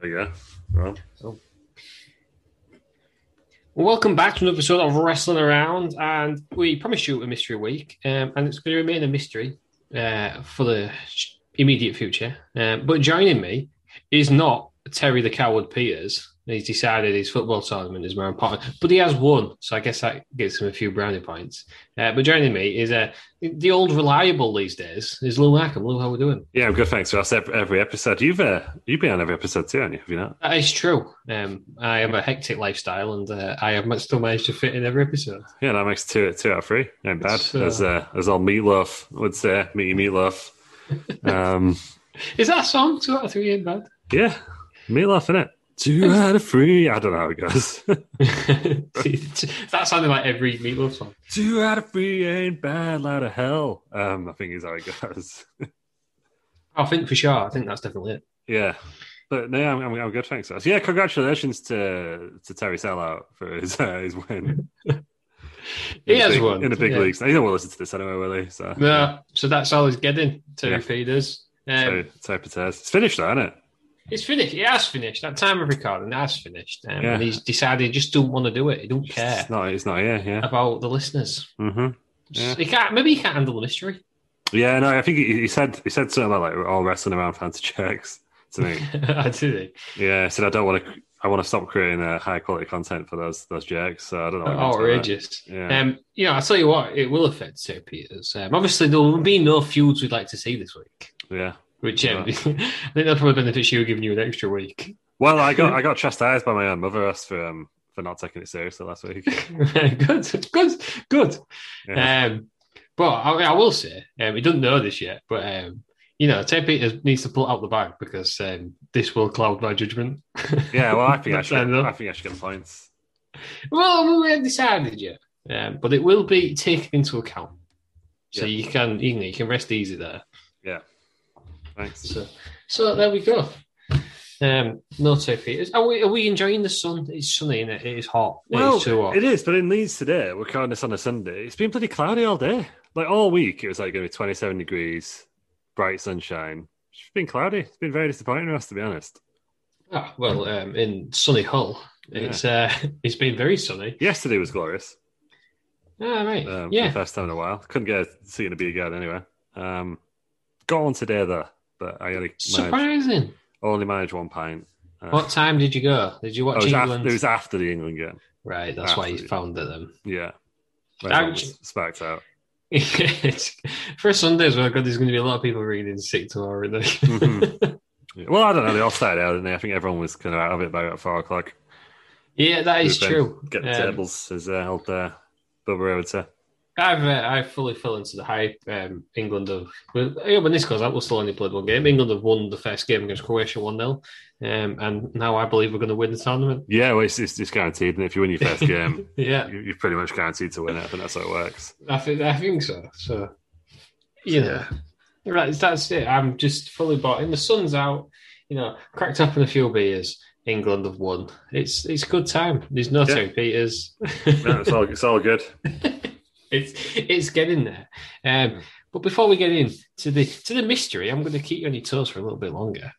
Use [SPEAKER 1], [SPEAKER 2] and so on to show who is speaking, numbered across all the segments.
[SPEAKER 1] There you go. Right.
[SPEAKER 2] Well, welcome back to another episode of Wrestling Around, and we promised you a mystery week, um, and it's going to remain a mystery uh, for the immediate future. Um, but joining me is not Terry the Coward Peters. He's decided his football tournament is more important, but he has won, so I guess that gives him a few brownie points. Uh, but joining me is uh, the old reliable these days is Lou Markham. Lou, how are we doing?
[SPEAKER 1] Yeah, I'm good. Thanks. That's ev- every episode. You've uh, you've been on every episode too, haven't you? Have you not?
[SPEAKER 2] That is true. Um, I have a hectic lifestyle, and uh, I have ma- still managed to fit in every episode.
[SPEAKER 1] Yeah, that makes two two out of three. Ain't bad.
[SPEAKER 2] It's, uh,
[SPEAKER 1] As uh, as old meatloaf would say, meaty meatloaf. Um,
[SPEAKER 2] Is that a song? Two out of three ain't bad.
[SPEAKER 1] yeah, meatloaf in it. Two out of three. I don't know how it goes.
[SPEAKER 2] that sounded like every meatloaf song.
[SPEAKER 1] two out of three ain't bad. Loud of hell. Um, I think is how it goes.
[SPEAKER 2] I think for sure. I think that's definitely it.
[SPEAKER 1] yeah. But no, I'm, I'm, I'm good. Thanks. Ash. Yeah, congratulations to to Terry Sellout for his uh, his win.
[SPEAKER 2] He
[SPEAKER 1] In the
[SPEAKER 2] has
[SPEAKER 1] big-
[SPEAKER 2] won
[SPEAKER 1] in the big
[SPEAKER 2] yeah.
[SPEAKER 1] leagues. He don't want to listen to this anyway, will he? So
[SPEAKER 2] No, so that's all he's getting. Terry
[SPEAKER 1] Yeah.
[SPEAKER 2] feeders. Um,
[SPEAKER 1] So, type of test. It's finished, though, isn't it?
[SPEAKER 2] it's finished. It has finished. That time of recording, it has finished. Um,
[SPEAKER 1] Yeah.
[SPEAKER 2] And he's decided he just don't want to do it. He don't care
[SPEAKER 1] It's not. It's not. Yeah, yeah.
[SPEAKER 2] about the listeners.
[SPEAKER 1] hmm Yeah.
[SPEAKER 2] He can't. Maybe he can't handle the mystery.
[SPEAKER 1] Yeah. No, I think he, he said he said something about like all wrestling around fancy checks to me.
[SPEAKER 2] I do think.
[SPEAKER 1] yeah, he said I don't want to. I want to stop creating uh, high quality content for those those jerks. So I don't know. what he
[SPEAKER 2] Oh,
[SPEAKER 1] meant by that.
[SPEAKER 2] Outrageous.
[SPEAKER 1] Yeah.
[SPEAKER 2] Um, you know, I tell you what, it will affect Sir Peters. Um, obviously, there will be no feuds we'd like to see this week.
[SPEAKER 1] Yeah.
[SPEAKER 2] Which um, I think that probably benefits you giving you an extra week.
[SPEAKER 1] Well, I got I got chastised by my own mother us for um for not taking it seriously last week.
[SPEAKER 2] good, good, good.
[SPEAKER 1] Yeah.
[SPEAKER 2] Um, but I, I will say, um, he doesn't know this yet, but um, you know, Ted Peters needs to pull out the bag because um, this will cloud my judgment.
[SPEAKER 1] yeah. Well, I think I
[SPEAKER 2] That's
[SPEAKER 1] should.
[SPEAKER 2] enough.
[SPEAKER 1] I think I should get points.
[SPEAKER 2] well, we haven't decided yet, um, but it will be taken into account, so
[SPEAKER 1] Yeah.
[SPEAKER 2] you can you, know, you can rest easy there.
[SPEAKER 1] Thanks.
[SPEAKER 2] So, so there we go. Um, no Ted Peters. Are we, are we enjoying the sun? It's sunny and it? it is hot. it is too hot.
[SPEAKER 1] it is, but in Leeds today, we're recording this on a Sunday. It's been pretty cloudy all day. Like all week, it was like going to be 27 degrees, bright sunshine. It's been cloudy. It's been very disappointing for us, to be honest.
[SPEAKER 2] Ah, well, um, in sunny Hull, it's uh, it's been very sunny.
[SPEAKER 1] Yesterday was glorious.
[SPEAKER 2] Ah, right.
[SPEAKER 1] Um, For
[SPEAKER 2] yeah.
[SPEAKER 1] the first time in a while. Couldn't get a seat in a beer garden anyway. Um, got on today, though, but I only managed,
[SPEAKER 2] Surprising.
[SPEAKER 1] only managed one pint. Uh, oh,
[SPEAKER 2] What time did you go? Did you
[SPEAKER 1] it,
[SPEAKER 2] watch
[SPEAKER 1] was af-
[SPEAKER 2] England?
[SPEAKER 1] it was after the England game.
[SPEAKER 2] right, that's why you
[SPEAKER 1] Absolutely.
[SPEAKER 2] found it then.
[SPEAKER 1] Yeah. Where everyone
[SPEAKER 2] Ouch.
[SPEAKER 1] was sparked out.
[SPEAKER 2] It's- For Sundays, well, God, there's going to be a lot of people reading sick tomorrow. Isn't there?
[SPEAKER 1] Mhm. Yeah. Well, I don't know. They all started out, didn't they? I think everyone was kind of out of it by about four o'clock.
[SPEAKER 2] yeah, that is
[SPEAKER 1] Good then.
[SPEAKER 2] true.
[SPEAKER 1] Get the
[SPEAKER 2] Um,
[SPEAKER 1] tables, as uh, old uh, Bubba would say.
[SPEAKER 2] I've uh, I fully fell into the hype. Um, England have well, yeah, when this goes out, we'll still only played one game. England have won the first game against Croatia one 0 um, and now I believe we're going to win the tournament.
[SPEAKER 1] Yeah, well, it's, it's, it's guaranteed. And if you win your first game,
[SPEAKER 2] yeah,
[SPEAKER 1] you, you're pretty much guaranteed to win it. I think that's how it works.
[SPEAKER 2] I think I think so. So, you know, right? That's it. I'm just fully bought in. The sun's out. You know, cracked up in a few beers. England have won. It's it's good time. There's no
[SPEAKER 1] Yeah.
[SPEAKER 2] Terry Peters.
[SPEAKER 1] No, it's all it's all good.
[SPEAKER 2] it's it's getting there. Um, But before we get in to the to the mystery, I'm going to keep you on your toes for a little bit longer.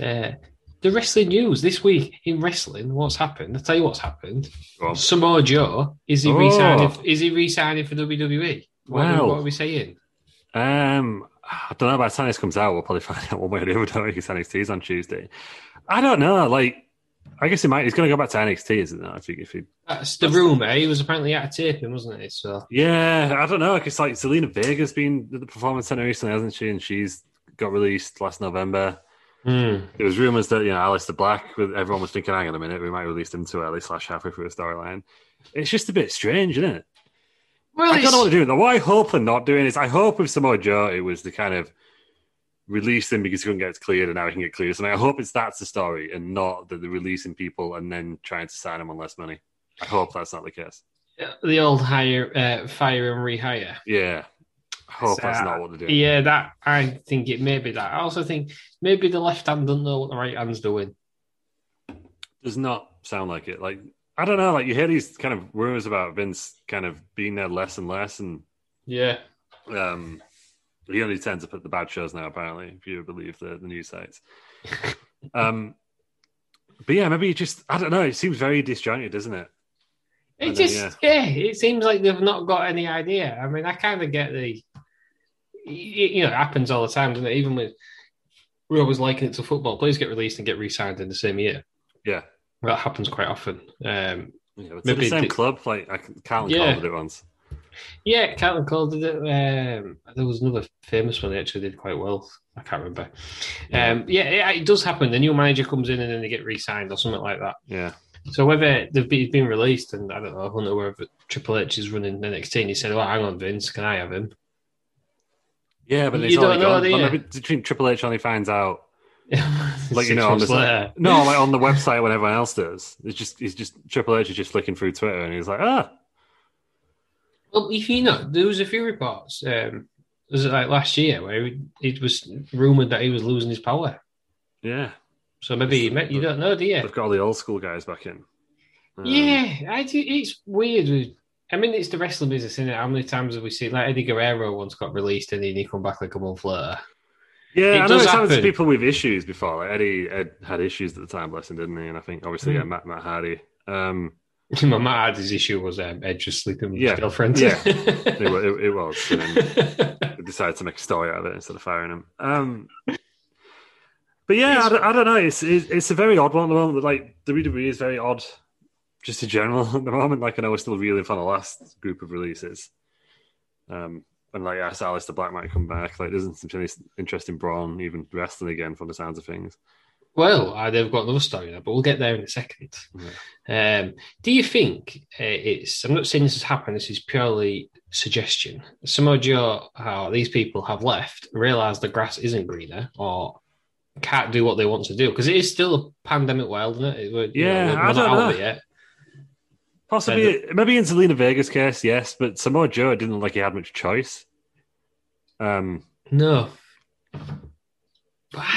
[SPEAKER 2] Uh, the wrestling news this week in wrestling, what's happened? I'll tell you what's happened.
[SPEAKER 1] Go on.
[SPEAKER 2] Samoa Joe is he
[SPEAKER 1] Oh.
[SPEAKER 2] resigning? Is he resigning for WWE? What, are-
[SPEAKER 1] Wow.
[SPEAKER 2] what are we saying?
[SPEAKER 1] Um, I don't know. By the time this comes out, we'll probably find out one way or the other. Don't we? Because NXT's on Tuesday. I don't know. Like, I guess he might. He's going to go back to NXT, isn't it? I think if he.
[SPEAKER 2] That's the rumor. He was apparently out of taping, wasn't it? So
[SPEAKER 1] Yeah, I don't know. It's like Selena Vega's been at the performance center recently, hasn't she? And she's got released last November. There was rumors that you know Alistair Black. With everyone was thinking, hang on a minute, we might release him too early slash halfway through the storyline. It's just a bit strange, isn't it?
[SPEAKER 2] well,
[SPEAKER 1] I don't
[SPEAKER 2] it's-
[SPEAKER 1] know what to do. What I hope they're not doing is I hope with Samoa Joe it was the kind of release him because he couldn't get cleared and now he can get cleared. So I hope it's that's the story and not that they're releasing people and then trying to sign them on less money. I hope that's not the case.
[SPEAKER 2] the old hire, uh, fire and rehire.
[SPEAKER 1] Yeah. I hope
[SPEAKER 2] So,
[SPEAKER 1] that's not what they're doing.
[SPEAKER 2] Yeah, that I think it may be that. I also think maybe the left hand doesn't know what the right hand's doing.
[SPEAKER 1] Does not sound like it. Like I don't know, like you hear these kind of rumors about Vince kind of being there less and less and
[SPEAKER 2] Yeah,
[SPEAKER 1] Um, he only tends to put the bad shows now, apparently, if you believe the, the news sites. um, but yeah, maybe you just, I don't know, it seems very disjointed, doesn't it? I
[SPEAKER 2] it
[SPEAKER 1] don't-
[SPEAKER 2] just yeah. it seems like they've not got any idea. I mean, I kind of get the y- y- you know it happens all the time, doesn't it? Even with we always liken it to football. Players get released and get re-signed in the same year.
[SPEAKER 1] Yeah.
[SPEAKER 2] That happens quite often. Um,
[SPEAKER 1] Yeah, but
[SPEAKER 2] Maybe
[SPEAKER 1] the same
[SPEAKER 2] the-
[SPEAKER 1] club, like I can Carlton
[SPEAKER 2] Yeah.
[SPEAKER 1] yeah. Cole did it once.
[SPEAKER 2] Yeah, Carlton Cole did it. Um, there was another famous one that actually did quite well. I can't remember. Um, yeah, it, it does happen. The new manager comes in and then they get re-signed or something like that.
[SPEAKER 1] Yeah,
[SPEAKER 2] So whether they've been, he's been released and I don't know, I don't know whether Triple H is running NXT and he said, "Oh, hang on, Vince, can I have him?"
[SPEAKER 1] yeah, but
[SPEAKER 2] You
[SPEAKER 1] it's
[SPEAKER 2] don't
[SPEAKER 1] only
[SPEAKER 2] know,
[SPEAKER 1] gone.
[SPEAKER 2] do
[SPEAKER 1] But
[SPEAKER 2] you?
[SPEAKER 1] maybe between Triple H only finds out, like
[SPEAKER 2] Six
[SPEAKER 1] you know, on
[SPEAKER 2] months
[SPEAKER 1] the
[SPEAKER 2] later.
[SPEAKER 1] no, like on the website when everyone else does. It's just, it's just Triple H is just flicking through Twitter and he's like, ah,
[SPEAKER 2] Well, if you know, there was a few reports. Um, was it like last year where it was rumored that he was losing his power?
[SPEAKER 1] yeah,
[SPEAKER 2] So maybe he met- you don't know, do you?
[SPEAKER 1] they've got all the old school guys back in. Um,
[SPEAKER 2] Yeah, I do. It's weird. with- I mean, it's the wrestling business, isn't it? How many times have we seen like Eddie Guerrero once got released and then he come back like a month later?
[SPEAKER 1] Yeah,
[SPEAKER 2] It
[SPEAKER 1] I know
[SPEAKER 2] does
[SPEAKER 1] it's happened to
[SPEAKER 2] happen.
[SPEAKER 1] people with issues before. Like Eddie Ed had issues at the time, bless him, didn't he? And I think obviously
[SPEAKER 2] Hmm.
[SPEAKER 1] yeah, Matt Matt Hardy. Um,
[SPEAKER 2] My mum had his issue was um, Ed just sleeping with
[SPEAKER 1] Yeah,
[SPEAKER 2] his girlfriend.
[SPEAKER 1] yeah. it, wa- it, it was. Um, they decided to make a story out of it instead of firing him. Um, but yeah, I don't, I don't know. It's, it's it's a very odd one at the moment. Like WWE is very odd, just in general at the moment. Like I know we're still reeling from the last group of releases. Um, and like yes, Alistair Black might come back. Like, there isn't some really interesting Braun even wrestling again from the sounds of things.
[SPEAKER 2] well, uh, they've got another story now, but we'll get there in a second. Um, do you think uh, it's? I'm not saying this has happened. This is purely suggestion. Some of your how these people have left realize the grass isn't greener or can't do what they want to do because it is still a pandemic world, isn't it? It- we're- you
[SPEAKER 1] Yeah,
[SPEAKER 2] we're
[SPEAKER 1] I
[SPEAKER 2] not
[SPEAKER 1] don't
[SPEAKER 2] out of
[SPEAKER 1] know.
[SPEAKER 2] it yet.
[SPEAKER 1] Possibly, maybe in Selena Vega's case, yes, but Samoa Joe didn't look like he had much choice. Um,
[SPEAKER 2] No.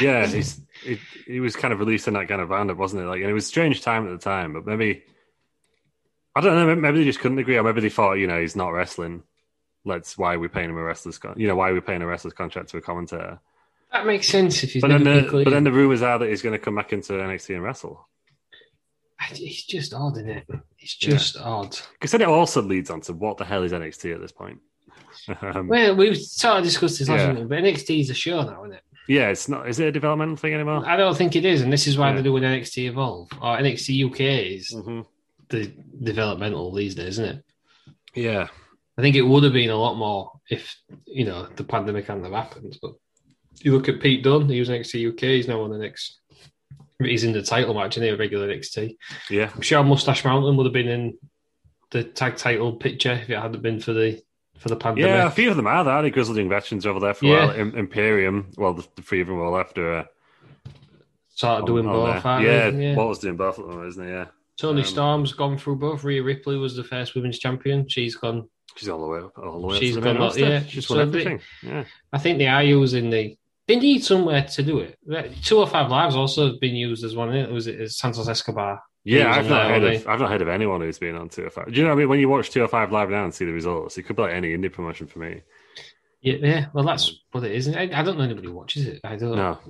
[SPEAKER 1] yeah, he's, it, he was kind of released in that kind of roundup, wasn't it? Like, and it was a strange time at the time, but maybe I don't know. Maybe they just couldn't agree, or maybe they thought, you know, he's not wrestling. Let's why are we paying him a wrestler's, con- you know, why are we paying a wrestler's contract to a commentator?
[SPEAKER 2] that makes sense if he's
[SPEAKER 1] But then,
[SPEAKER 2] never been
[SPEAKER 1] the, but then
[SPEAKER 2] cleared.
[SPEAKER 1] the rumors are that he's going to come back into NXT and wrestle.
[SPEAKER 2] it's just odd, isn't it? It's
[SPEAKER 1] Yeah.
[SPEAKER 2] just odd.
[SPEAKER 1] Because then it also leads on to what the hell is NXT at this point? Um,
[SPEAKER 2] Well, we sort of discussed this last
[SPEAKER 1] Yeah.
[SPEAKER 2] week, but NXT is a show now, isn't it?
[SPEAKER 1] yeah, it's not. Is it a developmental thing anymore?
[SPEAKER 2] I don't think it is, and this is why
[SPEAKER 1] Yeah.
[SPEAKER 2] they're doing NXT Evolve or NXT UK is
[SPEAKER 1] Mm-hmm.
[SPEAKER 2] the developmental these days, isn't it?
[SPEAKER 1] Yeah,
[SPEAKER 2] I think it would have been a lot more if you know the pandemic hadn't have happened. But you look at Pete Dunne, he was NXT UK, he's now on the next. He's in the title match, isn't he? A regular NXT.
[SPEAKER 1] yeah,
[SPEAKER 2] I'm sure Mustache Mountain would have been in the tag title picture if it hadn't been for the for the pandemic.
[SPEAKER 1] yeah. A few of them are there. The Grizzled Young veterans over there for
[SPEAKER 2] Yeah.
[SPEAKER 1] a while. Im- Imperium. Well, the, the three of them were all after. Uh,
[SPEAKER 2] sort of doing
[SPEAKER 1] on- on
[SPEAKER 2] both.
[SPEAKER 1] there.
[SPEAKER 2] aren't
[SPEAKER 1] yeah,
[SPEAKER 2] they? yeah.
[SPEAKER 1] Walter's doing both of them, isn't he? Yeah,
[SPEAKER 2] Tony
[SPEAKER 1] um,
[SPEAKER 2] Storm's gone through both. Rhea Ripley was the first women's champion. She's gone.
[SPEAKER 1] she's all the way up. All the way.
[SPEAKER 2] She's
[SPEAKER 1] up to the
[SPEAKER 2] gone
[SPEAKER 1] main
[SPEAKER 2] up,
[SPEAKER 1] roster.
[SPEAKER 2] yeah.
[SPEAKER 1] she's
[SPEAKER 2] So
[SPEAKER 1] won
[SPEAKER 2] they-
[SPEAKER 1] everything. Yeah,
[SPEAKER 2] I think they are using the. They need somewhere to do it. Two or five lives also have been used as one. isn't it? Was it as Santos Escobar? He
[SPEAKER 1] yeah.
[SPEAKER 2] was
[SPEAKER 1] I've
[SPEAKER 2] on
[SPEAKER 1] not
[SPEAKER 2] there,
[SPEAKER 1] heard
[SPEAKER 2] wasn't
[SPEAKER 1] of. I've not heard of anyone who's oh been on two hundred five. Do you know what I mean? When you watch two hundred five live now and see the results, it could be like any indie promotion for me.
[SPEAKER 2] Yeah, yeah. Well, that's what it is. And I, I don't know anybody who watches it. I
[SPEAKER 1] Mm.
[SPEAKER 2] don't.
[SPEAKER 1] No.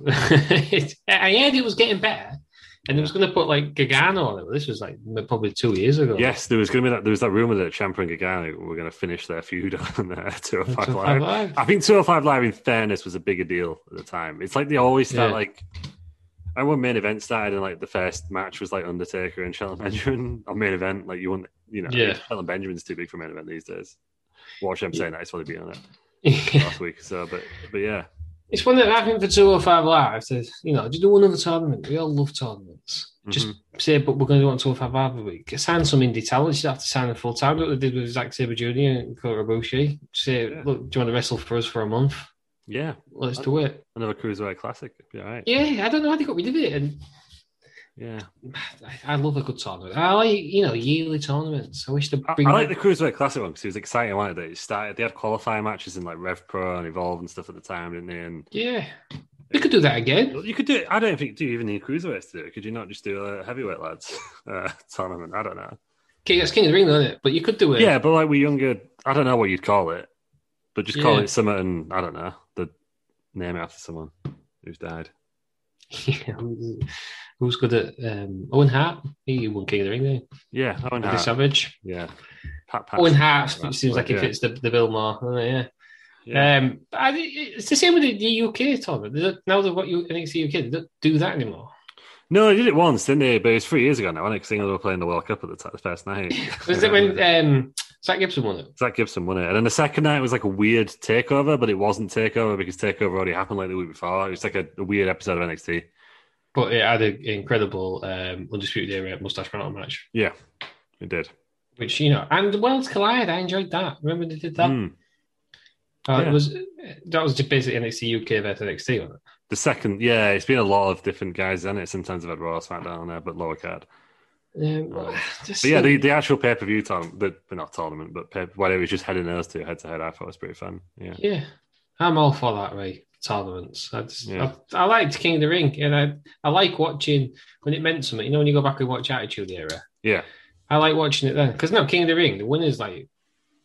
[SPEAKER 2] It- I heard it was getting better, and it was going to put like Gargano on it. This was like probably two years ago.
[SPEAKER 1] Yes, there was going to be that. There was that rumor that Champa and Gargano were going to finish their feud on uh, 205
[SPEAKER 2] Two,
[SPEAKER 1] Live.
[SPEAKER 2] five, five.
[SPEAKER 1] I think 205 Live, in fairness, was a bigger deal at the time. It's like they always start
[SPEAKER 2] Yeah.
[SPEAKER 1] like. I when main event started and like the first match was like Undertaker and Shelton Benjamin on main event. Like you want, you know,
[SPEAKER 2] Yeah.
[SPEAKER 1] Shelton Benjamin's too big for main event these days. Watch him saying that he's probably been on it last week. or So, but but yeah,
[SPEAKER 2] It's one that I think for 205 Live says, you know, just do another tournament. We all love tournaments.
[SPEAKER 1] Mm-hmm.
[SPEAKER 2] Just say, but we're going to do it on 205 Live every week. Sign some indie talent. You don't have to sign a full time. Look what they did with Zack Sabre Jr. and Kota Ibushi. Say,
[SPEAKER 1] Yeah.
[SPEAKER 2] look, do you want to wrestle for us for a month?
[SPEAKER 1] yeah,
[SPEAKER 2] Let's do it.
[SPEAKER 1] another cruiserweight classic. Be all right.
[SPEAKER 2] Yeah, I don't know how they got rid of it. And
[SPEAKER 1] Yeah,
[SPEAKER 2] I- I love a good tournament. I like, you know, yearly tournaments. I wish to
[SPEAKER 1] I,
[SPEAKER 2] bring
[SPEAKER 1] I like the Cruiserweight Classic one because it was exciting, wasn't it? That It started, they had qualifying matches in like Rev Pro and Evolve and stuff at the time, didn't they? And
[SPEAKER 2] Yeah. We could do that again.
[SPEAKER 1] you could do it. I don't think do you even need Cruiserweights to do it. Could you not just do a heavyweight lads uh, tournament? I don't know.
[SPEAKER 2] Okay, that's King of the Ring, isn't it? But you could do it.
[SPEAKER 1] Yeah, but like we're younger, I don't know what you'd call it, but just call
[SPEAKER 2] Yeah.
[SPEAKER 1] it something. I don't know the name it after someone who's died.
[SPEAKER 2] Yeah, who's- Who's good at um, Owen Hart? He won King of the Ring, didn't
[SPEAKER 1] Yeah, Owen
[SPEAKER 2] he? Andy
[SPEAKER 1] Hart.
[SPEAKER 2] Savage.
[SPEAKER 1] Yeah, Pat Patterson.
[SPEAKER 2] Owen Hart
[SPEAKER 1] Ah, That's
[SPEAKER 2] seems like
[SPEAKER 1] right,
[SPEAKER 2] it
[SPEAKER 1] yeah.
[SPEAKER 2] fits the, the bill more, doesn't it?
[SPEAKER 1] Yeah.
[SPEAKER 2] Yeah. Um, but I, it's the same with the, the UK tournament. They don't- Now they've got you NXT UK, they don't do that anymore.
[SPEAKER 1] No, they did it once, didn't they? But it was three years ago now, wasn't it? 'Cause England were playing the World Cup at the, t- the first night.
[SPEAKER 2] Was it when um, Zach Gibson won it?
[SPEAKER 1] Zach Gibson won it. And then the second night was like a weird takeover, but it wasn't takeover because takeover already happened like the week before. It was like a, a weird episode of NXT.
[SPEAKER 2] But it had an incredible um, Undisputed Era Mustache Battle match,
[SPEAKER 1] Yeah, it did.
[SPEAKER 2] which, you know, and the Worlds Collide. I enjoyed that. Remember they did that?
[SPEAKER 1] Mm.
[SPEAKER 2] Uh,
[SPEAKER 1] yeah.
[SPEAKER 2] It was That was basically NXT UK versus NXT, wasn't it?
[SPEAKER 1] The second, yeah, it's been a lot of different guys in it. Sometimes I've had Raw, SmackDown on there, but lower card.
[SPEAKER 2] Um,
[SPEAKER 1] Right.
[SPEAKER 2] just
[SPEAKER 1] But yeah, the,
[SPEAKER 2] think-
[SPEAKER 1] the actual pay per view tournament, the, but not tournament, but pay- whatever, it was just heading those two head to head. I thought it was pretty fun. Yeah.
[SPEAKER 2] yeah, I'm all for that, Ray. Tolerance. I, just,
[SPEAKER 1] Yeah.
[SPEAKER 2] I, I liked King of the Ring, and I I like watching when it meant something. You know, when you go back and watch Attitude Era,
[SPEAKER 1] Yeah.
[SPEAKER 2] I like watching it then because now King of the Ring, the winner's like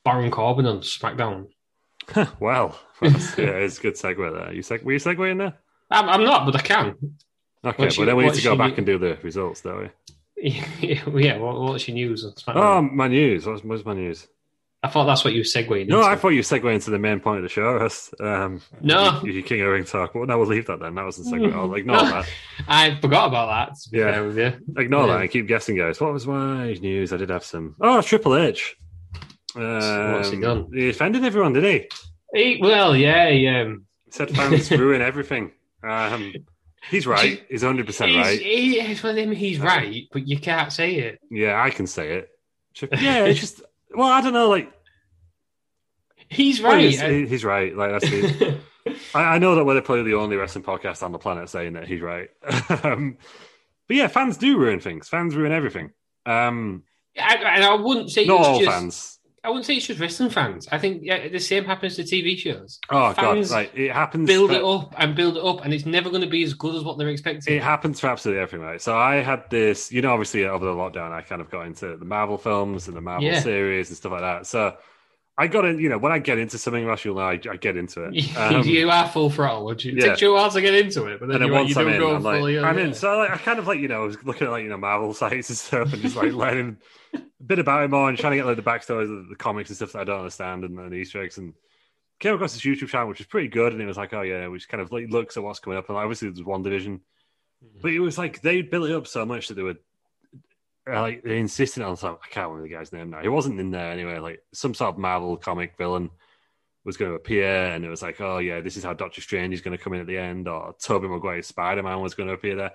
[SPEAKER 2] Baron Corbin on SmackDown.
[SPEAKER 1] Well, that's- yeah, it's a good segue there. You seg- were you segueing there?
[SPEAKER 2] I'm, I'm not, but I can.
[SPEAKER 1] Okay,
[SPEAKER 2] What's
[SPEAKER 1] but
[SPEAKER 2] your-
[SPEAKER 1] then we need to
[SPEAKER 2] what's
[SPEAKER 1] go
[SPEAKER 2] your-
[SPEAKER 1] back and do the results, don't we?
[SPEAKER 2] yeah, what, what's your news on
[SPEAKER 1] Oh,
[SPEAKER 2] SmackDown?
[SPEAKER 1] my news. What's, what's my news?
[SPEAKER 2] I thought that's what you were segueing.
[SPEAKER 1] No,
[SPEAKER 2] into.
[SPEAKER 1] I thought you segue into the main point of the show. Russ. Um,
[SPEAKER 2] No.
[SPEAKER 1] you, you King of the Ring talk. Well, no, we'll leave that then. That wasn't segue. I'll ignore that.
[SPEAKER 2] I forgot about that. To be
[SPEAKER 1] Yeah.
[SPEAKER 2] fair with you.
[SPEAKER 1] Ignore that.
[SPEAKER 2] Yeah.
[SPEAKER 1] I keep guessing, guys. What was my news? I did have some. Oh, Triple H. Um,
[SPEAKER 2] What's he done?
[SPEAKER 1] He offended everyone, did he?
[SPEAKER 2] He- well, yeah, yeah. um,
[SPEAKER 1] He said fans ruin everything. Um, he's right. He's hundred percent
[SPEAKER 2] he's,
[SPEAKER 1] right.
[SPEAKER 2] he- it's one of them, he's
[SPEAKER 1] Uh,
[SPEAKER 2] right, but you can't say it.
[SPEAKER 1] Yeah, I can say it. Tri- Yeah, it's just. Well, I don't know. Like,
[SPEAKER 2] He's
[SPEAKER 1] well,
[SPEAKER 2] right.
[SPEAKER 1] he's, he's right. Like, that's the,
[SPEAKER 2] I-
[SPEAKER 1] I, I know that we're probably the only wrestling podcast on the planet saying that he's right. um, but yeah, fans do ruin things. Fans ruin everything. Um,
[SPEAKER 2] I, and I wouldn't say
[SPEAKER 1] not
[SPEAKER 2] it's
[SPEAKER 1] all
[SPEAKER 2] just,
[SPEAKER 1] fans.
[SPEAKER 2] I wouldn't say it's just wrestling fans. I think yeah, the same happens to TV shows.
[SPEAKER 1] Oh
[SPEAKER 2] fans
[SPEAKER 1] god, like it happens.
[SPEAKER 2] Build
[SPEAKER 1] for-
[SPEAKER 2] it up and build it up, and it's never going to be as good as what they're expecting.
[SPEAKER 1] It happens for absolutely everything, right? So I had this, you know, obviously uh, over the lockdown, I kind of got into the Marvel films and the Marvel
[SPEAKER 2] Yeah.
[SPEAKER 1] series and stuff like that. So I got in, you know, when I get into something, Rush, you'll know I, I get into it. Um,
[SPEAKER 2] you are full throttle. would you? It
[SPEAKER 1] yeah.
[SPEAKER 2] takes you a while to get into it, but then,
[SPEAKER 1] and then
[SPEAKER 2] you,
[SPEAKER 1] once
[SPEAKER 2] you
[SPEAKER 1] I'm
[SPEAKER 2] don't
[SPEAKER 1] in,
[SPEAKER 2] go
[SPEAKER 1] I'm like,
[SPEAKER 2] fully.
[SPEAKER 1] I'm in. So like, I kind of like you know, I was looking at like you know Marvel sites and stuff, and just like learning a bit about him more and trying to get like the backstories of the comics and stuff that I don't understand and, and Easter eggs and. Came across this YouTube channel which was pretty good, and it was like, oh yeah, which kind of like looks at what's coming up. And obviously, there's one division, but it was like they built it up so much that they were uh, like they insisted on some. I can't remember the guy's name now. He wasn't in there anyway. Like some sort of Marvel comic villain was going to appear, and it was like, oh yeah, this is how Doctor Strange is going to come in at the end, or Tobey Maguire's Spider Man was going to appear there.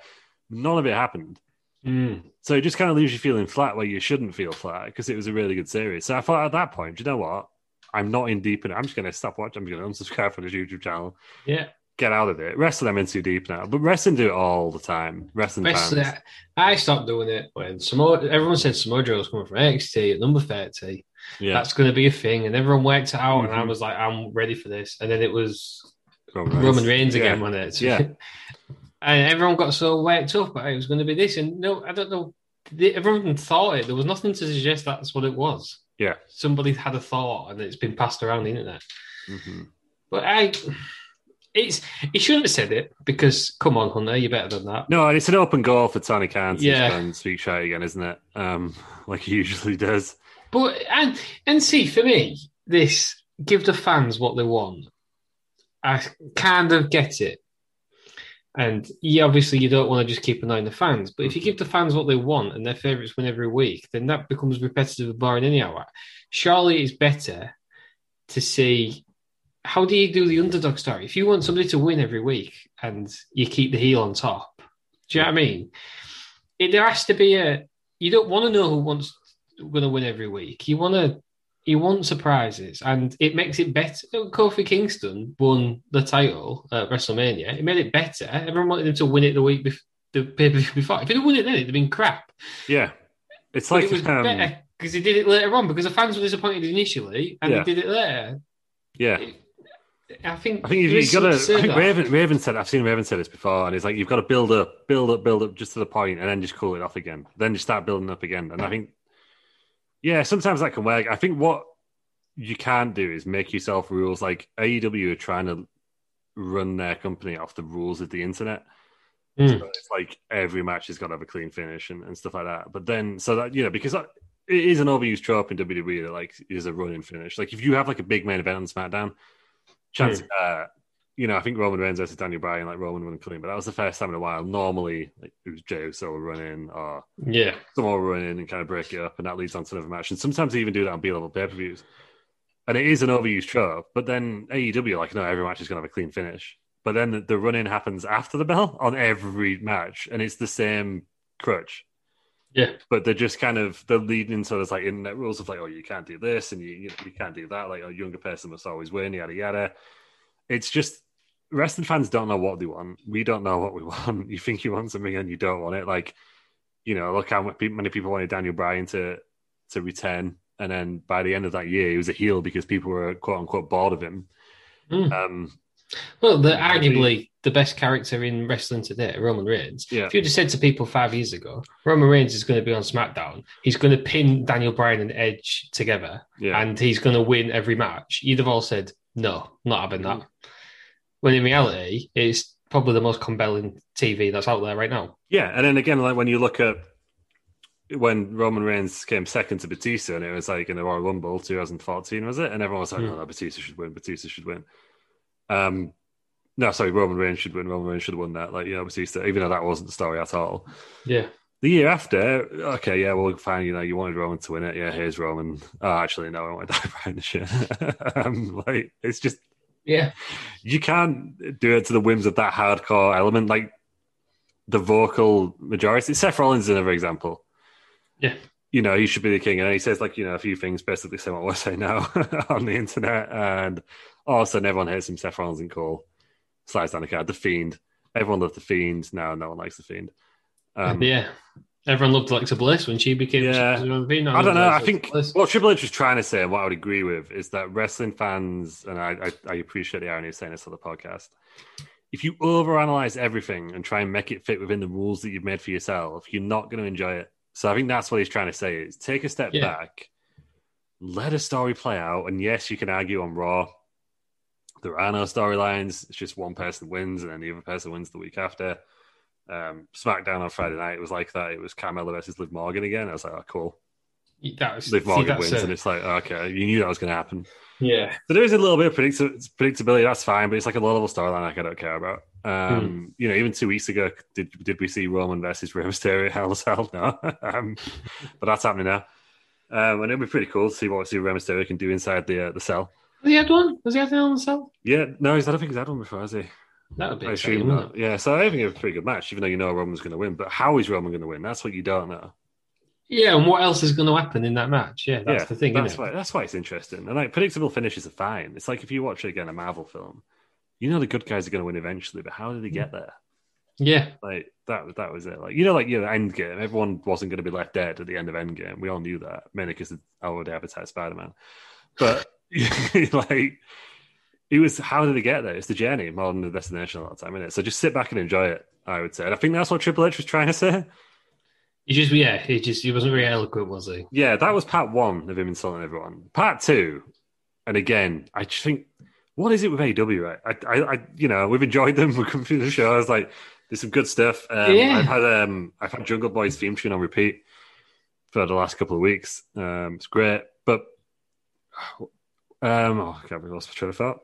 [SPEAKER 1] None of it happened,
[SPEAKER 2] Mm.
[SPEAKER 1] so it just kind of leaves you feeling flat where you shouldn't feel flat because it was a really good series. So I thought at that point, do you know what? I'm not in deep, and I'm just going to stop watching. I'm going to unsubscribe from this YouTube channel,
[SPEAKER 2] Yeah,
[SPEAKER 1] get out of it. Wrestling, I'm in too deep now, but wrestling do it all the time. Wrestling,
[SPEAKER 2] Wrestling,
[SPEAKER 1] fans.
[SPEAKER 2] I- I stopped doing it when Samo- everyone said Samoa Joe was coming from NXT at number thirty.
[SPEAKER 1] yeah,
[SPEAKER 2] That's going to be a thing, and everyone worked it out, and I
[SPEAKER 1] Mhm.
[SPEAKER 2] was like, I'm ready for this. And then it was
[SPEAKER 1] Roman
[SPEAKER 2] Roman Reigns
[SPEAKER 1] Yeah.
[SPEAKER 2] again, wasn't it?
[SPEAKER 1] Yeah.
[SPEAKER 2] and everyone got so worked up, but it was going to be this. And no, I don't know. They- Everyone thought it. There was nothing to suggest that's what it was.
[SPEAKER 1] Yeah.
[SPEAKER 2] Somebody had a thought and it's been passed around the internet.
[SPEAKER 1] Mhm.
[SPEAKER 2] But I, it's he shouldn't have said it because come on, Hunter, you're better than that.
[SPEAKER 1] No, and it's an open goal for Tony Khan to
[SPEAKER 2] Yeah.
[SPEAKER 1] yeah. and speak shy again, isn't it? Um, like he usually does.
[SPEAKER 2] But and and see for me, this give the fans what they want. I kind of get it, and yeah, obviously you don't want to just keep an eye on the fans. But if you give the fans what they want and their favourites win every week, then that becomes repetitive and boring anyhow. Surely it's better to see how do you do the underdog story. If you want somebody to win every week and you keep the heel on top, do you know what I mean? It, there has to be a. You don't want to know who wants going to win every week. You want to, you want surprises, and it makes it better. Kofi Kingston won the title at WrestleMania. It made it better. Everyone wanted him to win it the week before. The pay per view before. If he'd have won it then, it'd have been crap.
[SPEAKER 1] Yeah, it's
[SPEAKER 2] But
[SPEAKER 1] like
[SPEAKER 2] it was
[SPEAKER 1] um,
[SPEAKER 2] better because he did it later on because the fans were disappointed initially and
[SPEAKER 1] Yeah.
[SPEAKER 2] he did it later.
[SPEAKER 1] yeah.
[SPEAKER 2] I think
[SPEAKER 1] I think you've,
[SPEAKER 2] there
[SPEAKER 1] you
[SPEAKER 2] is
[SPEAKER 1] got to.
[SPEAKER 2] something
[SPEAKER 1] I think
[SPEAKER 2] that.
[SPEAKER 1] Raven, Raven said. I've seen Raven say this before, and it's like you've got to build up, build up, build up, just to the point, and then just cool it off again. Then just start building up again, and I think, yeah, sometimes that can work. I think what you can't do is make yourself rules. Like AEW are trying to run their company off the rules of the internet.
[SPEAKER 2] Mm.
[SPEAKER 1] So it's like every match has got to have a clean finish and, and stuff like that. But then, so that you know, because that, it is an overused trope in WWE that like is a running finish. Like if you have like a big main event on SmackDown, chance, uh, you know, I think Roman Reigns versus Daniel Bryan, like Roman won clean, but that was the first time in a while. Normally, like it was Jey Uso will run in or
[SPEAKER 2] Yeah,
[SPEAKER 1] someone will run in and kind of break it up, and that leads on to another match. And sometimes they even do that on B level pay per views. And it is an overused trope, but then AEW, like, no, every match is going to have a clean finish. But then the, the run in happens after the bell on every match, and it's the same crutch.
[SPEAKER 2] yeah,
[SPEAKER 1] But they're just kind of they're leading into those like internet rules of like, oh, you can't do this and you you, you can't do that. Like, a younger person must always win, yada yada. It's just wrestling fans don't know what they want. We don't know what we want. You think you want something and you don't want it. Like, you know, look how pe- many people wanted Daniel Bryan to to return, and then by the end of that year, he was a heel because people were quote unquote bored of him.
[SPEAKER 2] Mm.
[SPEAKER 1] Um,
[SPEAKER 2] Well, the,
[SPEAKER 1] Yeah,
[SPEAKER 2] arguably the best character in wrestling today, Roman Reigns.
[SPEAKER 1] Yeah.
[SPEAKER 2] If you'd have said to people five years ago, Roman Reigns is going to be on SmackDown, he's going to pin Daniel Bryan and Edge together,
[SPEAKER 1] yeah,
[SPEAKER 2] and he's going to win every match, you'd have all said, no, not having that.
[SPEAKER 1] Mm-hmm.
[SPEAKER 2] When in reality, it's probably the most compelling TV that's out there right now.
[SPEAKER 1] Yeah, and then again, like when you look at when Roman Reigns came second to Batista, and it was like in the Royal Rumble 2014, was it? And everyone was like,
[SPEAKER 2] Hmm.
[SPEAKER 1] "Oh, no, Batista should win. Batista should win." Um, no, sorry, Roman Reigns should win. Roman Reigns should have won that. Like, you know, Batista, even though that wasn't the story at all.
[SPEAKER 2] Yeah.
[SPEAKER 1] The year after, okay, yeah, well, fine, you know, you wanted Roman to win it. Yeah, here's Roman. Oh, actually, no, I want to die behind the shit. um, like, it's just
[SPEAKER 2] Yeah.
[SPEAKER 1] you can't do it to the whims of that hardcore element, like the vocal majority. Seth Rollins is another example.
[SPEAKER 2] Yeah.
[SPEAKER 1] You know, he should be the king. And he says, like, you know, a few things basically saying what we're saying now on the internet. And all of a sudden, everyone hates him. Seth Rollins and Cole slides down the card. The Fiend. Everyone loved The Fiend. Now no one likes The Fiend. Um,
[SPEAKER 2] yeah. Everyone loved Alexa Bliss when she became.
[SPEAKER 1] Yeah.
[SPEAKER 2] I don't
[SPEAKER 1] I don't know. I think what Triple H was trying to say, and what I would agree with, is that wrestling fans, and I, I, I appreciate the irony of saying this on the podcast. If you overanalyze everything and try and make it fit within the rules that you've made for yourself, you're not going to enjoy it. So I think that's what he's trying to say: is take a step
[SPEAKER 2] Yeah.
[SPEAKER 1] back, let a story play out, and yes, you can argue on Raw. There are no storylines; it's just one person wins, and then the other person wins the week after. Um, SmackDown on Friday night, it was like that. It was Carmella versus Liv Morgan again. I was like, oh, cool.
[SPEAKER 2] that was,
[SPEAKER 1] Liv
[SPEAKER 2] see,
[SPEAKER 1] Morgan
[SPEAKER 2] that's
[SPEAKER 1] wins,
[SPEAKER 2] a-
[SPEAKER 1] and it's like, okay, you knew that was going to happen.
[SPEAKER 2] yeah.
[SPEAKER 1] So there is a little bit of predicti- predictability. That's fine, but it's like a low level storyline like I don't care about.
[SPEAKER 2] Hmm.
[SPEAKER 1] Um, You know, even two weeks ago, did did we see Roman versus Rey Mysterio? Hell as hell, no. um, but that's happening now, um, and it'd be pretty cool to see what see Rey Mysterio can do inside the uh, the cell.
[SPEAKER 2] Has he had one? Has he had one on himself?
[SPEAKER 1] Yeah, no, he's, I don't think he's had one before, has he?
[SPEAKER 2] That would be
[SPEAKER 1] I
[SPEAKER 2] exciting,
[SPEAKER 1] assume
[SPEAKER 2] wouldn't it?
[SPEAKER 1] not. Yeah, so I think it's a pretty good match, even though you know Roman's going to win. But how is Roman going to win? That's what you don't know.
[SPEAKER 2] Yeah, and what else is going to happen in that match? Yeah, that's
[SPEAKER 1] yeah,
[SPEAKER 2] the thing.
[SPEAKER 1] That's
[SPEAKER 2] isn't it?
[SPEAKER 1] why that's why it's interesting. And like predictable finishes are fine. It's like if you watch again a Marvel film, you know the good guys are going to win eventually, but how did they get there?
[SPEAKER 2] Yeah,
[SPEAKER 1] Like that that was it. Like you know, like you know, Endgame. Everyone wasn't going to be left dead at the end of Endgame. We all knew that, mainly because I already advertised Spider Man. But like, it was how did they get there? It's the journey more than the destination a lot of the time, is it? So just sit back and enjoy it. I would say, and I think that's what Triple H was trying to say.
[SPEAKER 2] he just yeah, he just he wasn't very eloquent, was he?
[SPEAKER 1] Yeah, that was part one of him insulting everyone. Part two, and again, I just think what is it with AW? Right, I, I, I you know, we've enjoyed them. We're coming through the shows. Like, there's some good stuff. Um,
[SPEAKER 2] Yeah.
[SPEAKER 1] I've had um, I've had Jungle Boy's theme tune on repeat for the last couple of weeks. Um, it's great, but um, oh, I can't remember what's my train of thought.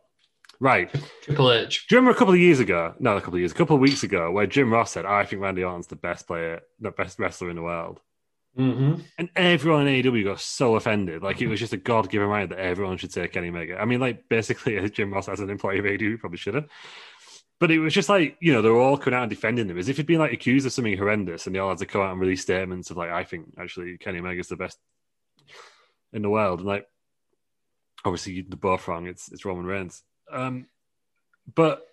[SPEAKER 1] Right, do
[SPEAKER 2] Triple H.
[SPEAKER 1] you remember a couple of years ago? No, a couple of years, a couple of weeks ago, where Jim Ross said, "I think Randy Orton's the best player, the best wrestler in the world."
[SPEAKER 2] Mm-hmm.
[SPEAKER 1] And everyone in AEW got so offended. Like it was just a God given right that everyone should take Kenny Omega. I mean, like basically Jim Ross as an employee of AEW probably should have. But it was just like, you know, they were all coming out and defending them as if he'd been like accused of something horrendous and they all had to come out and release statements of like, I think actually Kenny Omega's the best in the world. And like obviously the both wrong, it's it's Roman Reigns. Um but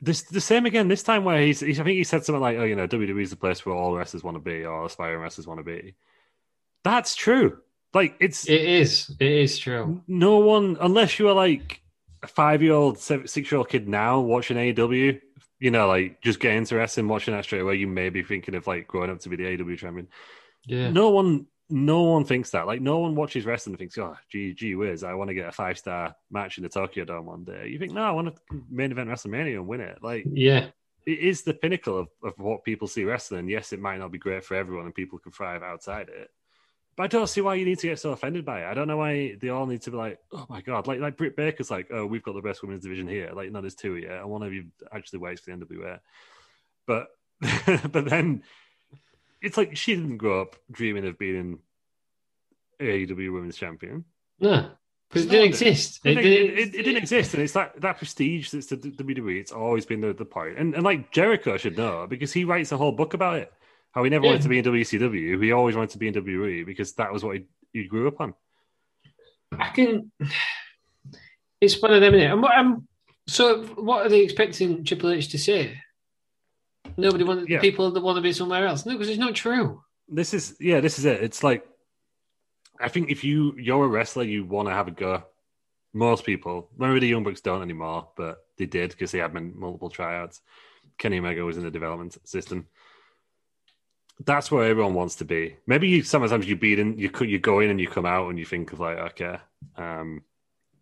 [SPEAKER 1] this the same again this time where he's, he's I think he said something like, Oh, you know, WWE's the place where all wrestlers want to be or aspiring wrestlers want to be. That's true. Like it's
[SPEAKER 2] It is. It is true.
[SPEAKER 1] no one unless you are like a five-year-old, six-year-old kid now watching AEW. You know, like just get interested in watching that straight away. You may be thinking of like growing up to be the AEW champion.
[SPEAKER 2] Yeah.
[SPEAKER 1] No one, no one thinks that. Like no one watches wrestling and thinks, "Oh, gee, gee whiz, I want to get a five-star match in the Tokyo Dome one day." You think, "No, I want to main event WrestleMania and win it." Like
[SPEAKER 2] Yeah.
[SPEAKER 1] it is the pinnacle of, of what people see wrestling. Yes, it might not be great for everyone and people can thrive outside it. But I don't see why you need to get so offended by it. I don't know why they all need to be like, oh my God. Like like Britt Baker's like, oh, we've got the best women's division here. Like, no, there's two here. And one of you actually waits for the NWA. But but then it's like she didn't grow up dreaming of being AEW women's champion.
[SPEAKER 2] No. Because it
[SPEAKER 1] No,
[SPEAKER 2] didn't exist.
[SPEAKER 1] It, it, it, it didn't exist, and it's that, that prestige that's the the WWE. It's always been the, the point, and and like Jericho should know because he writes a whole book about it. How he never wanted
[SPEAKER 2] Yeah.
[SPEAKER 1] to be in WCW, he always wanted to be in WWE because that was what he, he grew up on.
[SPEAKER 2] I can. It's one of them, innit? And what, um, so, what are they expecting Triple H to say? Nobody wants
[SPEAKER 1] Yeah.
[SPEAKER 2] people that want to be somewhere else. No, because it's not true.
[SPEAKER 1] This is yeah, this is it. It's like I think if you you're a wrestler, you want to have a go. Most people, maybe the Young Bucks don't anymore, but they did because they had min- multiple tryouts. Kenny Omega was in the development system. That's where everyone wants to be. Maybe you sometimes you beat in, you co- you go in and you come out and you think of like, okay, um,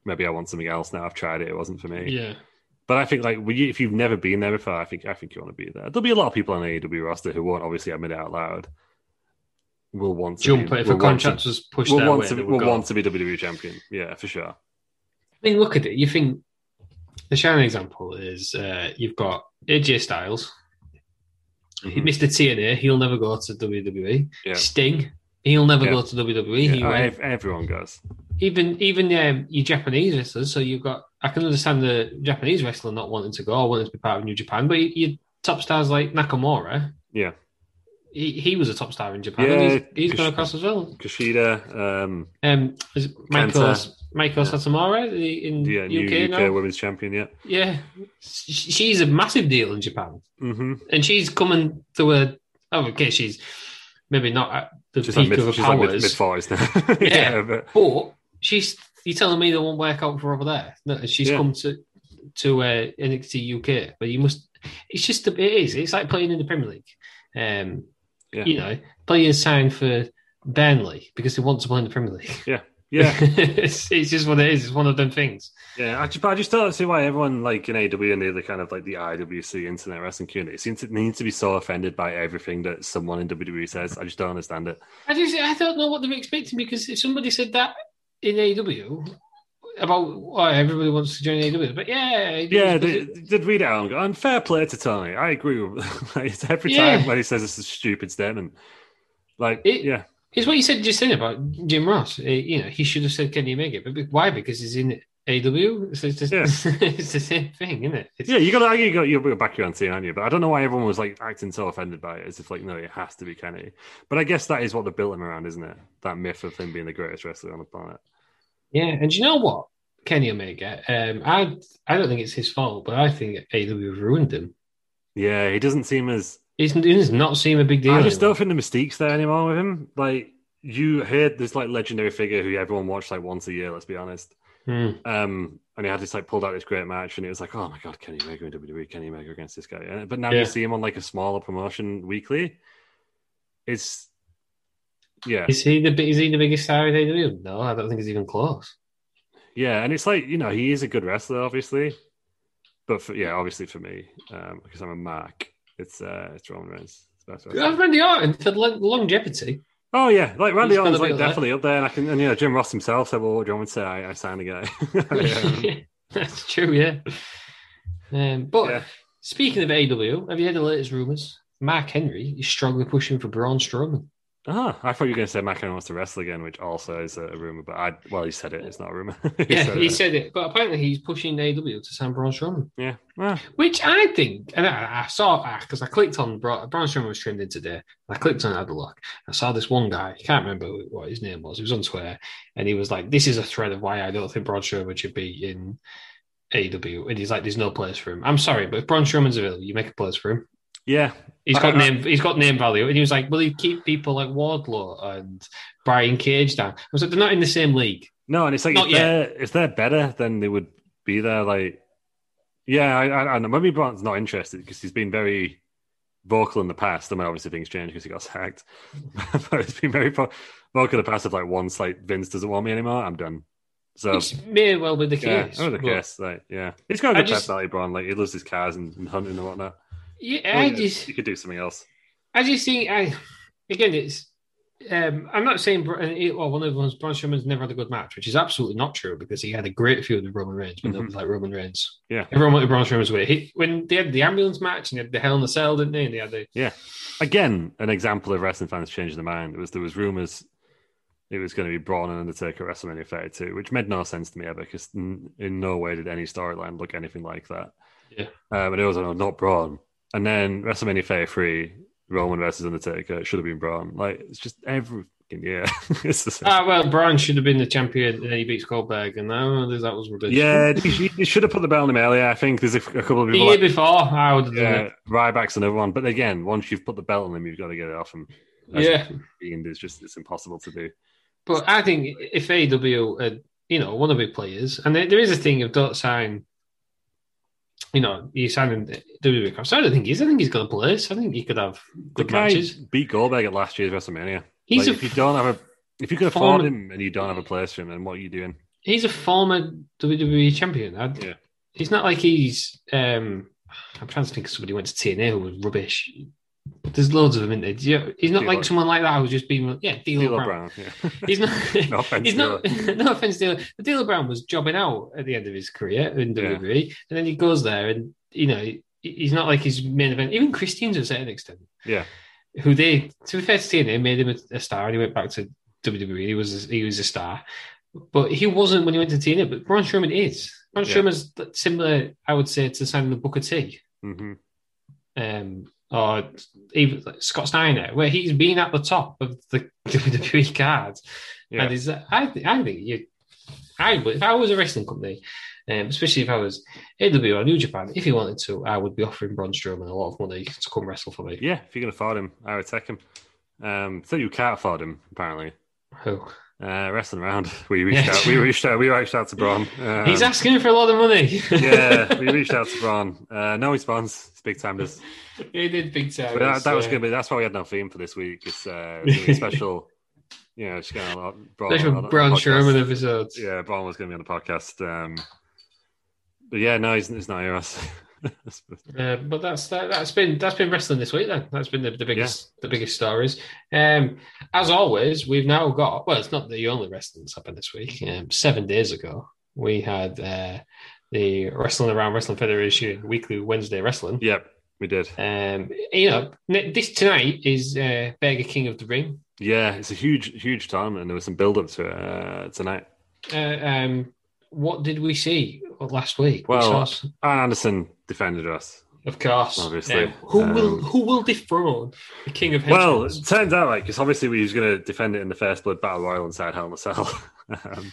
[SPEAKER 1] maybe I want something else now. I've tried it; it wasn't for me.
[SPEAKER 2] Yeah.
[SPEAKER 1] But I think like when you- if you've never been there before, I think I think you want to be there. There'll be a lot of people on the AEW roster who won't obviously admit it out loud. Will want to
[SPEAKER 2] Jump
[SPEAKER 1] be,
[SPEAKER 2] if
[SPEAKER 1] will
[SPEAKER 2] a
[SPEAKER 1] want to-
[SPEAKER 2] contract was pushed
[SPEAKER 1] will
[SPEAKER 2] that
[SPEAKER 1] want
[SPEAKER 2] way.
[SPEAKER 1] to
[SPEAKER 2] they
[SPEAKER 1] be,
[SPEAKER 2] would
[SPEAKER 1] will
[SPEAKER 2] go.
[SPEAKER 1] want to be WWE champion. Yeah, for sure.
[SPEAKER 2] I mean, look at it. You think the shining example is uh, you've got AJ Styles,
[SPEAKER 1] Mhm.
[SPEAKER 2] Mr. TNA. He'll never go to WWE.
[SPEAKER 1] Yeah.
[SPEAKER 2] Sting. He'll never
[SPEAKER 1] Yeah.
[SPEAKER 2] go to WWE. he
[SPEAKER 1] Yeah,
[SPEAKER 2] went.
[SPEAKER 1] ev- everyone goes.
[SPEAKER 2] even even um, your Japanese wrestlers. So you've got I can understand the Japanese wrestler not wanting to go, or wanting to be part of New Japan, but your, your top stars like Nakamura,
[SPEAKER 1] Yeah,
[SPEAKER 2] he, he was a top star in Japan.
[SPEAKER 1] Yeah,
[SPEAKER 2] and he's, he's
[SPEAKER 1] Kush-
[SPEAKER 2] gone across as well.
[SPEAKER 1] Kushida, um,
[SPEAKER 2] Um, is it Michael
[SPEAKER 1] Kenta.
[SPEAKER 2] Michael
[SPEAKER 1] Yeah.
[SPEAKER 2] Satomura the- in
[SPEAKER 1] yeah, new
[SPEAKER 2] UK
[SPEAKER 1] UK,
[SPEAKER 2] now.
[SPEAKER 1] women's champion. Yeah.
[SPEAKER 2] Yeah, Sh- she's a massive deal in Japan,
[SPEAKER 1] Mm-hmm.
[SPEAKER 2] and she's coming to a. Oh, okay, she's maybe not at the
[SPEAKER 1] She's like
[SPEAKER 2] peak
[SPEAKER 1] mid,
[SPEAKER 2] of her
[SPEAKER 1] she's like mid,
[SPEAKER 2] powers,
[SPEAKER 1] mid forties now. yeah. but
[SPEAKER 2] But she's you're telling me there won't work out for over there. No, she's
[SPEAKER 1] Yeah.
[SPEAKER 2] come to to uh, NXT UK, but you must. It's just it is. It's like playing in the Premier League. Um,
[SPEAKER 1] Yeah.
[SPEAKER 2] you know, players sign for Burnley because they want to play in the Premier League.
[SPEAKER 1] yeah,
[SPEAKER 2] it's, it's just what it is. It's one of them things.
[SPEAKER 1] Yeah, I just, but I just don't see why everyone like in AW and the other kind of like the IWC internet wrestling community seems to need to be so offended by everything that someone in WWE says. I just don't understand it.
[SPEAKER 2] I just I don't know what they're expecting because if somebody said that in AEW about oh, everybody wants to join AEW, but yeah,
[SPEAKER 1] Yeah,
[SPEAKER 2] it's-
[SPEAKER 1] they, they did read it out and go, unfair play to Tony. I agree with like, it's every
[SPEAKER 2] Yeah.
[SPEAKER 1] time when he says it's a stupid statement. Like,
[SPEAKER 2] It-
[SPEAKER 1] yeah,
[SPEAKER 2] It's what you said just then about Jim Ross. Eh, you know, he should have said, "Can you make it?" But be- why? Because he's in AW. So it's, just,
[SPEAKER 1] Yeah.
[SPEAKER 2] it's the same thing, isn't it? It's,
[SPEAKER 1] yeah, you got to you got your back your own team, aren't you? But I don't know why everyone was like acting so offended by it, as if like no, it has to be Kenny. But I guess that is what they built him around, isn't it? That myth of him being the greatest wrestler on the planet.
[SPEAKER 2] Yeah, And you know what? Kenny Omega. Um, I I don't think it's his fault, but I think AW ruined him.
[SPEAKER 1] Yeah, he doesn't seem as
[SPEAKER 2] It's, it does not seem a big deal.
[SPEAKER 1] I just
[SPEAKER 2] anymore.
[SPEAKER 1] don't think the mystique's there anymore with him. Like you heard this like legendary figure who everyone watched like once a year. Let's be honest.
[SPEAKER 2] Hmm.
[SPEAKER 1] Um, and he had this like pulled out this great match, and it was like, oh my god, Kenny Omega in WWE, Kenny Omega against this guy. And, but now
[SPEAKER 2] Yeah.
[SPEAKER 1] you see him on like a smaller promotion weekly. It's yeah,
[SPEAKER 2] E Is he the bi- is he the biggest star in AW? No, I don't think he's even close.
[SPEAKER 1] Yeah, and it's like you know he is a good wrestler, obviously, but for, yeah, obviously for me um, because I'm a mark, it's uh, it's Roman Reigns. It's the best wrestler.
[SPEAKER 2] I've Randy Orton for lo- longevity.
[SPEAKER 1] Oh yeah, like Randy
[SPEAKER 2] He's got a
[SPEAKER 1] Orton's
[SPEAKER 2] bit
[SPEAKER 1] like
[SPEAKER 2] of that.
[SPEAKER 1] definitely up there. And I can, and you know, Jim Ross himself said, "Well, what do you want me to say? I, I signed a guy." Um,
[SPEAKER 2] That's true, yeah. Um, but
[SPEAKER 1] Yeah.
[SPEAKER 2] speaking of AW, have you heard the latest rumors? Mark Henry is strongly pushing for Braun Strowman.
[SPEAKER 1] Ah, I thought you were going to say McIntyre wants to wrestle again, which also is a, a rumor. But I, well, he said it. It's not a rumor. he
[SPEAKER 2] Yeah,
[SPEAKER 1] said
[SPEAKER 2] he
[SPEAKER 1] it.
[SPEAKER 2] said it, but apparently he's pushing AW to sign Braun Strowman,
[SPEAKER 1] yeah. Ah, Well,
[SPEAKER 2] which I think, and I, I saw because I clicked on Bra- Braun Strowman was trending today. And I clicked on it, had a look. I saw this one guy, I can't remember who- what his name was. He was on Twitter, and he was like, "This is a thread of why I don't think Braun Strowman should be in AW." And he's like, "There's no place for him." I'm sorry, but if Braun Strowman's available, you make a place for him.
[SPEAKER 1] yeah.
[SPEAKER 2] He's
[SPEAKER 1] I-
[SPEAKER 2] got
[SPEAKER 1] I-
[SPEAKER 2] name. He's got name value, and he was like, "Will he keep people like Wardlow and Brian Cage down?" I was like, "They're not in the same league."
[SPEAKER 1] No, and it's like
[SPEAKER 2] Not
[SPEAKER 1] if they're, if they're better, then they would be there. Like, yeah, I, I, I know. Maybe Brant's not interested because he's been very vocal in the past. I mean, obviously things changed because he got sacked, but he's been very vo- vocal in the past. Of like, once like Vince doesn't want me anymore, I'm done. So
[SPEAKER 2] Which may well be the
[SPEAKER 1] yeah,
[SPEAKER 2] case.
[SPEAKER 1] oh, the
[SPEAKER 2] but-
[SPEAKER 1] case. Like, yeah, he's got a
[SPEAKER 2] I
[SPEAKER 1] good
[SPEAKER 2] just-
[SPEAKER 1] just... value, Braun. Like, he loves his cars and, and hunting and whatnot.
[SPEAKER 2] Yeah, I
[SPEAKER 1] Oh, yeah,
[SPEAKER 2] just,
[SPEAKER 1] he could do something else.
[SPEAKER 2] I just think, I again, it's. Um, I'm not saying, Br- and it- well, one of them's Braun Strowman's never had a good match, which is absolutely not true because he had a great feud with Roman Reigns, but
[SPEAKER 1] Mhm.
[SPEAKER 2] nobody liked Roman Reigns.
[SPEAKER 1] Yeah.
[SPEAKER 2] everyone wanted Braun Strowman's way. He, when they had the ambulance match and they had the Hell in the Cell, didn't they? And they had the
[SPEAKER 1] Again, an example of wrestling fans changing their mind. It was there was rumors it was going to be Braun and Undertaker at WrestleMania 32, which made no sense to me ever because in no way did any storyline look anything like that.
[SPEAKER 2] Yeah.
[SPEAKER 1] um, and it was no, not Braun. And then WrestleMania 33, Roman versus Undertaker, it should have been Braun. Like it's just every fucking year. it's the same.
[SPEAKER 2] ah, well, Braun should have been the champion, and then he beats Goldberg, and oh, that was ridiculous.
[SPEAKER 1] yeah, you you should have put the belt on him earlier. I think there's a, a couple of
[SPEAKER 2] The
[SPEAKER 1] people.
[SPEAKER 2] year
[SPEAKER 1] Like,
[SPEAKER 2] before, I would have done
[SPEAKER 1] yeah, Ryback's another one. But again, once you've put the belt on him, you've got to get it off him.
[SPEAKER 2] it. Yeah,
[SPEAKER 1] and it's just it's impossible to do.
[SPEAKER 2] but I think if AW, had, you know, one of the players, and there, there is a thing of don't sign, you know, you signing WWE E contracts. I don't think he is. I think he's got a place. I think he could have
[SPEAKER 1] The
[SPEAKER 2] good
[SPEAKER 1] guy
[SPEAKER 2] matches.
[SPEAKER 1] beat Goldberg at last year's WrestleMania.
[SPEAKER 2] He's
[SPEAKER 1] Like,
[SPEAKER 2] a
[SPEAKER 1] if you don't have a if you can
[SPEAKER 2] form-
[SPEAKER 1] afford him and you don't have a place for him, then what are you doing?
[SPEAKER 2] he's a former WWE champion. I,
[SPEAKER 1] Yeah.
[SPEAKER 2] He's not like he's. um I'm trying to think of somebody who went to TNA who was rubbish. There's loads of them in there. Do you- He's not
[SPEAKER 1] D'Lo.
[SPEAKER 2] like someone like that who's just been yeah, D'Lo,
[SPEAKER 1] D'Lo
[SPEAKER 2] Brown.
[SPEAKER 1] Brown. Yeah.
[SPEAKER 2] He's not.
[SPEAKER 1] No offense,
[SPEAKER 2] he's not. no offense, Dealer. But Dealer Brown was jobbing out at the end of his career in
[SPEAKER 1] Yeah.
[SPEAKER 2] WWE, and then he goes there, and you know, he- he's not like his main event. Even Christine's to a certain extent.
[SPEAKER 1] Yeah.
[SPEAKER 2] Who they, to be fair to TNA, made him a, a star, and he went back to WWE. He was he was a star, but he wasn't when he went to TNA. But Braun Strowman is. Braun
[SPEAKER 1] Yeah.
[SPEAKER 2] Strowman's similar, I would say, to signing the Booker T
[SPEAKER 1] hmm
[SPEAKER 2] um, or even like Scott Steiner, where he's been at the top of the WWE card.
[SPEAKER 1] Yeah.
[SPEAKER 2] And is I, th- I think you, I would, if I was a wrestling company, um, especially if I was AW or New Japan, if he wanted to, I would be offering Braun Strowman a lot of money to come wrestle for me.
[SPEAKER 1] yeah, if you can afford him, I would take him. Um, so you can't afford him apparently.
[SPEAKER 2] Oh.
[SPEAKER 1] Uh, wrestling around, we reached
[SPEAKER 2] Yeah.
[SPEAKER 1] out. We reached out. We reached out to Braun. Um,
[SPEAKER 2] he's asking for a lot of money.
[SPEAKER 1] yeah, we reached out to Braun. Uh, no response. It's big time. This.
[SPEAKER 2] he did big time.
[SPEAKER 1] But that, that was
[SPEAKER 2] Uh,
[SPEAKER 1] going to be. That's why we had no theme for this week. It's uh, it was gonna be a special. You know, just going to Braun,
[SPEAKER 2] special
[SPEAKER 1] uh, on- on
[SPEAKER 2] Braun
[SPEAKER 1] podcast.
[SPEAKER 2] Strowman episodes.
[SPEAKER 1] Yeah, Braun was going to be on the podcast. Um, but yeah, no, he's, he's not here. us.
[SPEAKER 2] Uh, but that's that, that's been that's been wrestling this week then. That's been the, the biggest the biggest stories. Um, as always, we've now got well, it's not the only wrestling that's happened this week. Um, seven days ago, we had uh, the Wrestling Around Wrestling Federation weekly Wednesday wrestling.
[SPEAKER 1] yep, we did.
[SPEAKER 2] Um, you know, ne- this tonight is uh, Burger King of the Ring.
[SPEAKER 1] Yeah, it's a huge, huge tournament, and there was some build up to it uh, tonight.
[SPEAKER 2] Uh, um, what did we see last week? We
[SPEAKER 1] Well,
[SPEAKER 2] saw-
[SPEAKER 1] Arn Anderson defended us.
[SPEAKER 2] of course,
[SPEAKER 1] obviously,
[SPEAKER 2] Um, who will
[SPEAKER 1] um,
[SPEAKER 2] who will dethrone the King of
[SPEAKER 1] Well,
[SPEAKER 2] Headstones?
[SPEAKER 1] it turns out, like, because obviously we was going to defend it in the first blood battle royal inside Hell in a Cell. um,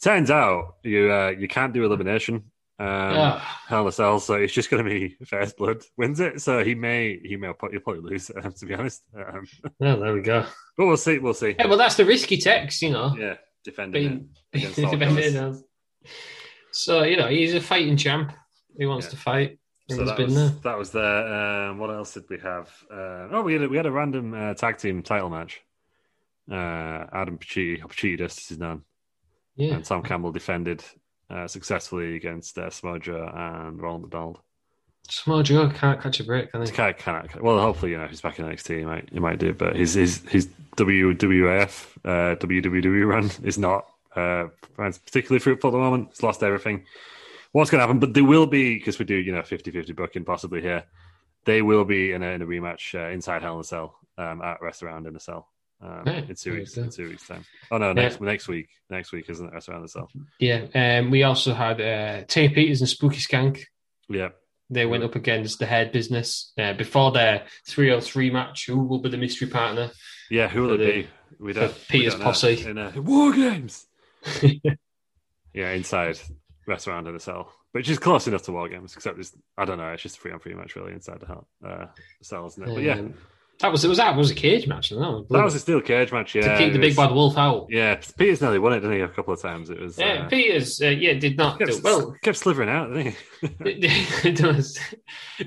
[SPEAKER 1] turns out you uh, you can't do elimination. Um,
[SPEAKER 2] Ah.
[SPEAKER 1] Hell in a Cell, so it's just going to be first blood wins it. So he may he may pro- he'll probably lose. Um, to be honest, um,
[SPEAKER 2] Well, there we go.
[SPEAKER 1] but we'll see. We'll see.
[SPEAKER 2] Yeah, well, that's the risky text, you know.
[SPEAKER 1] Yeah, defending it.
[SPEAKER 2] being, being
[SPEAKER 1] against all
[SPEAKER 2] defended
[SPEAKER 1] comers.
[SPEAKER 2] as- So you know he's a fighting champ. He wants
[SPEAKER 1] Yeah.
[SPEAKER 2] to fight. and
[SPEAKER 1] So
[SPEAKER 2] he's
[SPEAKER 1] that
[SPEAKER 2] been uh,
[SPEAKER 1] was,
[SPEAKER 2] there.
[SPEAKER 1] that was there. Um, what else did we have? Uh, oh, we had a, we had a random uh, tag team title match. Uh, Adam Pachi, Pachidis is his name,
[SPEAKER 2] Yeah.
[SPEAKER 1] and Sam Campbell defended uh, successfully against uh, Samoa Joe and Ronald McDonald.
[SPEAKER 2] Samoa Joe can't catch a break, can
[SPEAKER 1] It's
[SPEAKER 2] they?
[SPEAKER 1] kind of, kind of, well, hopefully, you know, if he's back in NXT, he might, he might do. But his his his WWF uh, WWW run is not uh, particularly fruitful at the moment. He's lost everything. What's going to happen? But they will be because we do, you know, 50-50 booking possibly here. They will be in a, in a rematch uh, inside Hell in a Cell um, at Rest Around in a Cell. Um,
[SPEAKER 2] Right.
[SPEAKER 1] in two
[SPEAKER 2] There
[SPEAKER 1] weeks,
[SPEAKER 2] you go.
[SPEAKER 1] in two weeks time. Oh no, next next week, next week isn't it? Rest around the cell.
[SPEAKER 2] Yeah. Um, we also had uh, Tay Peters and Spooky Skank.
[SPEAKER 1] Yeah,
[SPEAKER 2] They went up against the Head Business uh, before their 303 match. Who will be the mystery partner?
[SPEAKER 1] yeah. Who will
[SPEAKER 2] For
[SPEAKER 1] it
[SPEAKER 2] the-
[SPEAKER 1] be? We
[SPEAKER 2] for
[SPEAKER 1] don't. we
[SPEAKER 2] Peter's
[SPEAKER 1] don't know.
[SPEAKER 2] posse.
[SPEAKER 1] in uh, War Games. Yeah, inside restaurant in a cell, which is close enough to war games. Except it's, I don't know, it's just a free on free match really inside the hell uh, cell, isn't it? But yeah,
[SPEAKER 2] Um, that was it. Was that was a cage match? wasn't it?
[SPEAKER 1] that was a steel cage match. Yeah,
[SPEAKER 2] to keep the
[SPEAKER 1] it
[SPEAKER 2] big
[SPEAKER 1] was-
[SPEAKER 2] bad wolf out.
[SPEAKER 1] Yeah, Peter's nearly won it, didn't he? A couple of times it was.
[SPEAKER 2] Yeah,
[SPEAKER 1] uh,
[SPEAKER 2] Peters, uh, yeah, did not do
[SPEAKER 1] kept,
[SPEAKER 2] well.
[SPEAKER 1] kept slithering out, didn't he?
[SPEAKER 2] it it does.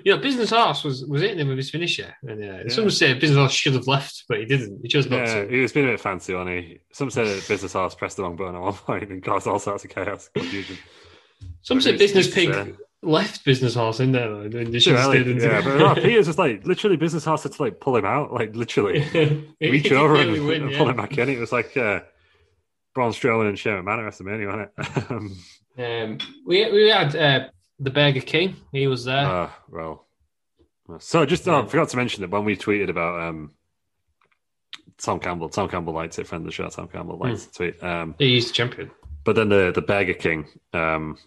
[SPEAKER 2] You know, Business Horse was was hitting him with his finisher, and uh,
[SPEAKER 1] Yeah.
[SPEAKER 2] some say Business Horse should have left, but he didn't. He chose not
[SPEAKER 1] yeah,
[SPEAKER 2] to.
[SPEAKER 1] he was being a bit fancy on he. Some said that business house pressed the wrong button at one point and caused all sorts of chaos, confusion.
[SPEAKER 2] Some say
[SPEAKER 1] He's-
[SPEAKER 2] Business
[SPEAKER 1] he's,
[SPEAKER 2] Pig
[SPEAKER 1] uh,
[SPEAKER 2] left Business Horse in there, though, and they
[SPEAKER 1] Too
[SPEAKER 2] should have
[SPEAKER 1] early.
[SPEAKER 2] stayed in
[SPEAKER 1] Yeah, but no, Peter's just like literally business house had to like pull him out, like literally. reach over and, and pull it back in. It was like uh, Braun Strowman and Sherman Manor at WrestleMania, wasn't it? um,
[SPEAKER 2] Um, we we had uh, the Burger King. He was there.
[SPEAKER 1] uh, well, so just oh, I forgot to mention that when we tweeted about um, Tom Campbell, Tom Campbell liked it. Friend of the show, Tom Campbell likes the tweet. Um,
[SPEAKER 2] He's the champion.
[SPEAKER 1] but then the the Burger King um,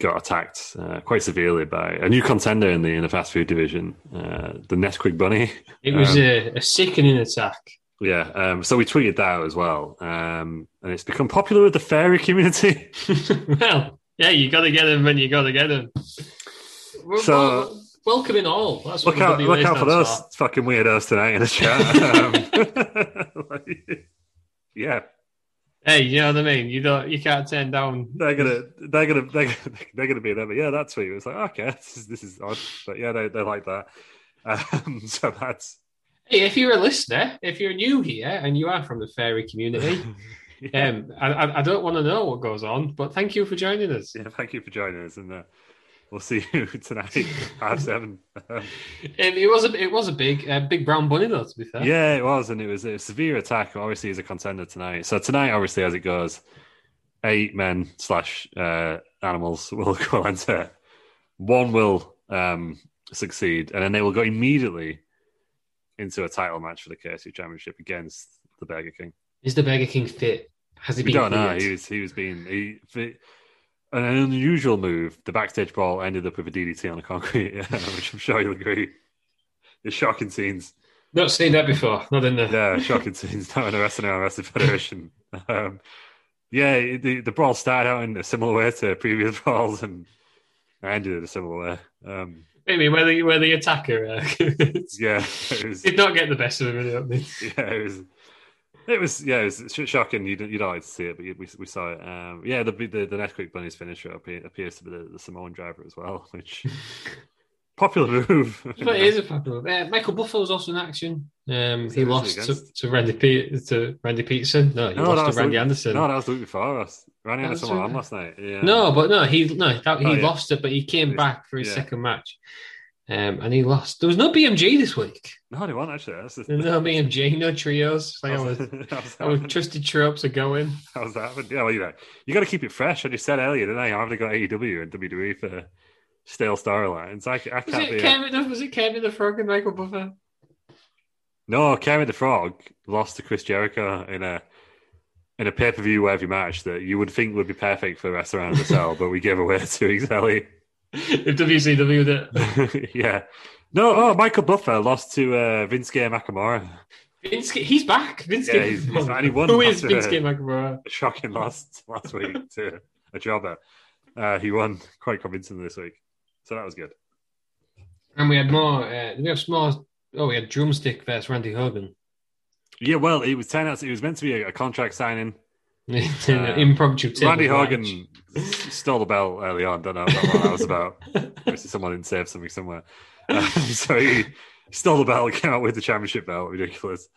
[SPEAKER 1] got attacked uh, quite severely by a new contender in the in the fast food division, uh, the Nesquik Bunny.
[SPEAKER 2] It was
[SPEAKER 1] Um,
[SPEAKER 2] a, a sickening attack.
[SPEAKER 1] Yeah, um, so we tweeted that out as well, um, and it's become popular with the fairy community.
[SPEAKER 2] well, yeah, you got to get him when you got to get him.
[SPEAKER 1] So-
[SPEAKER 2] So, welcoming all. That's
[SPEAKER 1] Look
[SPEAKER 2] what
[SPEAKER 1] out!
[SPEAKER 2] the
[SPEAKER 1] Look out for
[SPEAKER 2] stands
[SPEAKER 1] those fucking weirdos tonight in the chat. Um, like, yeah,
[SPEAKER 2] Hey, you know what I mean? You don't, you can't turn down.
[SPEAKER 1] they're gonna, they're gonna, they're gonna, they're gonna be there. But yeah, that's what it was like. Okay, this is this is odd, but yeah, they they like that. Um, so that's
[SPEAKER 2] Hey, if you're a listener, if you're new here and you are from the fairy community,
[SPEAKER 1] yeah.
[SPEAKER 2] um, I, I, I don't want to know what goes on, but thank you for joining us.
[SPEAKER 1] yeah, Thank you for joining us, and uh, we'll see you tonight half seven. Um,
[SPEAKER 2] Um, it was a, it was a big, uh, big brown bunny though. To be fair,
[SPEAKER 1] Yeah, it was, and it was a severe attack. Obviously, he's a contender tonight. So tonight, obviously, as it goes, eight men slash uh, animals will will enter. One will um, succeed, and then they will go immediately into a title match for the KSU Championship against the Burger King.
[SPEAKER 2] is the Burger King fit? Has he
[SPEAKER 1] We
[SPEAKER 2] been?
[SPEAKER 1] don't know.
[SPEAKER 2] cleared?
[SPEAKER 1] He was he was being he. fi- an unusual move. The backstage brawl ended up with a DDT on the concrete, yeah, which I'm sure you'll agree. It's shocking scenes.
[SPEAKER 2] Not seen that before. Not in the.
[SPEAKER 1] Yeah, shocking scenes now in the wrestling and wrestling federation. Um, yeah, it- the, the brawl started out in a similar way to previous brawls and ended in a similar way. Um,
[SPEAKER 2] Maybe where the where the attacker uh, did
[SPEAKER 1] yeah, it was,
[SPEAKER 2] not get the best of him. Really, didn't they?
[SPEAKER 1] yeah, it was, it was, yeah, it was sh- shocking. You don't, you don't like to see it, but you, we, we saw it. Um, yeah, the, the the next quick bunny's finisher appear, appears to be the, the Samoan driver as well, which popular move.
[SPEAKER 2] But it is a popular. Uh, Michael Buffer was also in action. Um,
[SPEAKER 1] Was
[SPEAKER 2] he
[SPEAKER 1] he
[SPEAKER 2] lost to,
[SPEAKER 1] against-
[SPEAKER 2] to Randy Pe- to Randy Peterson. No, he
[SPEAKER 1] No, that
[SPEAKER 2] lost
[SPEAKER 1] was
[SPEAKER 2] to Randy
[SPEAKER 1] the-
[SPEAKER 2] Anderson.
[SPEAKER 1] no,
[SPEAKER 2] No,
[SPEAKER 1] that was the week before us. Randy
[SPEAKER 2] That
[SPEAKER 1] had
[SPEAKER 2] was
[SPEAKER 1] someone
[SPEAKER 2] right.
[SPEAKER 1] on last night. Yeah.
[SPEAKER 2] but no, he no that, he
[SPEAKER 1] Oh, yeah.
[SPEAKER 2] lost it, but he came
[SPEAKER 1] Yes.
[SPEAKER 2] back for his
[SPEAKER 1] Yeah.
[SPEAKER 2] second match, um, and he lost. There was no BMG this week.
[SPEAKER 1] no, they weren't actually. That's the,
[SPEAKER 2] There was No BMG, no trios. Like I was,
[SPEAKER 1] How's
[SPEAKER 2] I was
[SPEAKER 1] that?
[SPEAKER 2] trusted tropes are going.
[SPEAKER 1] How's that? happened? Yeah, well, you know, you got to keep it fresh. I just said earlier, didn't I? I've already got AEW and WWE for stale storylines. I, I
[SPEAKER 2] Was
[SPEAKER 1] can't be.
[SPEAKER 2] it
[SPEAKER 1] a-
[SPEAKER 2] Kevin? the- Was it Kevin the Frog and Michael Buffer?
[SPEAKER 1] no, Kermit the Frog lost to Chris Jericho in a in a pay per view worthy match that you would think would be perfect for Restaurant to sell, but we gave away two weeks early.
[SPEAKER 2] if WCW did.
[SPEAKER 1] yeah. No, oh, Michael Buffer lost to uh, Vinsuke Nakamura.
[SPEAKER 2] Vince, he's back. Vince,
[SPEAKER 1] Yeah, he's- he's- and he won
[SPEAKER 2] Who is
[SPEAKER 1] after-
[SPEAKER 2] Vince McMahon?
[SPEAKER 1] A shocking loss last week to a jobber. Uh, he won quite convincingly this week. So that was good.
[SPEAKER 2] And we had more. Uh, we have small. Oh, we had Drumstick versus Randy Hogan.
[SPEAKER 1] Yeah, well, it was ten outs. It was meant to be a, a contract signing. Uh,
[SPEAKER 2] impromptu. table
[SPEAKER 1] Randy
[SPEAKER 2] match.
[SPEAKER 1] Hogan s- stole the bell early on. Don't know about what that was about. Obviously, someone didn't save something somewhere. Um, so he stole the bell, came out with the championship belt. Ridiculous.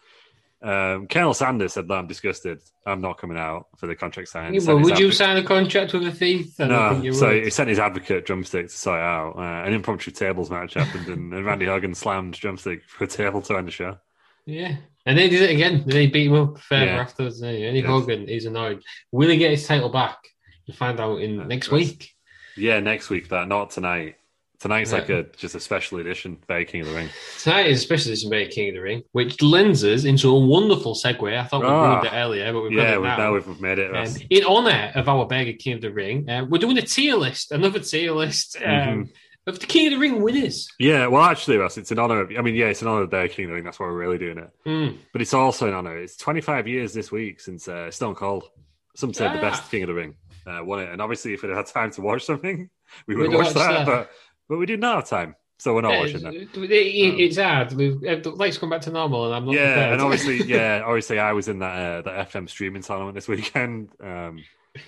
[SPEAKER 1] Um, Colonel Sanders said that I'm disgusted. I'm not coming out for the contract signing.
[SPEAKER 2] Yeah,
[SPEAKER 1] Sent
[SPEAKER 2] well,
[SPEAKER 1] his
[SPEAKER 2] would you
[SPEAKER 1] advocate-
[SPEAKER 2] sign a contract with a thief? I don't
[SPEAKER 1] No,
[SPEAKER 2] think you
[SPEAKER 1] so
[SPEAKER 2] would.
[SPEAKER 1] he sent his advocate drumstick to sort it out. Uh, an impromptu tables match happened, and, and Randy Hogan slammed drumstick for a table to end the show.
[SPEAKER 2] Yeah. And they did it again. They beat him up further
[SPEAKER 1] Yeah.
[SPEAKER 2] afterwards. didn't they? Eddie
[SPEAKER 1] Yeah.
[SPEAKER 2] Hogan is annoyed. Will he get his title back? You'll find out in
[SPEAKER 1] Uh,
[SPEAKER 2] next
[SPEAKER 1] that's-
[SPEAKER 2] week.
[SPEAKER 1] Yeah, next week that, not tonight. Tonight's
[SPEAKER 2] Yeah.
[SPEAKER 1] like a just a special edition, very King of the Ring.
[SPEAKER 2] Tonight is especially this Bay King of the Ring, which lends us into a wonderful segue. I thought we
[SPEAKER 1] Ah.
[SPEAKER 2] ruined it earlier, but we've
[SPEAKER 1] yeah,
[SPEAKER 2] got it
[SPEAKER 1] we've,
[SPEAKER 2] now.
[SPEAKER 1] now we've, we've made it.
[SPEAKER 2] Um,
[SPEAKER 1] That's-
[SPEAKER 2] in honour of our Burger King of the Ring, uh, we're doing a tier list, another tier list um,
[SPEAKER 1] Mhm.
[SPEAKER 2] of the King of the Ring winners.
[SPEAKER 1] Yeah, well, actually, Russ, it's an honor. Of, I mean, yeah, it's an honor of their King of the Ring. That's why we're really doing it.
[SPEAKER 2] Mm.
[SPEAKER 1] But it's also an honor. It's 25 years this week since uh, Stone Cold, some said the
[SPEAKER 2] Ah.
[SPEAKER 1] best King of the Ring, uh, won it. And obviously, if we'd had time to watch something, we would
[SPEAKER 2] We'd
[SPEAKER 1] have watched
[SPEAKER 2] watch
[SPEAKER 1] that.
[SPEAKER 2] that.
[SPEAKER 1] But, but we didn't have time, so we're not watching that. Um,
[SPEAKER 2] It's, it- it- it's hard. We've, uh, the lights come back to normal, and I'm not.
[SPEAKER 1] Yeah,
[SPEAKER 2] prepared.
[SPEAKER 1] and obviously, yeah, obviously, I was in that uh, that FM streaming tournament this weekend. Um,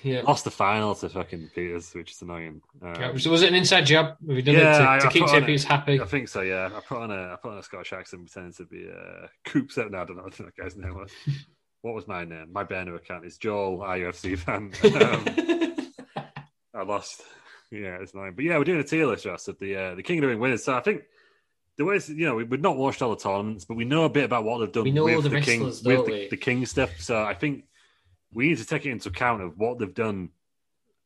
[SPEAKER 2] yeah.
[SPEAKER 1] lost the final to fucking Peters, which is annoying. Um,
[SPEAKER 2] Yeah, So was it an inside job? Have you done
[SPEAKER 1] Yeah, I-
[SPEAKER 2] it to, to
[SPEAKER 1] I
[SPEAKER 2] keep
[SPEAKER 1] put on
[SPEAKER 2] Tippy's happy?
[SPEAKER 1] I think so. Yeah, I put on a I put on a Scottish accent, pretending to be uh, Coops. No, I don't know what that guy's name was. what was my name? My banner account is Joel, IUFC fan. Um, I lost. Yeah, it's annoying. But yeah, we're doing a tier list, Russ, of the uh, the King of the Ring winners. So I think the way it's, you know we, we've not watched all the tournaments, but we know a bit about what they've done.
[SPEAKER 2] We know
[SPEAKER 1] with
[SPEAKER 2] all the
[SPEAKER 1] King
[SPEAKER 2] wrestlers,
[SPEAKER 1] with
[SPEAKER 2] don't
[SPEAKER 1] the,
[SPEAKER 2] we?
[SPEAKER 1] the King stuff. So I think we need to take it into account of what they've done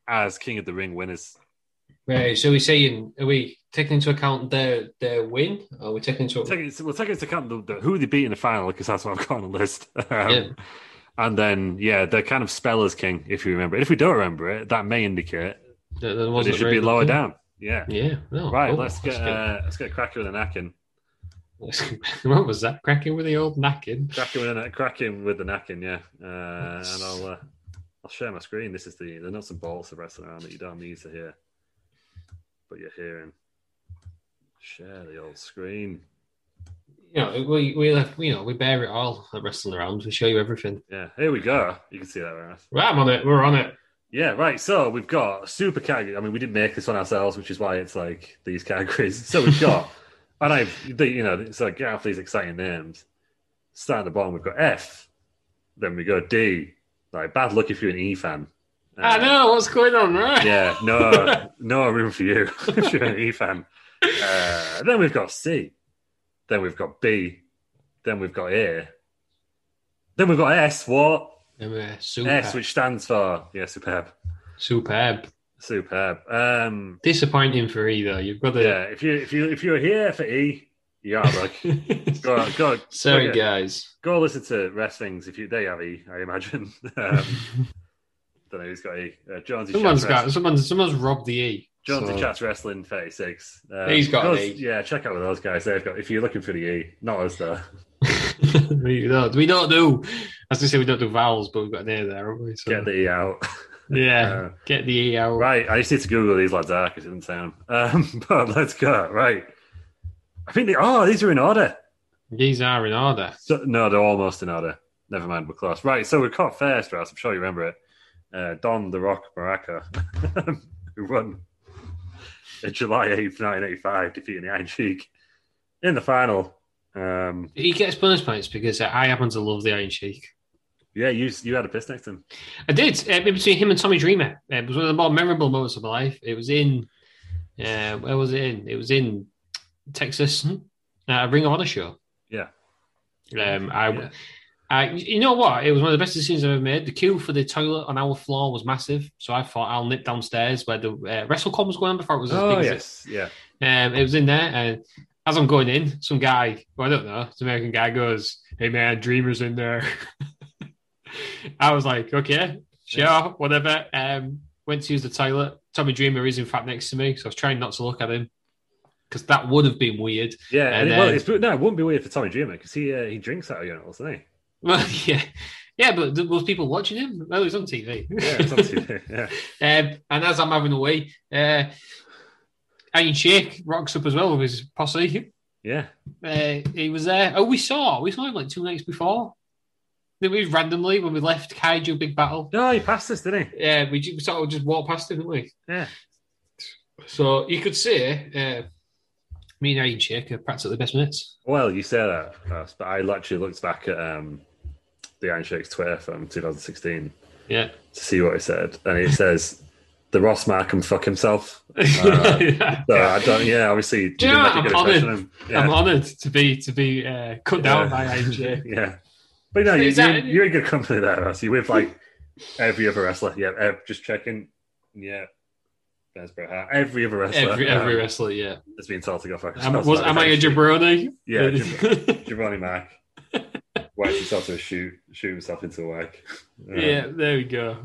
[SPEAKER 1] as King of the Ring winners.
[SPEAKER 2] right. So we're saying, are we taking into account their their win? Or are we taking into
[SPEAKER 1] Take it, we'll take into account the, the, who they beat in the final because that's what I've got on the list. Um,
[SPEAKER 2] Yeah.
[SPEAKER 1] And then, yeah, they're kind of spell as king, if you remember. it. If we don't remember it, that may indicate
[SPEAKER 2] the, the
[SPEAKER 1] that
[SPEAKER 2] ones
[SPEAKER 1] it
[SPEAKER 2] that
[SPEAKER 1] should
[SPEAKER 2] were
[SPEAKER 1] be
[SPEAKER 2] in the
[SPEAKER 1] lower
[SPEAKER 2] pin?
[SPEAKER 1] down. Yeah.
[SPEAKER 2] Yeah. Oh, No,
[SPEAKER 1] Right,
[SPEAKER 2] cool.
[SPEAKER 1] let's get uh, let's get cracking with a knacking.
[SPEAKER 2] let's get- what was that? Cracking with the old knacking.
[SPEAKER 1] Cracking with a cracking with the knacking, yeah. Uh, and I'll uh, I'll share my screen. This is the the nuts and bolts of wrestling around that you don't need to hear, but you're hearing. Share the old screen.
[SPEAKER 2] You know, we we left. You know, we bear it all at wrestling around. We show you everything.
[SPEAKER 1] Yeah, here we go. You can see that, right?
[SPEAKER 2] Right, I'm on it. We're on it.
[SPEAKER 1] Yeah, right. So we've got super category. I mean, we didn't make this one ourselves, which is why it's like these categories. So we've got, and I've, the, you know, it's like get off these exciting names. Start at the bottom. We've got F. Then we go D. Like bad luck if you're an E fan. Uh,
[SPEAKER 2] I know what's going on, right?
[SPEAKER 1] Yeah, no, no room for you if you're an E fan. Uh, then we've got C. Then we've got B. Then we've got A. Then we've got S. What
[SPEAKER 2] Um, uh, superb.
[SPEAKER 1] S, which stands for yeah, superb.
[SPEAKER 2] superb.
[SPEAKER 1] Superb. Um,
[SPEAKER 2] Disappointing for E though. You've got to.
[SPEAKER 1] yeah, if you if you if you're here for E, you are like go go
[SPEAKER 2] Sorry,
[SPEAKER 1] go,
[SPEAKER 2] guys.
[SPEAKER 1] go listen to wrestlings if you they have E, I imagine. Um, don't know who's got E. Uh, Jonesy
[SPEAKER 2] Someone's
[SPEAKER 1] Chats
[SPEAKER 2] got
[SPEAKER 1] Wrestling-
[SPEAKER 2] someone's someone's robbed the E.
[SPEAKER 1] Jonesy
[SPEAKER 2] So-
[SPEAKER 1] Chats Wrestling thirty six. Um,
[SPEAKER 2] He's got an
[SPEAKER 1] those-
[SPEAKER 2] E.
[SPEAKER 1] Yeah, check out with those guys. They've got if you're looking for the E, not us though.
[SPEAKER 2] we don't. We don't do. As I say, we don't do vowels, but we've got an A there, haven't we? So,
[SPEAKER 1] Get the E out.
[SPEAKER 2] yeah,
[SPEAKER 1] Uh,
[SPEAKER 2] get the E out.
[SPEAKER 1] Right, I just need to Google these lads are because it didn't sound. Um, but let's go. Right, I think they. Oh, these are in order.
[SPEAKER 2] These are in order.
[SPEAKER 1] So, no, they're almost in order. Never mind, we're close. Right, so we caught first, Ross. I'm sure you remember it. Uh, Don the Rock Maraca, who won in July 8th, 1985, defeating the Iron Sheik in the final. Um,
[SPEAKER 2] He gets bonus points because uh, I happen to love the Iron Sheik.
[SPEAKER 1] yeah, you you had a piss next to him.
[SPEAKER 2] I did. Uh, in between him and Tommy Dreamer, Uh, it was one of the more memorable moments of my life. It was in. Uh, where was it in? It was in Texas. hmm? Uh, Ring of Honor show.
[SPEAKER 1] Yeah.
[SPEAKER 2] Um, I,
[SPEAKER 1] Yeah.
[SPEAKER 2] I, you know what? It was one of the best decisions I've ever made. The queue for the toilet on our floor was massive, so I thought I'll nip downstairs where the uh, WrestleCon was going on before it was as
[SPEAKER 1] Oh,
[SPEAKER 2] big as it
[SPEAKER 1] yes. Yeah.
[SPEAKER 2] um, it was in there, and as I'm going in, some guy, well, I don't know, this American guy goes, "Hey man, Dreamer's in there." I was like, "Okay, sure, whatever." Um, went to use the toilet. Tommy Dreamer is in fact next to me, so I was trying not to look at him because that would have been weird.
[SPEAKER 1] Yeah. And
[SPEAKER 2] And
[SPEAKER 1] it, well,
[SPEAKER 2] then-
[SPEAKER 1] it's, no, it wouldn't be weird for Tommy Dreamer because he, uh, he drinks out of urinals, doesn't he?
[SPEAKER 2] Well, yeah, yeah, but there was people watching him. Well, it was on TV.
[SPEAKER 1] Yeah, it's on TV. yeah.
[SPEAKER 2] Um, and as I'm having away, uh, Iron Shake rocks up as well with his posse.
[SPEAKER 1] Yeah.
[SPEAKER 2] Uh, he was there. Oh, we saw. We saw him like two nights before. Then we randomly when we left Kaiju Big Battle.
[SPEAKER 1] No, he passed us, didn't he?
[SPEAKER 2] Yeah, we ju- sort of just walked past him, didn't we?
[SPEAKER 1] Yeah.
[SPEAKER 2] So you could say uh, me and Iron Shake are practically best mates.
[SPEAKER 1] Well, you say that, Ross, but I actually looked back at um, the Iron Shake's Twitter from 2016
[SPEAKER 2] Yeah.
[SPEAKER 1] to see what he said, and he says the Ross Markham fuck himself.
[SPEAKER 2] Yeah.
[SPEAKER 1] So I don't. Yeah, obviously.
[SPEAKER 2] Do you
[SPEAKER 1] didn't
[SPEAKER 2] know what?
[SPEAKER 1] make a
[SPEAKER 2] I'm
[SPEAKER 1] good impression
[SPEAKER 2] honoured.
[SPEAKER 1] of him. Yeah.
[SPEAKER 2] I'm honoured to be to be uh, cut down
[SPEAKER 1] Yeah.
[SPEAKER 2] by IJ.
[SPEAKER 1] Yeah. But no,
[SPEAKER 2] So
[SPEAKER 1] you,
[SPEAKER 2] is that-
[SPEAKER 1] you're, you're in good company there, Ross. You're with like every other wrestler. Yeah, ev- just checking. Yeah. There's Bret Hart. Every other wrestler
[SPEAKER 2] Every every
[SPEAKER 1] um,
[SPEAKER 2] wrestler, yeah.
[SPEAKER 1] has been told to go fuck
[SPEAKER 2] Am,
[SPEAKER 1] themselves.
[SPEAKER 2] was, am I a jabroni?
[SPEAKER 1] Yeah, Giovanni Mac. Wipes himself to a shoot, shoot himself into a wag. Um,
[SPEAKER 2] yeah. There we go.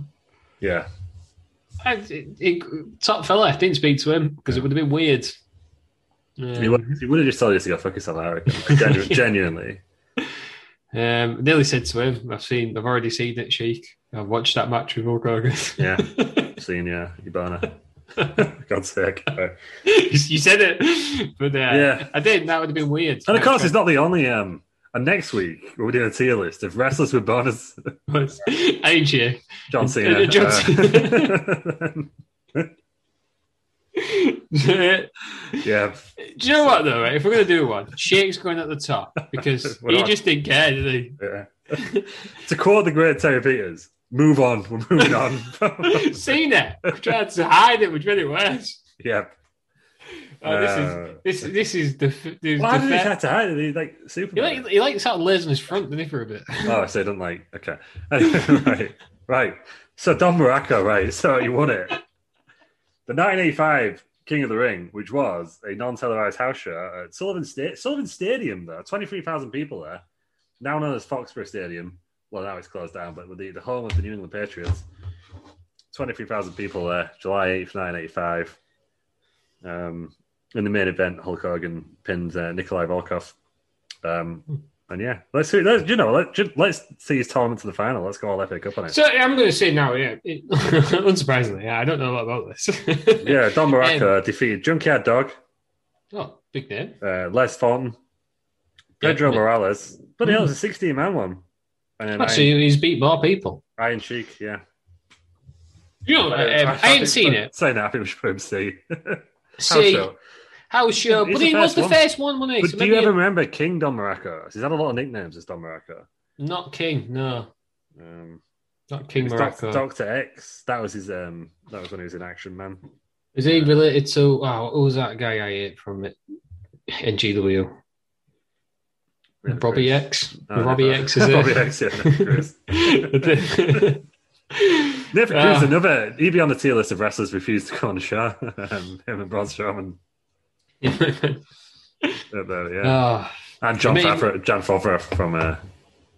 [SPEAKER 1] Yeah.
[SPEAKER 2] I, it, it, top fella didn't speak to him because it would have been weird.
[SPEAKER 1] He
[SPEAKER 2] Um,
[SPEAKER 1] would, he would have just told you to go fuck yourself, I reckon. Like, genu- genuinely.
[SPEAKER 2] um, nearly said to him, "I've seen, I've already seen it, Sheik. I've watched that match with Hulk Hogan."
[SPEAKER 1] Yeah. Seen, yeah. Ibana. God's sake. Uh,
[SPEAKER 2] you said it, but uh,
[SPEAKER 1] Yeah.
[SPEAKER 2] I did. That would have been weird.
[SPEAKER 1] And of course, it's not the only. um And next week, we'll do a tier list of wrestlers with bonus
[SPEAKER 2] was AJ.
[SPEAKER 1] John Cena.
[SPEAKER 2] Uh, John
[SPEAKER 1] Cena.
[SPEAKER 2] do
[SPEAKER 1] yeah,
[SPEAKER 2] you know what though? Right? If we're gonna do one, Shake's going at the top because
[SPEAKER 1] Well,
[SPEAKER 2] he
[SPEAKER 1] I-
[SPEAKER 2] just didn't care, did he?
[SPEAKER 1] yeah. to quote the great Terry Peters, move on. We're moving on.
[SPEAKER 2] Cena tried to hide it, which made it worse.
[SPEAKER 1] yeah.
[SPEAKER 2] Oh, this
[SPEAKER 1] Uh,
[SPEAKER 2] is this this is the. f- the,
[SPEAKER 1] Why
[SPEAKER 2] the
[SPEAKER 1] did he
[SPEAKER 2] fa-
[SPEAKER 1] have to hide? it? He like super.
[SPEAKER 2] He like he like sat lays on his front, didn't he, for a bit?
[SPEAKER 1] Oh, so he didn't like. Okay. right. Right. So Don Morocco, right. So he won it. The 1985 King of the Ring, which was a non televised house show at Sullivan, Sta- Sullivan Stadium, though. 23,000 people there. Now known as Foxborough Stadium. Well, now it's closed down, but with the, the home of the New England Patriots. 23,000 people there, July 8th, 1985. Um, in the main event, Hulk Hogan pins uh, Nikolai Volkov. Um, and yeah, let's see. Let's, you know, let, ju- let's see his tournament to the final. Let's go all FA Cup on it.
[SPEAKER 2] So I'm going to say now, yeah, it, unsurprisingly, yeah, I don't know a lot about this.
[SPEAKER 1] yeah, Don Morocco defeated Junkyard Dog,
[SPEAKER 2] Oh, big name.
[SPEAKER 1] uh, Les Fonten, Pedro Morales. But it was a 16 man one. And then Iron,
[SPEAKER 2] Mm. Actually, he's beat more people.
[SPEAKER 1] Iron Cheek, yeah.
[SPEAKER 2] You know, um, I ain't seen it.
[SPEAKER 1] Saying that, I think we should put him C. How
[SPEAKER 2] See,
[SPEAKER 1] so?
[SPEAKER 2] how sure?
[SPEAKER 1] He's
[SPEAKER 2] But
[SPEAKER 1] the
[SPEAKER 2] he was
[SPEAKER 1] first
[SPEAKER 2] the
[SPEAKER 1] one.
[SPEAKER 2] first one, wasn't he?
[SPEAKER 1] But
[SPEAKER 2] So
[SPEAKER 1] do you
[SPEAKER 2] maybe
[SPEAKER 1] ever remember King Don Morocco? He's had a lot of nicknames as Don Morocco.
[SPEAKER 2] Not King, no.
[SPEAKER 1] Um,
[SPEAKER 2] Not King
[SPEAKER 1] it's
[SPEAKER 2] Morocco.
[SPEAKER 1] Doctor X. That was his. Um, that was when he was in Action Man.
[SPEAKER 2] Is he related to, oh, who was that guy I ate from it? NGW? Robbie X?
[SPEAKER 1] No,
[SPEAKER 2] Robbie
[SPEAKER 1] never.
[SPEAKER 2] X, is it?
[SPEAKER 1] Robbie X, yeah, never Chris. Nick
[SPEAKER 2] Ah.
[SPEAKER 1] Cruz, another. He'd be on the tier list of wrestlers refused to come on the show. um, him and Braun Strowman up there, yeah.
[SPEAKER 2] oh,
[SPEAKER 1] and John
[SPEAKER 2] I mean-
[SPEAKER 1] Favreau, John Favreau from uh,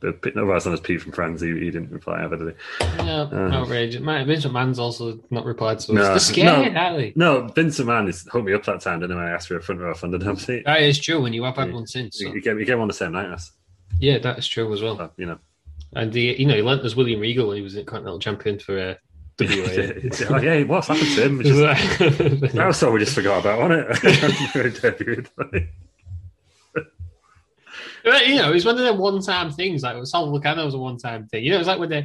[SPEAKER 1] the Pete- no, that's on his Pete from Friends. He, he didn't reply ever, did he?
[SPEAKER 2] no, outrageous. My, Vincent Mann's also not replied to us.
[SPEAKER 1] Uh. No,
[SPEAKER 2] They're scared,
[SPEAKER 1] no.
[SPEAKER 2] aren't they?
[SPEAKER 1] No, Vincent Mann is hooked me up that time, didn't he? When I asked for a front row funded him. He,
[SPEAKER 2] That is true, and you have had one since. so-
[SPEAKER 1] he, came, he came on the same night as,
[SPEAKER 2] Yeah, that is true as well.
[SPEAKER 1] uh, you know.
[SPEAKER 2] And the you know he lent us William Regal when he was Continental Champion for uh,
[SPEAKER 1] oh,
[SPEAKER 2] WA.
[SPEAKER 1] yeah, what's happened to him? It's just- That was something we just forgot about, wasn't it? Debuted.
[SPEAKER 2] But, you know, it's one of them one-time things. Like Sal Volcano was a one-time thing. You know, it's like when the uh,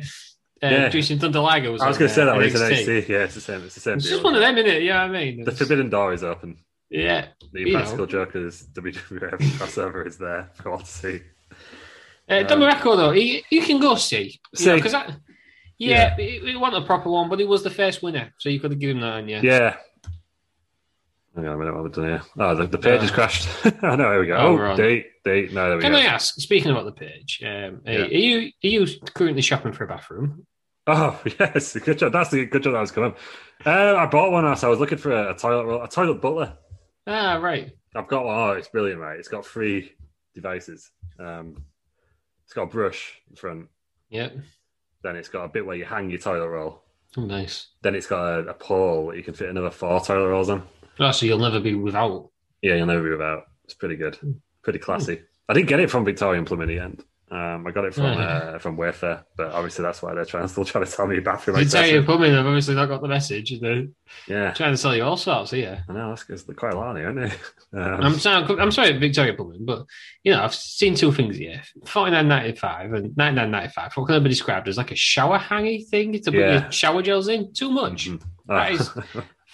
[SPEAKER 1] Yeah.
[SPEAKER 2] Jushin Thunder Liger was.
[SPEAKER 1] I was
[SPEAKER 2] on,
[SPEAKER 1] going to say
[SPEAKER 2] uh,
[SPEAKER 1] that when it's
[SPEAKER 2] NXT.
[SPEAKER 1] NXT. Yeah, it's the same. It's the same.
[SPEAKER 2] It's
[SPEAKER 1] deal.
[SPEAKER 2] just one of them, isn't it? Yeah, I mean,
[SPEAKER 1] The
[SPEAKER 2] It's-
[SPEAKER 1] forbidden door is open.
[SPEAKER 2] yeah,
[SPEAKER 1] The
[SPEAKER 2] You
[SPEAKER 1] Impractical
[SPEAKER 2] know.
[SPEAKER 1] Jokers WWF crossover is there for all to see.
[SPEAKER 2] uh, Don Morocco though, he, you can go see,
[SPEAKER 1] See.
[SPEAKER 2] because that. Yeah, It, it wasn't a proper one, but he was the first winner, so you could have given him that. hadn't you?
[SPEAKER 1] Yeah. Hang on a minute, what have we done here? Oh, the, the page has
[SPEAKER 2] Uh, crashed.
[SPEAKER 1] crashed. oh, no, here we go.
[SPEAKER 2] Oh,
[SPEAKER 1] Oh,
[SPEAKER 2] right.
[SPEAKER 1] date, date. No, there we
[SPEAKER 2] Can
[SPEAKER 1] go.
[SPEAKER 2] I ask? Speaking about the page, um, are-
[SPEAKER 1] Yeah.
[SPEAKER 2] are you are you currently shopping for a bathroom?
[SPEAKER 1] Oh, yes. Good job. That's the good job that was coming. Uh, I bought one, so I was looking for a, a toilet roll, a toilet butler.
[SPEAKER 2] Ah, right.
[SPEAKER 1] I've got one. Oh, it's brilliant, right? It's got three devices. Um, it's got a brush in front,
[SPEAKER 2] Yep.
[SPEAKER 1] then it's got a bit where you hang your toilet roll,
[SPEAKER 2] Oh, nice.
[SPEAKER 1] then it's got a, a pole that you can fit another four toilet rolls on.
[SPEAKER 2] Oh, so you'll never be without.
[SPEAKER 1] Yeah, you'll never be without. It's pretty good,
[SPEAKER 2] Hmm.
[SPEAKER 1] pretty classy. I didn't get it from Victorian Plum in the end. Um, I got it from
[SPEAKER 2] Right.
[SPEAKER 1] uh, from Wayfair, but obviously that's why they're trying still trying to sell me a bathroom
[SPEAKER 2] Did tell you
[SPEAKER 1] accessory.
[SPEAKER 2] coming, I've obviously not got the message. and They're
[SPEAKER 1] Yeah,
[SPEAKER 2] trying to sell you all sorts here.
[SPEAKER 1] I know that's that's quite a lot, here, isn't it?
[SPEAKER 2] I'm
[SPEAKER 1] Um,
[SPEAKER 2] sorry, I'm sorry, Victoria Pullman, but you know, I've seen two things here: forty nine ninety five and ninety nine ninety five. What can ever be described as like a shower hangy thing to put
[SPEAKER 1] Yeah.
[SPEAKER 2] your shower gels in? Too much.
[SPEAKER 1] mhm.
[SPEAKER 2] That is-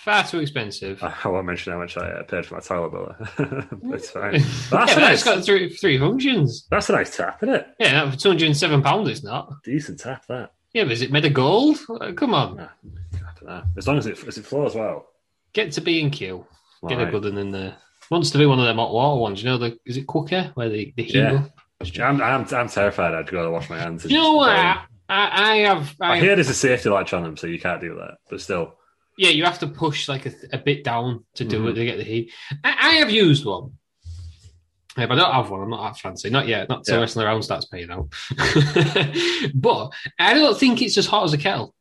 [SPEAKER 2] Far too expensive.
[SPEAKER 1] I won't mention how much I uh, paid for my toilet bill. but it's fine.
[SPEAKER 2] yeah,
[SPEAKER 1] That's, a
[SPEAKER 2] but it's
[SPEAKER 1] nice,
[SPEAKER 2] got three, three functions.
[SPEAKER 1] that's a nice tap, isn't it?
[SPEAKER 2] Yeah, that for two hundred and seven pounds, it's not.
[SPEAKER 1] Decent tap, that.
[SPEAKER 2] Yeah, but is it made of gold? Uh, Come on,
[SPEAKER 1] Nah, I don't know. As long as it, as it flows well.
[SPEAKER 2] get to B and Q. Get
[SPEAKER 1] Right.
[SPEAKER 2] a good one in there. Wants to be one of them hot water ones. You know, the is it quicker where they, they heat
[SPEAKER 1] Yeah.
[SPEAKER 2] up?
[SPEAKER 1] I'm, I'm, I'm terrified I'd go to wash my hands. and
[SPEAKER 2] You know
[SPEAKER 1] just-
[SPEAKER 2] what? I, I, I have. I,
[SPEAKER 1] I hear there's a safety latch on them, so you can't do that. But still,
[SPEAKER 2] yeah, you have to push like a, th- a bit down to do
[SPEAKER 1] Mhm.
[SPEAKER 2] it to get the heat. I, I have used one. Yeah, but I don't have one. I'm not that fancy. Not yet. Not till
[SPEAKER 1] Yeah.
[SPEAKER 2] wrestling around starts paying out. but I don't think it's as hot as a kettle.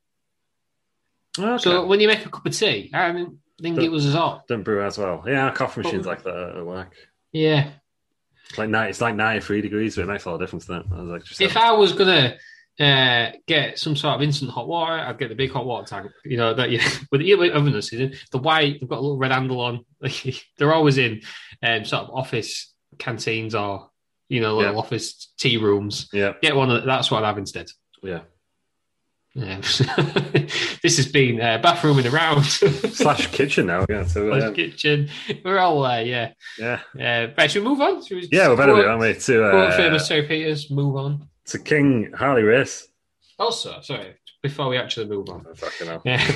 [SPEAKER 2] So when you make a cup of tea, I don't think it was as hot.
[SPEAKER 1] don't brew as well. Yeah, coffee machines like
[SPEAKER 2] But-
[SPEAKER 1] that at work.
[SPEAKER 2] Yeah.
[SPEAKER 1] It's like ni- it's like 93 degrees, but it makes a lot of difference. Then I was like, just
[SPEAKER 2] If I was gonna uh, get some sort of instant hot water, I'd get the big hot water tank. You know that you with the with oven that's in it, the white. They've got a little red handle on. They're always in um, sort of office canteens or you know little
[SPEAKER 1] Yeah.
[SPEAKER 2] office tea rooms.
[SPEAKER 1] yeah,
[SPEAKER 2] Get one. Of, that's what I'd have instead.
[SPEAKER 1] yeah.
[SPEAKER 2] Yeah. this has been uh, bathroom and around
[SPEAKER 1] Slash kitchen now. Yeah, so um,
[SPEAKER 2] kitchen. We're all there. Yeah.
[SPEAKER 1] yeah,
[SPEAKER 2] Uh, right, should we move on? Should we
[SPEAKER 1] yeah. We're better be,
[SPEAKER 2] quote-
[SPEAKER 1] aren't we? To
[SPEAKER 2] quote famous
[SPEAKER 1] uh,
[SPEAKER 2] Terry Peters. Move on.
[SPEAKER 1] to King Harley Race.
[SPEAKER 2] Also, Oh, sorry. Before we actually move on,
[SPEAKER 1] Oh, fucking hell.
[SPEAKER 2] Yeah.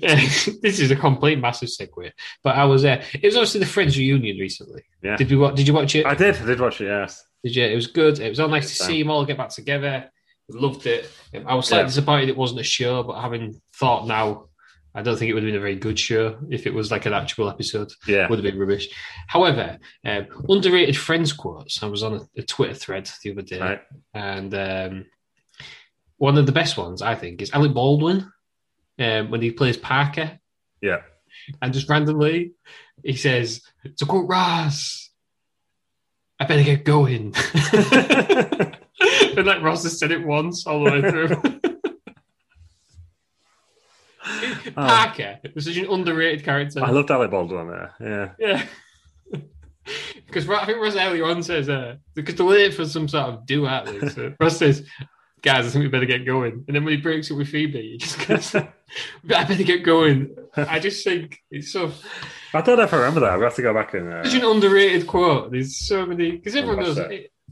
[SPEAKER 2] Yeah. this is a complete massive segue. But I was there. It was obviously the Friends reunion recently.
[SPEAKER 1] Yeah.
[SPEAKER 2] Did we watch? Did you watch it?
[SPEAKER 1] I did. I did watch it. Yes.
[SPEAKER 2] Did you? It was good. It was all nice to
[SPEAKER 1] Fine.
[SPEAKER 2] see them all get back together. Loved it. Um, I was slightly
[SPEAKER 1] Yeah.
[SPEAKER 2] disappointed it wasn't a show, but having thought now, I don't think it would have been a very good show if it was like an actual episode.
[SPEAKER 1] Yeah.
[SPEAKER 2] Would have been rubbish. However, um, underrated Friends quotes. I was on a, a Twitter thread the other day,
[SPEAKER 1] Right.
[SPEAKER 2] and um, one of the best ones I think is Alec Baldwin um, when he plays Parker
[SPEAKER 1] Yeah.
[SPEAKER 2] and just randomly, he says, "To quote Ross, I better get going." and like Ross has said it once all the way through. Parker was such an underrated character.
[SPEAKER 1] Oh, I loved Alec Baldwin there. Yeah.
[SPEAKER 2] yeah. Because I think Ross earlier on says, uh, because they're late for some sort of do, aren't they? So Ross says, guys, I think we better get going. And then when he breaks it with Phoebe, he just goes, I better get going. I just think it's so
[SPEAKER 1] I don't know if I remember that. We have to go back and.
[SPEAKER 2] Such an
[SPEAKER 1] Uh,
[SPEAKER 2] underrated quote. There's so many because everyone
[SPEAKER 1] What's
[SPEAKER 2] knows.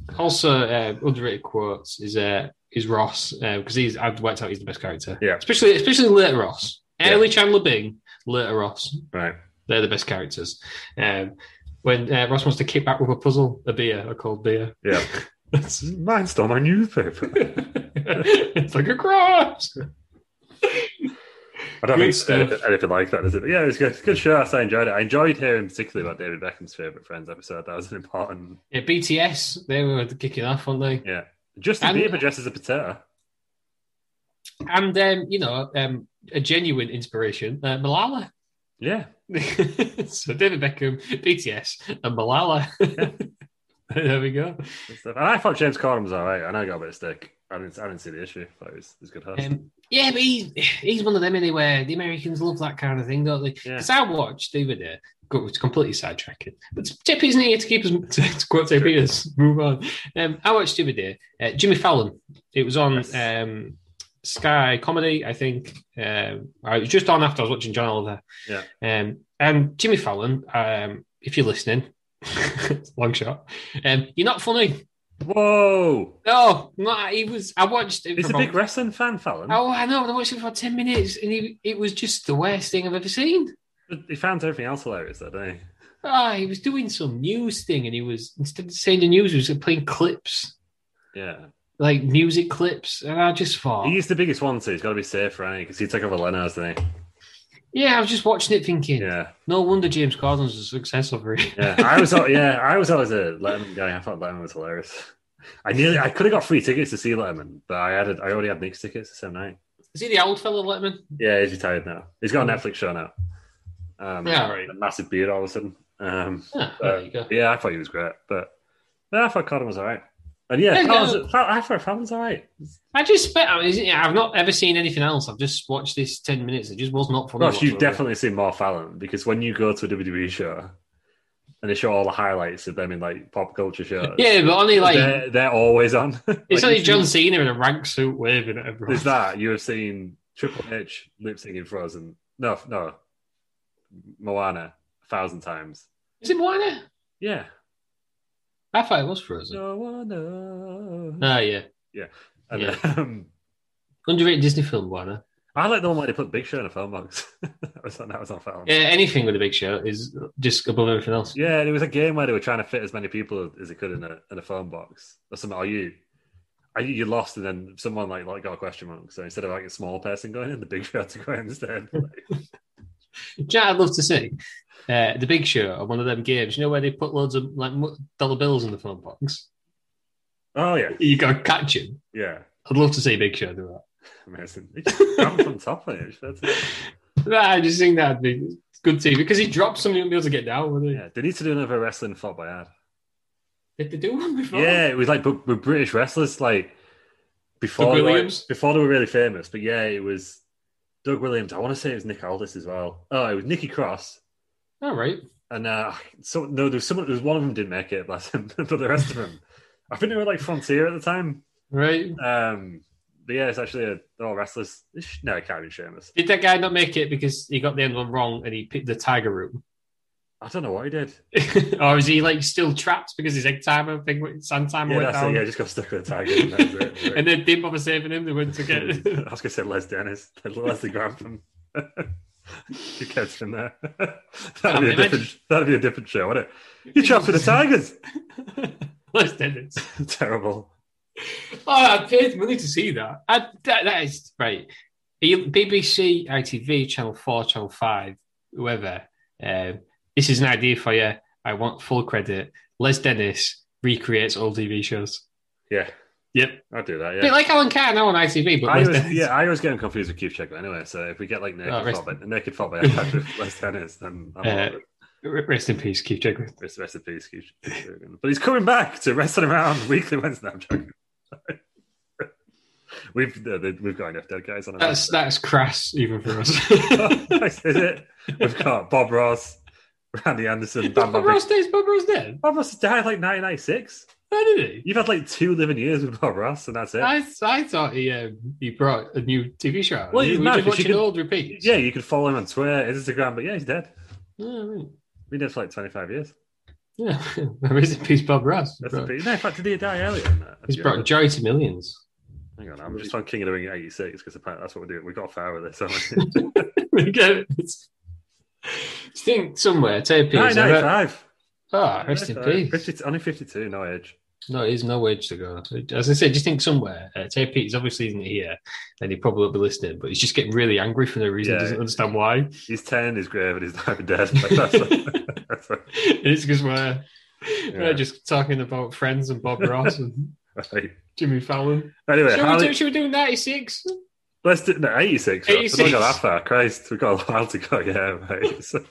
[SPEAKER 1] that?
[SPEAKER 2] Also, uh, underrated quotes is uh, is Ross because he's I've worked out he's the best character.
[SPEAKER 1] Yeah.
[SPEAKER 2] especially especially later Ross,
[SPEAKER 1] Yeah.
[SPEAKER 2] early Chandler Bing, later Ross.
[SPEAKER 1] right.
[SPEAKER 2] They're the best characters. Um, when uh, Ross wants to kick back with a puzzle, a beer, a cold beer.
[SPEAKER 1] Yeah.
[SPEAKER 2] That's-
[SPEAKER 1] Mine stole my newspaper.
[SPEAKER 2] it's like a cross.
[SPEAKER 1] I don't
[SPEAKER 2] Good
[SPEAKER 1] think
[SPEAKER 2] stuff.
[SPEAKER 1] anything, anything like that, is it? But yeah, it was good. It's a good show. I enjoyed it. I enjoyed hearing particularly about David Beckham's favorite Friends episode. That was an important.
[SPEAKER 2] Yeah, BTS. They were kicking off, weren't they?
[SPEAKER 1] Yeah. Justin
[SPEAKER 2] And-
[SPEAKER 1] Bieber dresses a potato.
[SPEAKER 2] And um, you know, um, a genuine inspiration, uh, Malala.
[SPEAKER 1] Yeah.
[SPEAKER 2] so David Beckham, BTS, and Malala. there we go.
[SPEAKER 1] Good stuff. And I thought James Corden was all right. I know I got a bit of stick. I didn't, I didn't see the issue. But it was, it was a good host.
[SPEAKER 2] Um, yeah, but he's, he's one of them anyway. The Americans love that kind of thing, don't they?
[SPEAKER 1] Yeah.
[SPEAKER 2] Because I watched the other day, go- it's completely sidetracking. But Tip isn't here to keep us, to, to quote Tip Peters, move on. Um, I watched the other day, uh, Jimmy Fallon. It was on
[SPEAKER 1] Yes.
[SPEAKER 2] um, Sky Comedy, I think. Um, I was just on after I was watching John Oliver.
[SPEAKER 1] Yeah.
[SPEAKER 2] Um, and Jimmy Fallon, um, if you're listening, long shot, um, you're not funny.
[SPEAKER 1] Whoa.
[SPEAKER 2] No, no, he was. I watched it.
[SPEAKER 1] He's
[SPEAKER 2] for
[SPEAKER 1] a
[SPEAKER 2] about-
[SPEAKER 1] big wrestling fan, Fallon.
[SPEAKER 2] Oh, I know. I watched it for 10 minutes and he, it was just the worst thing I've ever seen.
[SPEAKER 1] He found everything else hilarious, though, didn't he?
[SPEAKER 2] Ah, he was doing some news thing and he was, instead of saying the news, he was playing clips,
[SPEAKER 1] Yeah.
[SPEAKER 2] like music clips. And I just thought,
[SPEAKER 1] He's the biggest one, so he's got to be safe, right? Because he took over Leno's, didn't
[SPEAKER 2] yeah, I was just watching it
[SPEAKER 1] he?
[SPEAKER 2] thinking,
[SPEAKER 1] Yeah.
[SPEAKER 2] no wonder James Corden's a success over here.
[SPEAKER 1] Yeah, I was. al- yeah, I was always a Letterman guy. I thought Letterman was hilarious. I nearly, I could have got free tickets to see Letterman, but I added, I already had Nick's tickets the same night.
[SPEAKER 2] Is he the old fella, Letterman?
[SPEAKER 1] Yeah, he's retired now. He's got a Netflix show now. Um,
[SPEAKER 2] Mm. Yeah, right.
[SPEAKER 1] A massive beard all of a sudden. Um,
[SPEAKER 2] Ah,
[SPEAKER 1] Uh,
[SPEAKER 2] there you go.
[SPEAKER 1] yeah, I thought he was great, but yeah, I thought Cotton was alright. And yeah,
[SPEAKER 2] Yeah,
[SPEAKER 1] Fallon's,
[SPEAKER 2] no.
[SPEAKER 1] Fallon, I thought Fallon's alright.
[SPEAKER 2] I just spent, I mean, I've not ever seen anything else. I've just watched this 10 minutes. It just was not funny.
[SPEAKER 1] Ross, you've
[SPEAKER 2] whatsoever.
[SPEAKER 1] definitely seen more Fallon because when you go to a WWE show and they show all the highlights of them in like pop culture shows,
[SPEAKER 2] Yeah, but only like,
[SPEAKER 1] they're, they're always on.
[SPEAKER 2] it's
[SPEAKER 1] Like,
[SPEAKER 2] only
[SPEAKER 1] you-
[SPEAKER 2] John Cena in a rank suit waving at everyone.
[SPEAKER 1] There's that. You have seen Triple H lip syncing Frozen. No, no. Moana a thousand times.
[SPEAKER 2] Is it Moana?
[SPEAKER 1] Yeah.
[SPEAKER 2] I thought it was Frozen.
[SPEAKER 1] No one knows.
[SPEAKER 2] Ah, yeah.
[SPEAKER 1] And,
[SPEAKER 2] yeah.
[SPEAKER 1] um,
[SPEAKER 2] Underrated Disney film, Moana.
[SPEAKER 1] I like the one where they put Big Show in a film box. that, was, that was on film.
[SPEAKER 2] Yeah, anything with a big show is just above everything else.
[SPEAKER 1] Yeah, and it was a game where they were trying to fit as many people as they could in a in a phone box. Or something. Are you? Are you, you lost? And then someone like like got a question mark. So instead of like a small person going in, the big shot to go in instead.
[SPEAKER 2] Do you know what I'd love to see uh, the Big Show or one of them games. You know where they put loads of like mu- dollar bills in the phone box.
[SPEAKER 1] oh yeah,
[SPEAKER 2] You got to catch him.
[SPEAKER 1] yeah,
[SPEAKER 2] I'd love to see Big Show do
[SPEAKER 1] amazing. It just jumped on top of it. That's it.
[SPEAKER 2] that. I just think that'd be good TV because he drops something wouldn't be able to get down. Would he?
[SPEAKER 1] Yeah, they need to do another wrestling fought by ad.
[SPEAKER 2] Did they do one before?
[SPEAKER 1] Yeah, it was like but with British wrestlers like before
[SPEAKER 2] Doug
[SPEAKER 1] they were-
[SPEAKER 2] Williams?
[SPEAKER 1] before they were really famous. But yeah, it was Doug Williams. I want to say it was Nick Aldis as well. Oh, it was Nikki Cross.
[SPEAKER 2] All right.
[SPEAKER 1] And uh, so no, there was someone. There was one of them didn't make it, bless him. but the rest of them, I think they were like Frontier at the time.
[SPEAKER 2] Right.
[SPEAKER 1] Um, but yeah, it's actually a, they're all wrestlers. Ish. No, it can't be Sheamus.
[SPEAKER 2] Did that guy not make it because he got the end one wrong and he picked the tiger room?
[SPEAKER 1] I don't know what he did.
[SPEAKER 2] or is he like still trapped because his egg timer thing, went- sand timer
[SPEAKER 1] Yeah,
[SPEAKER 2] went
[SPEAKER 1] that's it.
[SPEAKER 2] down?
[SPEAKER 1] Yeah, just got stuck with a tiger. and that was it. That was it.
[SPEAKER 2] and they didn't bother saving him. They went to get
[SPEAKER 1] I was gonna say Les Dennis, Leslie Grantham. you catch him there. that'd, be a
[SPEAKER 2] Can't imagine.
[SPEAKER 1] different, that'd be a different show, wouldn't it? You trapped with the Tigers.
[SPEAKER 2] Les Dennis.
[SPEAKER 1] Terrible.
[SPEAKER 2] Oh, I paid money to see that. I, that, that is right. E, You- BBC, ITV, Channel Four, Channel Five, whoever. Um, this is an idea for you. I want full credit. Les Dennis recreates old TV shows.
[SPEAKER 1] Yeah,
[SPEAKER 2] Yep,
[SPEAKER 1] I'd do that.
[SPEAKER 2] Bit
[SPEAKER 1] Yeah.
[SPEAKER 2] like Alan Carr now on ITV, but
[SPEAKER 1] I
[SPEAKER 2] Les
[SPEAKER 1] always,
[SPEAKER 2] Dennis.
[SPEAKER 1] yeah, I always get him confused with Keith Checker anyway. So if we get like naked
[SPEAKER 2] Oh, rest-
[SPEAKER 1] fought by naked fought by a cat with Les Dennis, then I'm all
[SPEAKER 2] Uh,
[SPEAKER 1] over it.
[SPEAKER 2] R- Rest in peace, Keith Jagger.
[SPEAKER 1] rest, rest in peace, Keith Checker. But he's coming back to wrestling around weekly Wednesday. I'm joking. we've uh, we've got enough dead guys on. our
[SPEAKER 2] That's that's crass even for us.
[SPEAKER 1] is it? We've got Bob Ross, Randy Anderson, Bam
[SPEAKER 2] Bob
[SPEAKER 1] Bam.
[SPEAKER 2] Ross
[SPEAKER 1] Ross.
[SPEAKER 2] days. Bob Ross dead.
[SPEAKER 1] Bob Ross died like 1996.
[SPEAKER 2] Where did he?
[SPEAKER 1] You've had like two living years with Bob Ross, and that's it.
[SPEAKER 2] I, I thought he um, he brought a new TV show. out.
[SPEAKER 1] Well,
[SPEAKER 2] we
[SPEAKER 1] he's
[SPEAKER 2] were
[SPEAKER 1] mad
[SPEAKER 2] just
[SPEAKER 1] because you
[SPEAKER 2] watching
[SPEAKER 1] could-
[SPEAKER 2] old repeats.
[SPEAKER 1] yeah, you could follow him on Twitter, Instagram, but yeah, he's dead.
[SPEAKER 2] Yeah, I mean,
[SPEAKER 1] Been dead for like 25 years.
[SPEAKER 2] yeah. Rest in peace, Bob Ross.
[SPEAKER 1] That's
[SPEAKER 2] Bro.
[SPEAKER 1] a bit- no, in fact, did he die earlier? than that?
[SPEAKER 2] He's brought joy to millions.
[SPEAKER 1] Hang on, I'm just on King of the Ring at 86 because apparently that's what we're doing. We've got a fire with this. haven't we?
[SPEAKER 2] We get it. It's- Think somewhere, tape is. Ah,
[SPEAKER 1] 1995.
[SPEAKER 2] rest in
[SPEAKER 1] 1995.
[SPEAKER 2] peace.
[SPEAKER 1] 50 only 52, no age.
[SPEAKER 2] No, it is no wage to go. As I said, just think somewhere. Uh, Tay Pete is obviously isn't here, and he probably won't be listening. But he's just getting really angry for no reason.
[SPEAKER 1] Yeah.
[SPEAKER 2] Doesn't understand why.
[SPEAKER 1] He's 10, he's grave, and he's not dead. That's what- that's what-
[SPEAKER 2] it's because we're,
[SPEAKER 1] Yeah.
[SPEAKER 2] we're just talking about friends and Bob Ross and
[SPEAKER 1] right.
[SPEAKER 2] Jimmy Fallon.
[SPEAKER 1] Anyway,
[SPEAKER 2] Should we,
[SPEAKER 1] Harley-
[SPEAKER 2] do, should we do 96?
[SPEAKER 1] Let's do no, 86. right? So we
[SPEAKER 2] 86.
[SPEAKER 1] got that far. Christ, we've got a while to go. Yeah, right. So,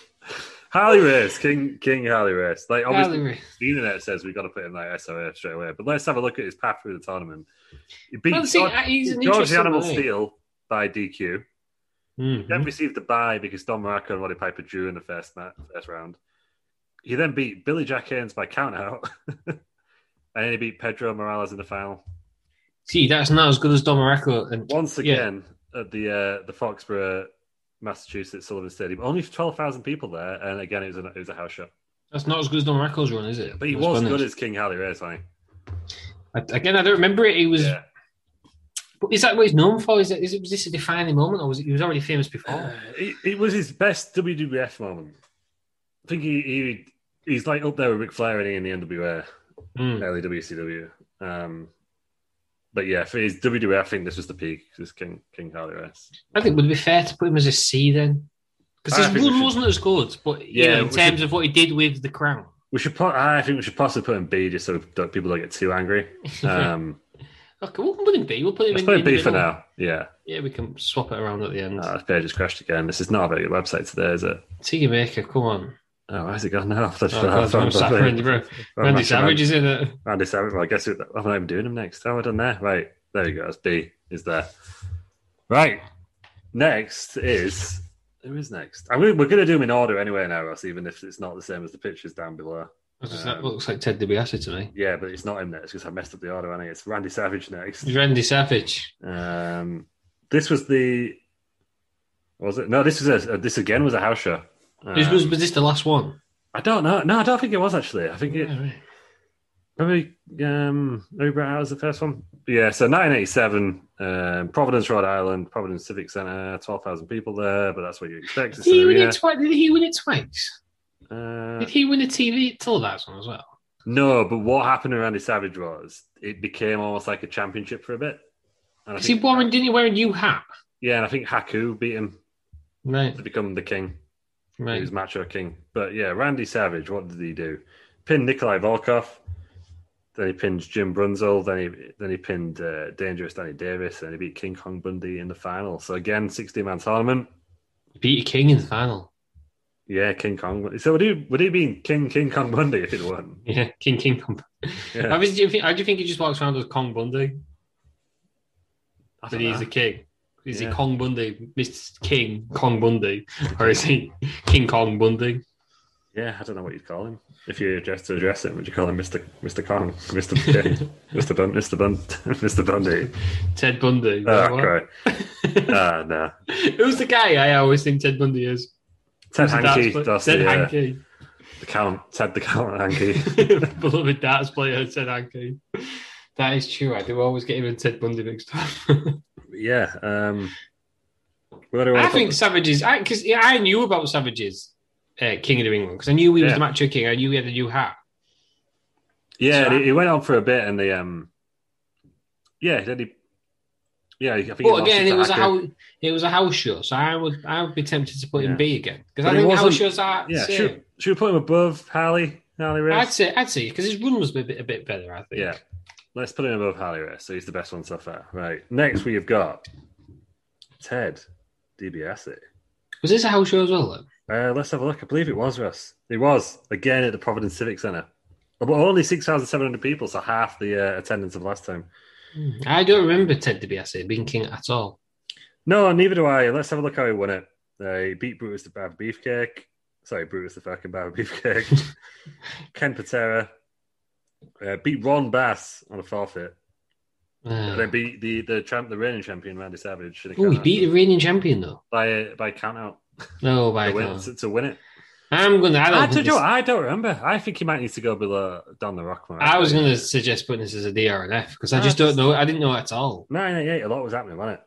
[SPEAKER 1] Harley Race, King King Harley Race. Like obviously,
[SPEAKER 2] Gallery.
[SPEAKER 1] the internet says we've got to put him like SOA straight away. But let's have a look at his path through the tournament. He beat
[SPEAKER 2] Well, see,
[SPEAKER 1] George,
[SPEAKER 2] uh, he's an
[SPEAKER 1] George
[SPEAKER 2] interesting
[SPEAKER 1] the Animal
[SPEAKER 2] guy.
[SPEAKER 1] Steel by DQ.
[SPEAKER 2] Mhm.
[SPEAKER 1] Then received the bye because Don Morocco and Roddy Piper drew in the first mat, first round. He then beat Billy Jack Haynes by count out. and then he beat Pedro Morales in the final.
[SPEAKER 2] See, that's not as good as Domarico. And
[SPEAKER 1] once
[SPEAKER 2] Yeah.
[SPEAKER 1] again at the uh, the Foxborough, Massachusetts Sullivan Stadium. Only twelve thousand people there, and again it was a it was a house show.
[SPEAKER 2] that's not as good as Domarico's run, is it?
[SPEAKER 1] But he
[SPEAKER 2] Let's
[SPEAKER 1] was
[SPEAKER 2] be
[SPEAKER 1] good
[SPEAKER 2] honest.
[SPEAKER 1] as King Harley Race, wasn't
[SPEAKER 2] I- Again, I don't remember it. He
[SPEAKER 1] he?
[SPEAKER 2] was.
[SPEAKER 1] Yeah.
[SPEAKER 2] but Is that what he's known for? Is, that, is it, was this a defining moment, or was it, he was already famous before?
[SPEAKER 1] It, it was his best WWF moment. I think he, he he's like up there with Ric Flair in the NWA,
[SPEAKER 2] Mm.
[SPEAKER 1] early WCW. Um, but yeah, for his WWF, I think this was the peak. This King King Harley Race.
[SPEAKER 2] I think it would be fair to put him as a C then, because
[SPEAKER 1] I
[SPEAKER 2] his
[SPEAKER 1] think we
[SPEAKER 2] run
[SPEAKER 1] should-
[SPEAKER 2] wasn't as good. But you
[SPEAKER 1] Yeah,
[SPEAKER 2] know, in
[SPEAKER 1] we
[SPEAKER 2] terms
[SPEAKER 1] should-
[SPEAKER 2] of what he did with the crown,
[SPEAKER 1] We should put. I think we should possibly put him B just so don't, people don't get too angry. Um,
[SPEAKER 2] okay, we'll put him B. We'll put him
[SPEAKER 1] let's
[SPEAKER 2] in,
[SPEAKER 1] put him
[SPEAKER 2] in the
[SPEAKER 1] B for
[SPEAKER 2] middle.
[SPEAKER 1] now. Yeah.
[SPEAKER 2] Yeah, we can swap it around at the end.
[SPEAKER 1] Oh, this page has crashed again. This is not a very good website today, is it?
[SPEAKER 2] Tea maker, come on.
[SPEAKER 1] Oh, where's it gone now?
[SPEAKER 2] Oh, God, I'm sorry, Randy, Ra- Randy Savage is in it.
[SPEAKER 1] Randy Savage. Well, I guess it, I'm not even doing him next. How have I done there? Right. There you go. That's B is there. Right. Next is. Who is next? I mean, we're going to do them in order anyway now, Ross, even if it's not the same as the pictures down below.
[SPEAKER 2] That looks like Ted DiBiase to me.
[SPEAKER 1] Yeah, but it's not him next because I messed up the order, and it's Randy Savage next.
[SPEAKER 2] Randy Savage.
[SPEAKER 1] Um, this was the. Was it? No, this was a. This again was a house show.
[SPEAKER 2] This
[SPEAKER 1] Um,
[SPEAKER 2] was, was this the last one?
[SPEAKER 1] I don't know. No, I don't think it was actually. I think it
[SPEAKER 2] Yeah, right.
[SPEAKER 1] Maybe um maybe Brett Howard's the first one. Yeah, so nineteen eighty seven, um, Providence, Rhode Island, Providence Civic Centre, twelve thousand people there, but that's what you expect.
[SPEAKER 2] Did
[SPEAKER 1] It's
[SPEAKER 2] he
[SPEAKER 1] an
[SPEAKER 2] win
[SPEAKER 1] arena.
[SPEAKER 2] it twice? Did he win it twice?
[SPEAKER 1] Uh,
[SPEAKER 2] Did he win a TV televised one as well?
[SPEAKER 1] no, but what happened to Randy Savage was it became almost like a championship for a bit. And I
[SPEAKER 2] Is he
[SPEAKER 1] think,
[SPEAKER 2] wearing? Didn't he wear a new hat?
[SPEAKER 1] yeah, and I think Haku beat him
[SPEAKER 2] Right,
[SPEAKER 1] to become the king. He
[SPEAKER 2] right.
[SPEAKER 1] was Macho King. But yeah, Randy Savage, what did he do? Pinned Nikolai Volkov. Then he pinned Jim Brunzel. Then he then he pinned uh, Dangerous Danny Davis. Then he beat King Kong Bundy in the final. So again, 16 man tournament.
[SPEAKER 2] Beat King in the final.
[SPEAKER 1] Yeah, King Kong. So would he would he be King King Kong Bundy if it won?
[SPEAKER 2] Yeah, King King Kong.
[SPEAKER 1] Yeah.
[SPEAKER 2] How do you think? How do you think he just walks around as Kong Bundy?
[SPEAKER 1] I
[SPEAKER 2] That
[SPEAKER 1] don't
[SPEAKER 2] he's the
[SPEAKER 1] know.
[SPEAKER 2] king. Is
[SPEAKER 1] Yeah.
[SPEAKER 2] he Kong Bundy, Mr. King Kong Bundy, or is he King Kong Bundy?
[SPEAKER 1] Yeah, I don't know what you'd call him. If you address to address him, would you call him Mr. Mr. Kong, Mr. King, Mr. Bun, Mr. Bun, Mr. Bundy?
[SPEAKER 2] Ted Bundy.
[SPEAKER 1] Oh,
[SPEAKER 2] What?
[SPEAKER 1] great. Ah, no.
[SPEAKER 2] Who's the guy I always think Ted Bundy is?
[SPEAKER 1] Ted
[SPEAKER 2] Who's the darts
[SPEAKER 1] Hankey.
[SPEAKER 2] player?
[SPEAKER 1] That's
[SPEAKER 2] Ted
[SPEAKER 1] the, uh,
[SPEAKER 2] Hankey.
[SPEAKER 1] the count. Ted the count Hankey.
[SPEAKER 2] Beloved darts player Ted Hankey. That is true. I do always get him and Ted Bundy mixed up.
[SPEAKER 1] Yeah. Um, where do
[SPEAKER 2] I
[SPEAKER 1] wanna put
[SPEAKER 2] think
[SPEAKER 1] this?
[SPEAKER 2] Savages, because yeah, I knew about Savages, uh, King of New England, because I knew he was
[SPEAKER 1] Yeah.
[SPEAKER 2] the macho king. I knew he had a new hat.
[SPEAKER 1] Yeah,
[SPEAKER 2] so
[SPEAKER 1] and it, it went on for a bit, and the um, yeah, then he, yeah, I think. he
[SPEAKER 2] But
[SPEAKER 1] lost
[SPEAKER 2] again,
[SPEAKER 1] to
[SPEAKER 2] it was a
[SPEAKER 1] Hacker.
[SPEAKER 2] house, it was a house show, so I would I would be tempted to put
[SPEAKER 1] Yeah.
[SPEAKER 2] him B again because
[SPEAKER 1] But
[SPEAKER 2] I
[SPEAKER 1] he
[SPEAKER 2] think house
[SPEAKER 1] wasn't-
[SPEAKER 2] shows are.
[SPEAKER 1] Yeah,
[SPEAKER 2] same.
[SPEAKER 1] should, should we put him above Harley? Harley Race.
[SPEAKER 2] I'd say I'd say because his run was a bit a bit better. I think.
[SPEAKER 1] Yeah, let's put him above Harley Race. So he's the best one so far. Right. Next, we've got Ted DiBiase.
[SPEAKER 2] Was this a house show as well? Though?
[SPEAKER 1] Uh, let's have a look. I believe it was Russ. It was again at the Providence Civic Centre, but only six thousand seven hundred people, so half the uh, attendance of last time.
[SPEAKER 2] Hmm. I don't remember Ted DiBiase being king at all.
[SPEAKER 1] No, neither do I. Let's have a look how he won it. Uh, he beat Brutus the Barber Beefcake. Sorry, Brutus the fucking Barber Beefcake. Ken Patera. Uh, beat Ron Bass on a forfeit.
[SPEAKER 2] Uh,
[SPEAKER 1] And then beat the the champ, the reigning champion Randy Savage. in a
[SPEAKER 2] oh, he
[SPEAKER 1] countout
[SPEAKER 2] beat the reigning champion though.
[SPEAKER 1] by by count out
[SPEAKER 2] No,
[SPEAKER 1] to
[SPEAKER 2] by
[SPEAKER 1] win,
[SPEAKER 2] God.
[SPEAKER 1] to, to win it.
[SPEAKER 2] I'm gonna. I,
[SPEAKER 1] I,
[SPEAKER 2] don't
[SPEAKER 1] don't
[SPEAKER 2] think
[SPEAKER 1] know.
[SPEAKER 2] this-
[SPEAKER 1] I don't remember. I think he might need to go below down the rock.
[SPEAKER 2] I was going to suggest putting this as a DRNF because I just don't know. I didn't know at all.
[SPEAKER 1] nine eighty eight. A lot was happening, wasn't it?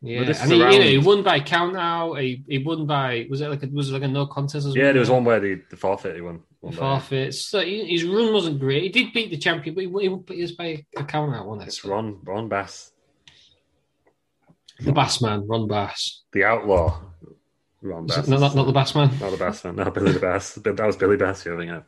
[SPEAKER 2] Yeah,
[SPEAKER 1] this is
[SPEAKER 2] and he, you know, he
[SPEAKER 1] around-
[SPEAKER 2] won by count out. He, he won by was it like a, was it like a no contest? As
[SPEAKER 1] Yeah,
[SPEAKER 2] well?
[SPEAKER 1] there was one where the the forfeit he won.
[SPEAKER 2] The
[SPEAKER 1] won by.
[SPEAKER 2] forfeit. So he- his run wasn't great. He did beat the champion, but he, he, he was by a count out one.
[SPEAKER 1] It's
[SPEAKER 2] That's
[SPEAKER 1] Ron Ron Bass,
[SPEAKER 2] the Bassman, Ron Bass.
[SPEAKER 1] the outlaw. Ron
[SPEAKER 2] Is
[SPEAKER 1] Bass.
[SPEAKER 2] it- No, not, not the Bassman.
[SPEAKER 1] Not the Bass man, not Billy the Bass. But that was Billy Bass, you're thinking of.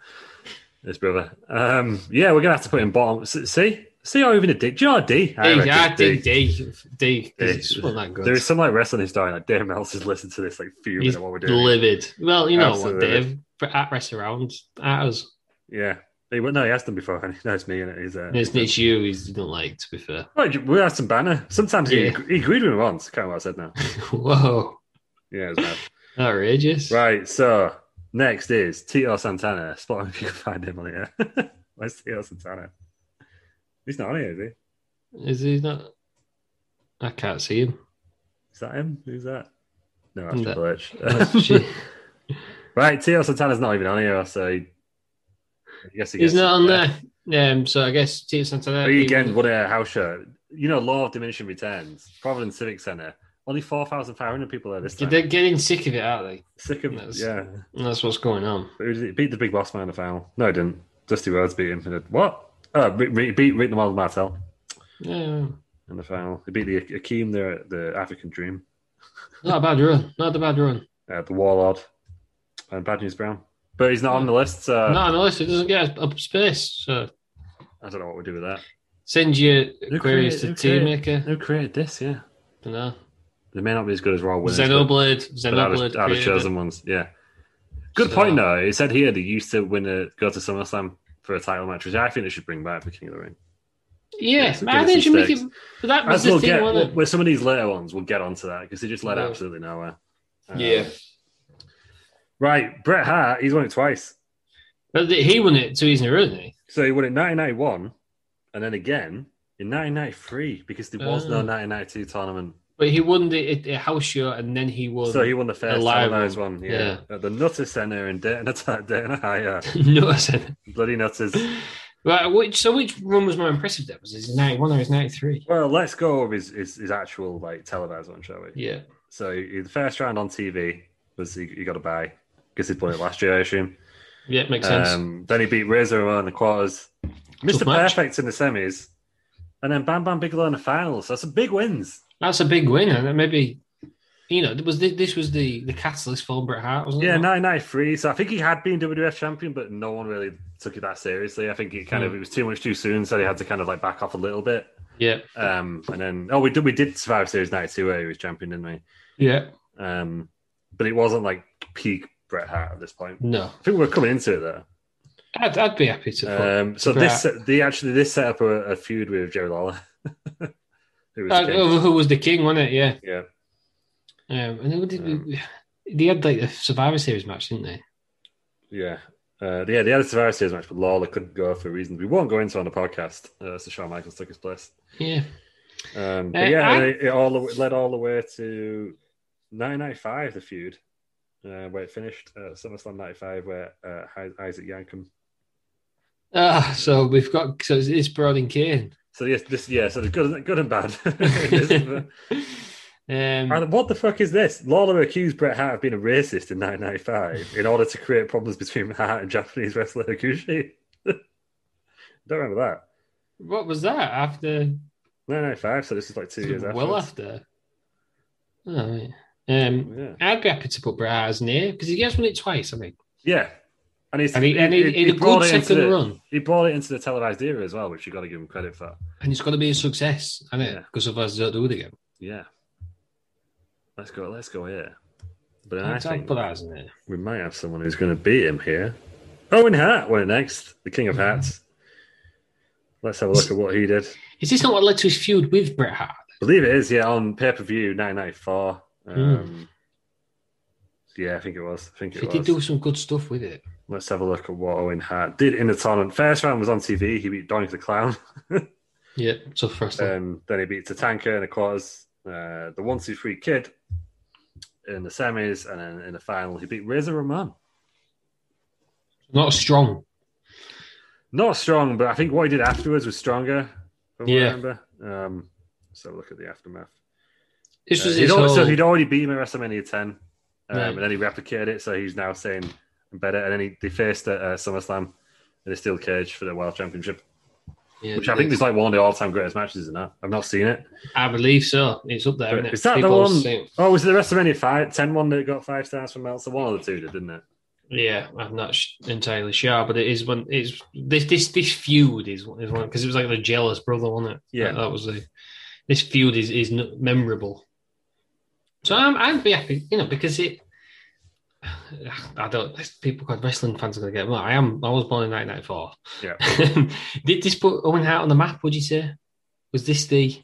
[SPEAKER 1] His brother. Um, yeah, we're going to have to put him bottom. S- See? See or even a D? Do you know a D? I
[SPEAKER 2] D,
[SPEAKER 1] reckon
[SPEAKER 2] yeah,
[SPEAKER 1] D.
[SPEAKER 2] D, D, D. 'cause
[SPEAKER 1] D.
[SPEAKER 2] It's just not that good.
[SPEAKER 1] There is some like wrestling historian, like Dave Meltz has listened to this like few
[SPEAKER 2] He's
[SPEAKER 1] minutes what we're doing.
[SPEAKER 2] livid. Well, you know
[SPEAKER 1] Absolutely.
[SPEAKER 2] what, Dave. But At rest around at us.
[SPEAKER 1] Yeah. He, well, no, he asked them before. And he, no, it's me. And he's, uh,
[SPEAKER 2] It's, it's you. He's not like. To be fair.
[SPEAKER 1] Right, we had some banner. Sometimes he,
[SPEAKER 2] Yeah.
[SPEAKER 1] he agreed with me once. Kind of what I said now.
[SPEAKER 2] Whoa,
[SPEAKER 1] Yeah, it was mad.
[SPEAKER 2] outrageous.
[SPEAKER 1] Right, so next is Tito Santana. Spot on if you can find him on here. Where's Tito Santana? He's not on here, is he?
[SPEAKER 2] Is he not? I can't see him.
[SPEAKER 1] Is that him? Who's that? No, that's
[SPEAKER 2] No.
[SPEAKER 1] Triple H.
[SPEAKER 2] Shit.
[SPEAKER 1] right, Tio Santana's not even on here, so he, I guess he
[SPEAKER 2] He's
[SPEAKER 1] gets-
[SPEAKER 2] not on
[SPEAKER 1] yeah.
[SPEAKER 2] there. Um, so I guess Tito Santana.
[SPEAKER 1] But he again, what a house show. You know, Law of Diminishing Returns, Providence Civic Centre. Only 4,500 people there this time.
[SPEAKER 2] they're getting sick of it, aren't they?
[SPEAKER 1] Sick of
[SPEAKER 2] That's-
[SPEAKER 1] Yeah.
[SPEAKER 2] And that's what's going on.
[SPEAKER 1] But who did he beat the big boss man in the final. No, he didn't. Dusty Rhodes beat him. in the- What? Oh, re- re- beat Rick the Model Martel
[SPEAKER 2] Yeah,
[SPEAKER 1] in the final. He beat the Akeem, the, the African Dream,
[SPEAKER 2] not a bad run. Not a bad run.
[SPEAKER 1] uh, the Warlord, and Bad News Brown. But he's not on the list, so
[SPEAKER 2] no, unless it doesn't get up space. So
[SPEAKER 1] I don't know what we do with that.
[SPEAKER 2] send your queries to
[SPEAKER 1] created-
[SPEAKER 2] Team
[SPEAKER 1] who
[SPEAKER 2] Maker.
[SPEAKER 1] Who created this? Yeah,
[SPEAKER 2] No,
[SPEAKER 1] they may not be as good as Raw winners. but
[SPEAKER 2] Xenoblade.
[SPEAKER 1] but I'd have-
[SPEAKER 2] Xenoblade.
[SPEAKER 1] I'd have
[SPEAKER 2] created
[SPEAKER 1] chosen
[SPEAKER 2] it.
[SPEAKER 1] ones. Yeah. Good
[SPEAKER 2] So-
[SPEAKER 1] point though. It said here they used to win a go to SummerSlam for a title match, which I think they should bring back for King of the Ring.
[SPEAKER 2] Yeah,
[SPEAKER 1] Yes,
[SPEAKER 2] I
[SPEAKER 1] give us
[SPEAKER 2] think you make it.
[SPEAKER 1] some
[SPEAKER 2] But that was
[SPEAKER 1] As
[SPEAKER 2] the
[SPEAKER 1] we'll
[SPEAKER 2] thing,
[SPEAKER 1] get
[SPEAKER 2] wasn't it?
[SPEAKER 1] with some of these later ones, we'll get onto that because they just led
[SPEAKER 2] Yeah.
[SPEAKER 1] absolutely nowhere. Um,
[SPEAKER 2] Yeah.
[SPEAKER 1] Right, Bret Hart, he's won it twice.
[SPEAKER 2] But the- he won it two years in a row, didn't he?
[SPEAKER 1] So he won it in 1991, and then again in 1993 because there was no
[SPEAKER 2] Oh.
[SPEAKER 1] 1992 tournament.
[SPEAKER 2] But he won the, the house show and then he won.
[SPEAKER 1] So he won the first
[SPEAKER 2] live
[SPEAKER 1] televised
[SPEAKER 2] one.
[SPEAKER 1] one, yeah. At the Nutter Centre in Dayton, Dayton Higher.
[SPEAKER 2] no, I said.
[SPEAKER 1] Bloody Nutters.
[SPEAKER 2] Right, which, so which run was more impressive? That was his 91 or his 93?
[SPEAKER 1] Well, let's go with his, his, his actual like televised one, shall we?
[SPEAKER 2] Yeah.
[SPEAKER 1] So he, the first round on TV was he, he got a bye. Guess he'd won it last year, I assume.
[SPEAKER 2] Yeah, makes sense.
[SPEAKER 1] Um, then he beat Razor Ramon in the quarters. Mr.
[SPEAKER 2] match.
[SPEAKER 1] Perfect in the semis. And then Bam Bam Bigelow in the finals. That's some big wins.
[SPEAKER 2] That's a big win. And then maybe, you know, was this, this was the, the catalyst for Bret Hart, wasn't
[SPEAKER 1] Yeah,
[SPEAKER 2] it?
[SPEAKER 1] 993. So I think he had been WWF champion, but no one really took it that seriously. I think it kind of
[SPEAKER 2] Hmm.
[SPEAKER 1] it was too much too soon, so they had to kind of like back off a little bit.
[SPEAKER 2] Yeah.
[SPEAKER 1] Um, and then oh, we did we did Survivor Series '92 where he was champion, didn't
[SPEAKER 2] Yeah.
[SPEAKER 1] we? Um, but it wasn't like peak Bret Hart at this point.
[SPEAKER 2] No.
[SPEAKER 1] I think we're coming into it though.
[SPEAKER 2] I'd, I'd be happy to put.
[SPEAKER 1] Um, so
[SPEAKER 2] Bret.
[SPEAKER 1] this they actually this set up a, a feud with Jerry Lawler. Who was
[SPEAKER 2] Uh,
[SPEAKER 1] king.
[SPEAKER 2] oh, who was the king, wasn't it? Yeah.
[SPEAKER 1] Yeah,
[SPEAKER 2] Um, and then what did we, they had like the Survivor Series match, didn't they?
[SPEAKER 1] yeah. Uh, yeah, they had a Survivor Series match, but Lawler couldn't go for reasons we won't go into on the podcast. Uh, so Shawn Michaels took his place.
[SPEAKER 2] Yeah.
[SPEAKER 1] Um,
[SPEAKER 2] Uh,
[SPEAKER 1] but yeah,
[SPEAKER 2] I-
[SPEAKER 1] it, it all the- it led all the way to 995, the feud, uh, where it finished uh, SummerSlam 95, where uh, Hi- Isaac Yankum.
[SPEAKER 2] Ah, so we've got, so it's, it's Broad and Kane.
[SPEAKER 1] So yes, this yeah, so the good, good and bad.
[SPEAKER 2] um,
[SPEAKER 1] and what the fuck is this? Lawler accused Bret Hart of being a racist in 995 in order to create problems between Hart and Japanese wrestler Hakushi. Don't remember that.
[SPEAKER 2] what was that after?
[SPEAKER 1] 995, so this is like two years after.
[SPEAKER 2] well after. Oh, right. Um,
[SPEAKER 1] Yeah.
[SPEAKER 2] I'd be happy to put Bret Hart as near because he has won it twice, I think.
[SPEAKER 1] Yeah. And, he's,
[SPEAKER 2] And he, and he, in a
[SPEAKER 1] brought
[SPEAKER 2] good
[SPEAKER 1] it into
[SPEAKER 2] second
[SPEAKER 1] the-
[SPEAKER 2] run,
[SPEAKER 1] He brought it into the televised era as well, which you got to give him credit for.
[SPEAKER 2] and it's got to be a success, hasn't it?
[SPEAKER 1] Yeah.
[SPEAKER 2] Because otherwise, they don't do it again.
[SPEAKER 1] Yeah. Let's go. Let's go here. But I
[SPEAKER 2] I'd I'd
[SPEAKER 1] think
[SPEAKER 2] put that as near.
[SPEAKER 1] we might have someone who's going to beat him here. Owen Hart went next, the King of Hats. Let's have a look at what he did.
[SPEAKER 2] Is this not what led to his feud with Bret Hart?
[SPEAKER 1] believe it is, yeah, on pay per view 994.
[SPEAKER 2] Hmm.
[SPEAKER 1] Um, Yeah, I think it was. I think
[SPEAKER 2] He
[SPEAKER 1] it
[SPEAKER 2] did
[SPEAKER 1] was.
[SPEAKER 2] do some good stuff with it.
[SPEAKER 1] Let's have a look at what Owen Hart did in the tournament. First round was on TV. He beat Doink the Clown.
[SPEAKER 2] Yeah, so first one.
[SPEAKER 1] Um, then he beat Tatanka in the quarters, uh, the one two three kid in the semis, and then in the final he beat Razor Ramon.
[SPEAKER 2] not strong.
[SPEAKER 1] Not strong, but I think what he did afterwards was stronger. From what I
[SPEAKER 2] Yeah.
[SPEAKER 1] remember. Um, so look at the aftermath.
[SPEAKER 2] This
[SPEAKER 1] Uh,
[SPEAKER 2] was
[SPEAKER 1] he'd
[SPEAKER 2] his
[SPEAKER 1] al- so
[SPEAKER 2] whole-
[SPEAKER 1] he'd already beat him at WrestleMania 10, um,
[SPEAKER 2] Right.
[SPEAKER 1] and then he replicated it. So he's now saying I'm better. And then he, they faced at uh, SummerSlam in a steel cage for the World Championship,
[SPEAKER 2] yeah,
[SPEAKER 1] which I think
[SPEAKER 2] yeah.
[SPEAKER 1] is like one of the all-time greatest matches. In that, I've not seen it.
[SPEAKER 2] I believe so. It's up there,
[SPEAKER 1] But
[SPEAKER 2] isn't it?
[SPEAKER 1] is that
[SPEAKER 2] People
[SPEAKER 1] the one?
[SPEAKER 2] say-
[SPEAKER 1] Oh, was it the WrestleMania 5, 10 one that got five stars from Meltzer? One of the two did, didn't it?
[SPEAKER 2] Yeah, I'm not sh- entirely sure, but it is when it's this this this feud is is one because it was like the jealous brother, wasn't it?
[SPEAKER 1] Yeah.
[SPEAKER 2] that, that was the this feud is is n- memorable. So I'm I'd be happy, you know, because it. I don't. People, God, wrestling fans are going to get. Well, I am. I was born in 1994. Yeah. Did this put Owen Hart on the map? Would you say? Was this the?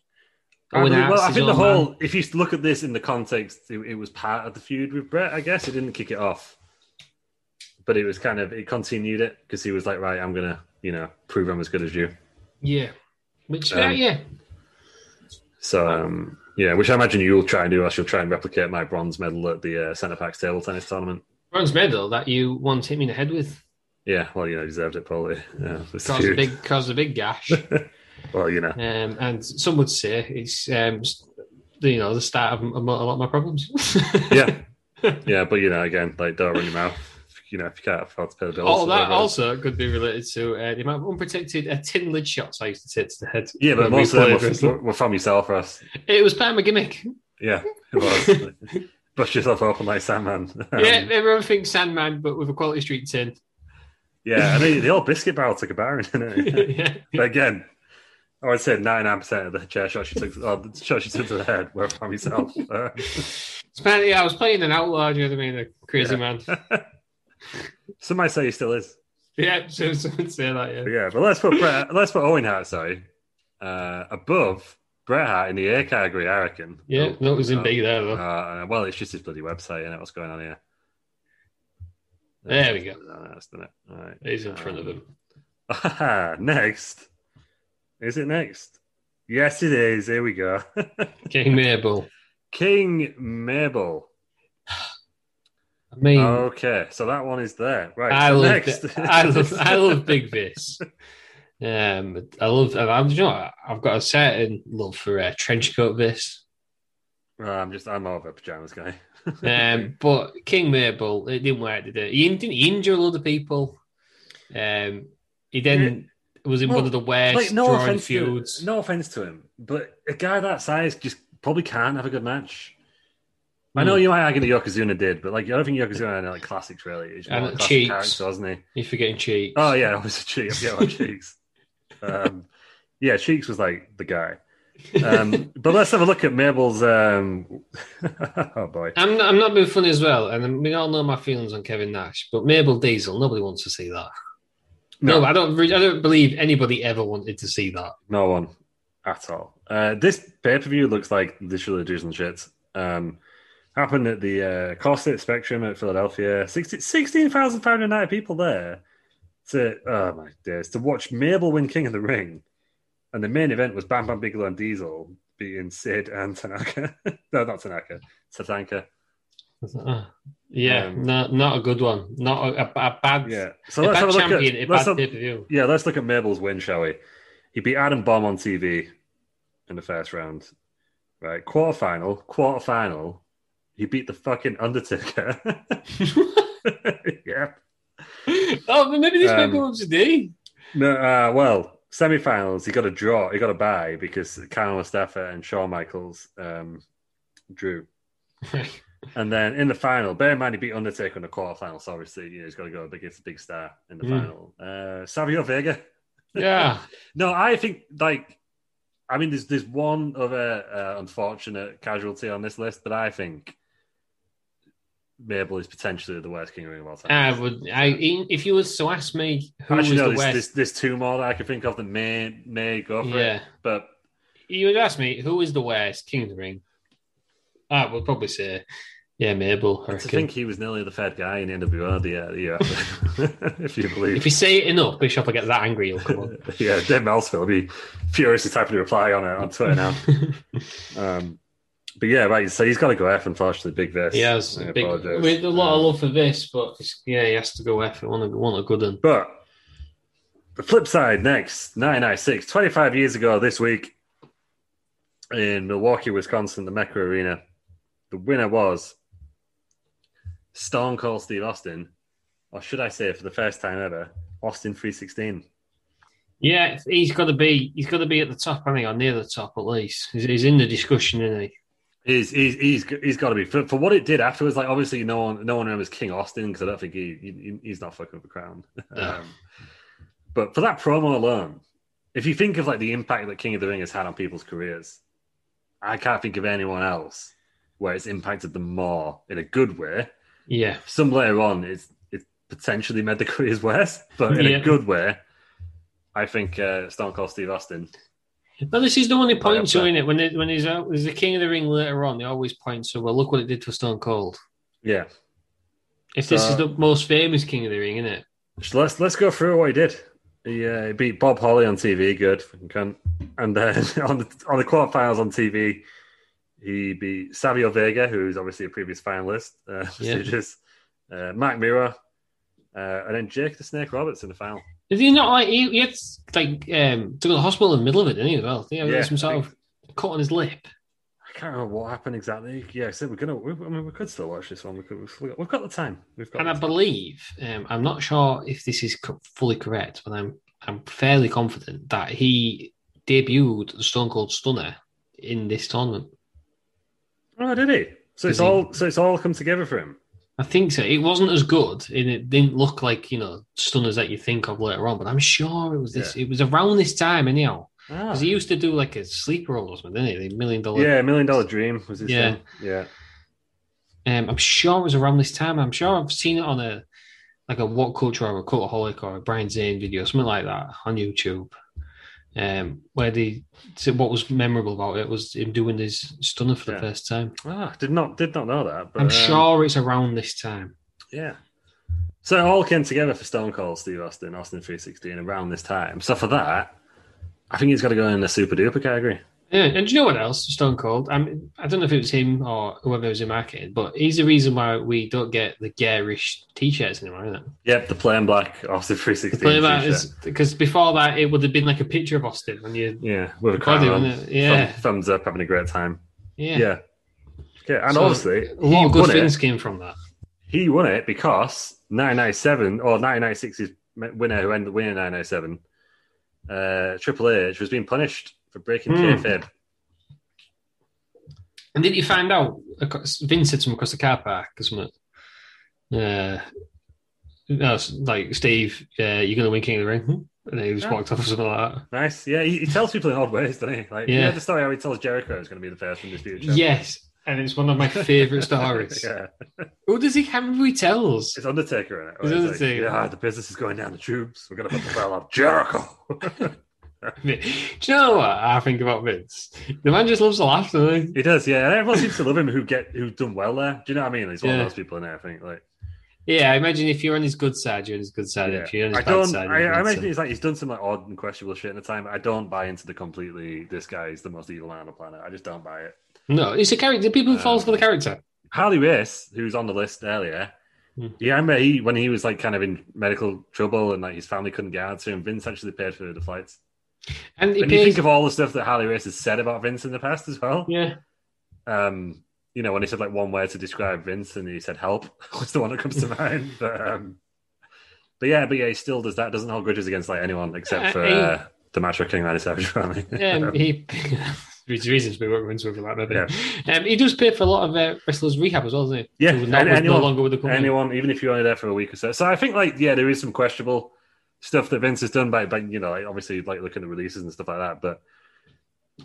[SPEAKER 1] I
[SPEAKER 2] Owen
[SPEAKER 1] believe-
[SPEAKER 2] Hart's
[SPEAKER 1] well, I
[SPEAKER 2] his
[SPEAKER 1] think the
[SPEAKER 2] own man?
[SPEAKER 1] whole, if you look at this in the context, it, it was part of the feud with Brett, I guess. It didn't kick it off, but it was kind of, it continued it because he was like, right, I'm going to, you know, prove I'm as good as you.
[SPEAKER 2] Yeah. Which
[SPEAKER 1] Um,
[SPEAKER 2] uh, yeah,
[SPEAKER 1] So, um, yeah, which I imagine you'll try and do, else you'll try and replicate my bronze medal at the uh, Centre Packs table tennis tournament.
[SPEAKER 2] bronze medal that you once hit me in the head with
[SPEAKER 1] Yeah, well, you know, deserved it probably. Yeah, it was
[SPEAKER 2] caused a
[SPEAKER 1] huge.
[SPEAKER 2] big caused a big gash.
[SPEAKER 1] well, you know,
[SPEAKER 2] Um, and some would say it's um, s- you know the start of m- a lot of my problems.
[SPEAKER 1] yeah, yeah, but you know, again, like don't run your mouth. You know, if you can't afford to pay the bills,
[SPEAKER 2] All that
[SPEAKER 1] whatever.
[SPEAKER 2] also could be related to uh, the amount of unprotected uh, tin lid shots I used to take to the head.
[SPEAKER 1] Yeah, but
[SPEAKER 2] when we
[SPEAKER 1] most of them
[SPEAKER 2] played
[SPEAKER 1] were,
[SPEAKER 2] wrestling.
[SPEAKER 1] were, were from yourself, Ross.
[SPEAKER 2] It was part of my gimmick.
[SPEAKER 1] Yeah, it was. Brush yourself open like Sandman. Um,
[SPEAKER 2] yeah, everyone thinks Sandman, but with a quality street tin.
[SPEAKER 1] yeah, and the, the old biscuit barrel took a baron in it.
[SPEAKER 2] yeah.
[SPEAKER 1] but again, I would say 99% of the chair shots she took, or the shots she took to the head were from yourself. Uh,
[SPEAKER 2] Apparently, I was playing an outlaw, you know what I mean? A crazy man.
[SPEAKER 1] Some might say he still is.
[SPEAKER 2] Yeah, so someone say that, yeah.
[SPEAKER 1] But yeah, but let's put Bret, let's put Owen Hart, sorry, uh, above Bret Hart in the A category, I reckon.
[SPEAKER 2] Yeah, that was
[SPEAKER 1] Oh.
[SPEAKER 2] in big there, though.
[SPEAKER 1] Uh, well, it's just his bloody website, and what's going on here?
[SPEAKER 2] There we go.
[SPEAKER 1] No, that's done it. All right. Um,
[SPEAKER 2] He's in front
[SPEAKER 1] Oh.
[SPEAKER 2] of him.
[SPEAKER 1] Ah, next. Is it next? Yes, it is. Here we go.
[SPEAKER 2] King Mabel.
[SPEAKER 1] King Mabel.
[SPEAKER 2] I mean,
[SPEAKER 1] Oh. Okay, so that one is there. Right.
[SPEAKER 2] I,
[SPEAKER 1] so
[SPEAKER 2] love,
[SPEAKER 1] next.
[SPEAKER 2] I love, I love Big Vis. Um, I love. I'm, you know, I've got a certain love for uh, trench coat Vis.
[SPEAKER 1] Oh, I'm just I'm over pajamas guy.
[SPEAKER 2] Um, but King Mabel, it didn't work, did it? He didn't he injure a lot of people. Um, he then was in
[SPEAKER 1] Well,
[SPEAKER 2] one of the worst
[SPEAKER 1] like no
[SPEAKER 2] drawing
[SPEAKER 1] offense, to,
[SPEAKER 2] feuds.
[SPEAKER 1] no offense to him, but a guy that size just probably can't have a good match. I know
[SPEAKER 2] Hmm.
[SPEAKER 1] you might argue that Yokozuna did, but like I don't think Yokozuna had any, like classics really. He's more
[SPEAKER 2] And
[SPEAKER 1] like
[SPEAKER 2] it
[SPEAKER 1] classic
[SPEAKER 2] cheats.
[SPEAKER 1] character, wasn't he?
[SPEAKER 2] You're forgetting cheeks.
[SPEAKER 1] Oh yeah, I was a cheek. I forget about cheeks. Um, yeah, cheeks was like the guy. Um, but let's have a look at Mabel's. Um... oh boy,
[SPEAKER 2] I'm not, I'm not being funny as well, and we all know my feelings on Kevin Nash, but Mabel Diesel, nobody wants to see that. No, I don't. re- I don't believe anybody ever wanted to see that.
[SPEAKER 1] No one at all. Uh, this pay per view looks like literally dudes and shits. Um, happened at the uh, Corset Spectrum at Philadelphia. 60 16,590 people there to, oh my days, to watch Mabel win King of the Ring. And the main event was Bam Bam Bigelow and Diesel beating Sid and Tanaka. no, not Tanaka, Satanka.
[SPEAKER 2] Uh, yeah,
[SPEAKER 1] Um,
[SPEAKER 2] no, not a good one. Not a, a, a bad,
[SPEAKER 1] Yeah.
[SPEAKER 2] a
[SPEAKER 1] So let's have
[SPEAKER 2] bad
[SPEAKER 1] a look
[SPEAKER 2] champion,
[SPEAKER 1] at.
[SPEAKER 2] a
[SPEAKER 1] Let's
[SPEAKER 2] bad
[SPEAKER 1] have,
[SPEAKER 2] pay per view.
[SPEAKER 1] yeah, let's look at Mabel's win, shall we? He beat Adam Bomb on TV in the first round. Right, quarterfinal, quarterfinal. He beat the fucking Undertaker. yeah.
[SPEAKER 2] oh, but maybe this
[SPEAKER 1] Um,
[SPEAKER 2] might be what to do.
[SPEAKER 1] No, uh, well, semi-finals. He got a draw. He got a bye because Kyle Mustafa and Shawn Michaels um, drew. And then in the final, bear in mind he beat Undertaker in the quarterfinal, so obviously you know, he's got to go against a big star in the
[SPEAKER 2] Mm.
[SPEAKER 1] final. Uh, Savio Vega.
[SPEAKER 2] yeah,
[SPEAKER 1] No, I think like I mean, there's there's one other uh, unfortunate casualty on this list that I think Mabel is potentially the worst King of the Ring of all
[SPEAKER 2] I
[SPEAKER 1] time.
[SPEAKER 2] would. I if you was to ask me Ah, who was
[SPEAKER 1] Actually, no,
[SPEAKER 2] the
[SPEAKER 1] there's, there's
[SPEAKER 2] worst,
[SPEAKER 1] there's two more that I can think of that may may go for
[SPEAKER 2] yeah,
[SPEAKER 1] it, but
[SPEAKER 2] you would ask me who is the worst King of the Ring. I would probably say, yeah, Mabel. I
[SPEAKER 1] I
[SPEAKER 2] reckon.
[SPEAKER 1] think he was nearly the third guy in NWR the, uh, the year after, if you believe.
[SPEAKER 2] If you say it enough, Bishop will get that angry. He'll come on.
[SPEAKER 1] yeah, Dave Maelsfield will be furiously typing a reply on it on Twitter now. um, but yeah, right. So he's got to go F, unfortunately, big verse.
[SPEAKER 2] he has a big, with a lot of
[SPEAKER 1] Um,
[SPEAKER 2] love for this, but it's, yeah, he has to go F. One, a- one a good one.
[SPEAKER 1] But the flip side next, 996, 25 years ago this week in Milwaukee, Wisconsin, the Mecca Arena, the winner was Stone Cold Steve Austin, or should I say, for the first time ever, Austin 316.
[SPEAKER 2] Yeah, he's got to be. He's got to be at the top, I think, or near the top at least. He's, he's in the discussion, isn't he?
[SPEAKER 1] He's, he's, he's, he's got to be for, for what it did afterwards. Like obviously, no one no one remembers King Austin because I don't think he, he he's not fucking with the crown.
[SPEAKER 2] No.
[SPEAKER 1] Um, but for that promo alone, if you think of like the impact that King of the Ring has had on people's careers, I can't think of anyone else where it's impacted them more in a good way.
[SPEAKER 2] Yeah,
[SPEAKER 1] Some later on, it's it's potentially made the careers worse, but in
[SPEAKER 2] Yeah.
[SPEAKER 1] a good way. I think uh, Stone Cold Steve Austin.
[SPEAKER 2] but this is the one he points to
[SPEAKER 1] upset.
[SPEAKER 2] in it when they, when he's out. There's the King of the Ring later on. They always point to. Well, look what it did to Stone Cold.
[SPEAKER 1] Yeah,
[SPEAKER 2] If this
[SPEAKER 1] So-
[SPEAKER 2] is the most famous King of the Ring, isn't it?
[SPEAKER 1] So let's let's go through what he did. He, uh, he beat Bob Holly on TV, good fucking cunt. And then on the on the quarterfinals on TV, he beat Savio Vega, who's obviously a previous finalist, uh, prestigious, uh, Mark Mira, uh, and then Jake the Snake Roberts in the final.
[SPEAKER 2] Is he not? Like, he, he had like um, to go to the hospital in the middle of it, didn't he? as Well, yeah,
[SPEAKER 1] Yeah,
[SPEAKER 2] some
[SPEAKER 1] I
[SPEAKER 2] sort
[SPEAKER 1] think-
[SPEAKER 2] of cut on his lip.
[SPEAKER 1] I can't remember what happened exactly. Yeah, so we're gonna. We, I mean, we could still watch this one. We could, we've got- we've got the time. We've got.
[SPEAKER 2] And I
[SPEAKER 1] the time.
[SPEAKER 2] believe um, I'm not sure if this is co- fully correct, but I'm I'm fairly confident that he debuted the Stone Cold Stunner in this tournament.
[SPEAKER 1] Oh, did he? So it's
[SPEAKER 2] Is he-
[SPEAKER 1] all. So it's all come together for him.
[SPEAKER 2] I think so. It wasn't as good, and it didn't look like you know stunners that you think of later on. But I'm sure it was this. It was around this time, anyhow,
[SPEAKER 1] Ah.
[SPEAKER 2] because he used to do like a sleeper role or something, didn't he? The million dollar.
[SPEAKER 1] Yeah, Million Dollar Dream was his
[SPEAKER 2] Yeah.
[SPEAKER 1] thing. Yeah.
[SPEAKER 2] Um, I'm sure it was around this time. I'm sure I've seen it on a like a what culture or a cultaholic or a Brian Zane video, something like that on YouTube. Um, where they so what was memorable about it was him doing his stunner for the
[SPEAKER 1] Yeah.
[SPEAKER 2] first time.
[SPEAKER 1] Ah, did not did not know that. But
[SPEAKER 2] I'm
[SPEAKER 1] um,
[SPEAKER 2] sure it's around this time.
[SPEAKER 1] Yeah. So it all came together for Stone Cold Steve Austin, Austin 316 around this time. So for that, I think he's got to go in the super duper category.
[SPEAKER 2] Yeah, and do you know what else? Stone Cold. I mean, I don't know if it was him or whoever was in marketing, but he's the reason why we don't get the garish t-shirts anymore, isn't it?
[SPEAKER 1] Yep, the plain black Austin 316. t-shirt.
[SPEAKER 2] because before that it would have been like a picture of Austin on your
[SPEAKER 1] Yeah, with a
[SPEAKER 2] body,
[SPEAKER 1] crown on.
[SPEAKER 2] wouldn't it? Yeah,
[SPEAKER 1] Thumb- thumbs up, having a great time.
[SPEAKER 2] yeah.
[SPEAKER 1] Yeah. Okay, and
[SPEAKER 2] So,
[SPEAKER 1] obviously,
[SPEAKER 2] a lot
[SPEAKER 1] he
[SPEAKER 2] of good
[SPEAKER 1] won,
[SPEAKER 2] things
[SPEAKER 1] it.
[SPEAKER 2] came from that.
[SPEAKER 1] he won it because 997 or 996's winner who ended up winning 997, uh, Triple H was being punished for breaking
[SPEAKER 2] Hmm.
[SPEAKER 1] kayfabe.
[SPEAKER 2] And did you find out across- Vince said something across the car park or something? Uh, no, it's like Steve, uh, you're gonna win King of the Ring, Hmm? and then he just
[SPEAKER 1] Yeah.
[SPEAKER 2] walked off or something like that.
[SPEAKER 1] Nice. Yeah, he, he tells people in odd ways, doesn't he? Like, yeah.
[SPEAKER 2] Yeah.
[SPEAKER 1] you know the story how he tells Jericho is going to be the first in dispute. champ?
[SPEAKER 2] Yes, and it's one of my favorite stories.
[SPEAKER 1] yeah.
[SPEAKER 2] Who does he? How many he tells?
[SPEAKER 1] It's Undertaker in it.
[SPEAKER 2] It's
[SPEAKER 1] where he's
[SPEAKER 2] Undertaker.
[SPEAKER 1] Like, yeah, the business is going down the tubes. We're going to put the bell on Jericho.
[SPEAKER 2] Do you know what I think about Vince? The man just loves to laugh, doesn't
[SPEAKER 1] he does, yeah. And everyone seems to love him who get who's done well there. Do you know what I mean? He's one
[SPEAKER 2] Yeah.
[SPEAKER 1] of those people in there, I think. Like,
[SPEAKER 2] he? Yeah, I imagine if you're on his good side, you're on his good side.
[SPEAKER 1] yeah.
[SPEAKER 2] If you're on his
[SPEAKER 1] I
[SPEAKER 2] bad
[SPEAKER 1] don't.
[SPEAKER 2] side,
[SPEAKER 1] I,
[SPEAKER 2] you're
[SPEAKER 1] I
[SPEAKER 2] on his
[SPEAKER 1] imagine
[SPEAKER 2] bad
[SPEAKER 1] he's like he's done some like odd and questionable shit in the time. I don't buy into the completely. This guy is the most evil man on the planet. I just don't buy it.
[SPEAKER 2] side. No, it's a character. People
[SPEAKER 1] Um,
[SPEAKER 2] fall for the character.
[SPEAKER 1] Harley Race, who's on the list earlier,
[SPEAKER 2] Hmm.
[SPEAKER 1] yeah, I remember he when he was like kind of in medical trouble and like his family couldn't get out to him. Vince actually paid for the flights.
[SPEAKER 2] And he
[SPEAKER 1] And you
[SPEAKER 2] pays,
[SPEAKER 1] think of all the stuff that Harley Race has said about Vince in the past as well.
[SPEAKER 2] yeah,
[SPEAKER 1] Um, you know, when he said like one word to describe Vince and he said help was the one that comes to mind. But um, but yeah, but yeah, he still does that. Doesn't hold grudges against like anyone except for
[SPEAKER 2] Uh, he-
[SPEAKER 1] uh, the match with King Randy Savage family.
[SPEAKER 2] um, he. There's reasons we won't go into it for that, maybe.
[SPEAKER 1] Yeah.
[SPEAKER 2] Um, he does pay for a lot of uh, wrestlers' rehab as well, doesn't he?
[SPEAKER 1] Yeah,
[SPEAKER 2] Who now
[SPEAKER 1] and
[SPEAKER 2] was no
[SPEAKER 1] anyone-
[SPEAKER 2] longer with the company.
[SPEAKER 1] anyone, even if you're only there for a week or so. So I think like yeah, there is some questionable stuff that Vince has done by by you know like obviously like looking at releases and stuff like that. But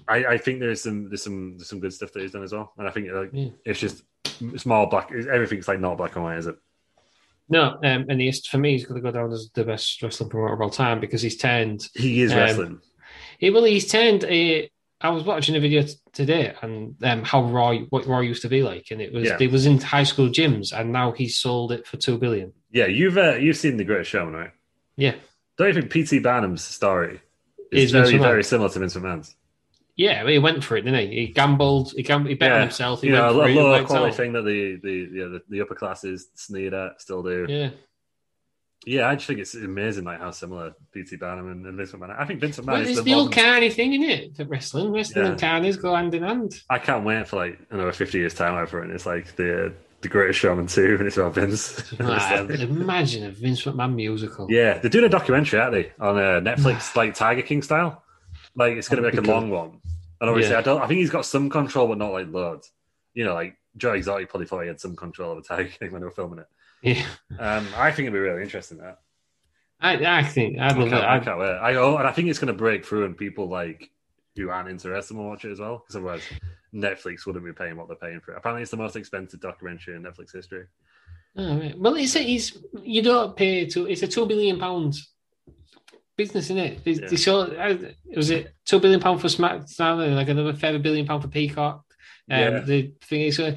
[SPEAKER 1] I, I think there's some there's some there's some good stuff that he's done as well. And I think like
[SPEAKER 2] Yeah.
[SPEAKER 1] it's just small black everything's like not black and white, is it?
[SPEAKER 2] No, um, and he's for me, he's going to go down as the best wrestling promoter of all time because he's turned
[SPEAKER 1] He is
[SPEAKER 2] Um,
[SPEAKER 1] wrestling.
[SPEAKER 2] He well, he's turned a. I was watching a video t- today and um, how Raw what Raw used to be like, and it was
[SPEAKER 1] Yeah.
[SPEAKER 2] it was in high school gyms, and now he's sold it for two billion.
[SPEAKER 1] Yeah, you've uh, you've seen the Great Showman, right?
[SPEAKER 2] Yeah,
[SPEAKER 1] Don't you think PT Barnum's story is
[SPEAKER 2] Is Vince
[SPEAKER 1] very
[SPEAKER 2] McMahon.
[SPEAKER 1] very similar to Vince McMahon's?
[SPEAKER 2] yeah, he went for it, didn't he? He gambled, he, gam- he bet on
[SPEAKER 1] Yeah.
[SPEAKER 2] himself. He
[SPEAKER 1] You know,
[SPEAKER 2] went
[SPEAKER 1] a
[SPEAKER 2] for it, he
[SPEAKER 1] lower
[SPEAKER 2] went
[SPEAKER 1] quality
[SPEAKER 2] out.
[SPEAKER 1] thing that the the you know, the, the upper classes sneered at, still do.
[SPEAKER 2] Yeah,
[SPEAKER 1] Yeah, I just think it's amazing like how similar PT Barnum and, and Vince McMahon. are. I think Vince McMahon
[SPEAKER 2] well,
[SPEAKER 1] is
[SPEAKER 2] it's
[SPEAKER 1] the,
[SPEAKER 2] the old
[SPEAKER 1] modern-
[SPEAKER 2] carny thing, isn't it? The wrestling, wrestling,
[SPEAKER 1] Yeah.
[SPEAKER 2] and carnies go hand in hand.
[SPEAKER 1] I can't wait for like another fifty years time over, and it's like the the Greatest Showman two, and it's about Vince. And
[SPEAKER 2] Ah,
[SPEAKER 1] it's like-
[SPEAKER 2] imagine a Vince McMahon musical.
[SPEAKER 1] yeah, they're doing a documentary, aren't they, on uh, Netflix, like Tiger King style. Like it's going to be like a long one, and obviously
[SPEAKER 2] Yeah.
[SPEAKER 1] I don't. I think he's got some control, but not like loads. You know, like Joe Exotic probably thought he had some control over Tiger King when they were filming it.
[SPEAKER 2] Yeah.
[SPEAKER 1] Um, I think it'd be really interesting. That
[SPEAKER 2] I, I think I
[SPEAKER 1] I
[SPEAKER 2] love
[SPEAKER 1] can't,
[SPEAKER 2] it.
[SPEAKER 1] I
[SPEAKER 2] I,
[SPEAKER 1] can't wait. I oh, and I think it's going to break through, and people like who aren't interested will watch it as well. Because otherwise, Netflix wouldn't be paying what they're paying for it. Apparently, it's the most expensive documentary in Netflix history.
[SPEAKER 2] All right. Well, it's a, it's you don't pay to it's a two billion pound business, isn't it? They,
[SPEAKER 1] Yeah.
[SPEAKER 2] they sold, uh, was it two billion pound for SmackDown and like another further billion pound for Peacock? Um,
[SPEAKER 1] Yeah.
[SPEAKER 2] The thing is, uh,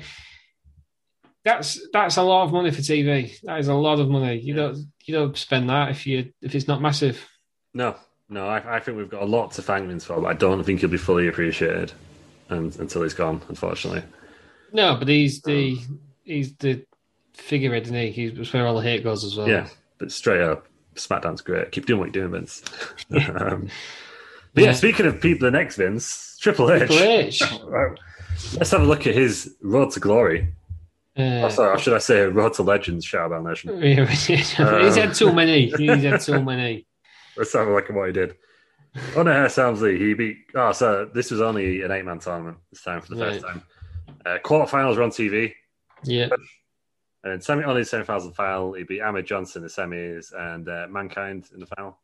[SPEAKER 2] that's that's a lot of money for TV. That is a lot of money. You
[SPEAKER 1] Yeah.
[SPEAKER 2] don't you don't spend that if you if it's not massive.
[SPEAKER 1] No, no, I, I think we've got a lot to thank Vince for, but I don't think he'll be fully appreciated and, until he's gone. Unfortunately,
[SPEAKER 2] No, but he's the
[SPEAKER 1] Um,
[SPEAKER 2] he's the figurehead, isn't he? He's where all the hate goes as well.
[SPEAKER 1] yeah. But straight up, SmackDown's great. Keep doing what you're doing, Vince. um, but yeah,
[SPEAKER 2] Yeah.
[SPEAKER 1] speaking of people, the next Vince, Triple H.
[SPEAKER 2] Triple H.
[SPEAKER 1] Right. Let's have a look at his Road to Glory.
[SPEAKER 2] Uh,
[SPEAKER 1] Oh, sorry, or should I say Road to Legends? Shout out, Nation.
[SPEAKER 2] Yeah, he's had
[SPEAKER 1] Um,
[SPEAKER 2] too many. He's had too many.
[SPEAKER 1] Let's have a look at what he did. On her Helmsley, he beat. Oh, so this was only an eight man tournament this time for the first
[SPEAKER 2] Right.
[SPEAKER 1] time. Uh, quarterfinals were on TV.
[SPEAKER 2] Yeah,
[SPEAKER 1] And then semi, only the semifinals and final, he beat Ahmed Johnson in the semis and uh, Mankind in the final.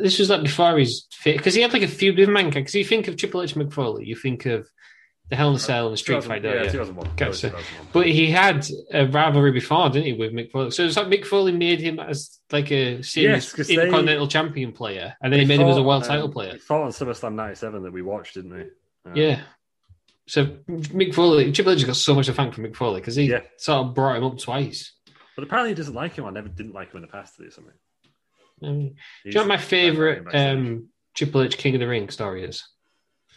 [SPEAKER 2] this was like before his fit because he had like a few with Mankind. Because you think of Triple H McFoley, you think of the Hell in a Cell and the Street Fighter.
[SPEAKER 1] Yeah,
[SPEAKER 2] yeah.
[SPEAKER 1] 2001.
[SPEAKER 2] Okay,
[SPEAKER 1] Oh,
[SPEAKER 2] so-
[SPEAKER 1] 2001.
[SPEAKER 2] But he had a rivalry before, didn't he, with McFoley? So it's like McFoley made him as like a
[SPEAKER 1] Yes,
[SPEAKER 2] serious
[SPEAKER 1] 'cause they-
[SPEAKER 2] intercontinental champion player, and then he made him as a world
[SPEAKER 1] Um,
[SPEAKER 2] title player.
[SPEAKER 1] He fought on SummerSlam 97 that we watched, didn't we? Uh,
[SPEAKER 2] Yeah. So McFoley, Triple H has got so much to thank for McFoley because he
[SPEAKER 1] Yeah.
[SPEAKER 2] sort of brought him up twice.
[SPEAKER 1] But apparently he doesn't like him. I never didn't like him in the past to do something.
[SPEAKER 2] Um, do
[SPEAKER 1] He's-
[SPEAKER 2] you know what my um,
[SPEAKER 1] He's-
[SPEAKER 2] favorite um, Triple H King of the Ring story is?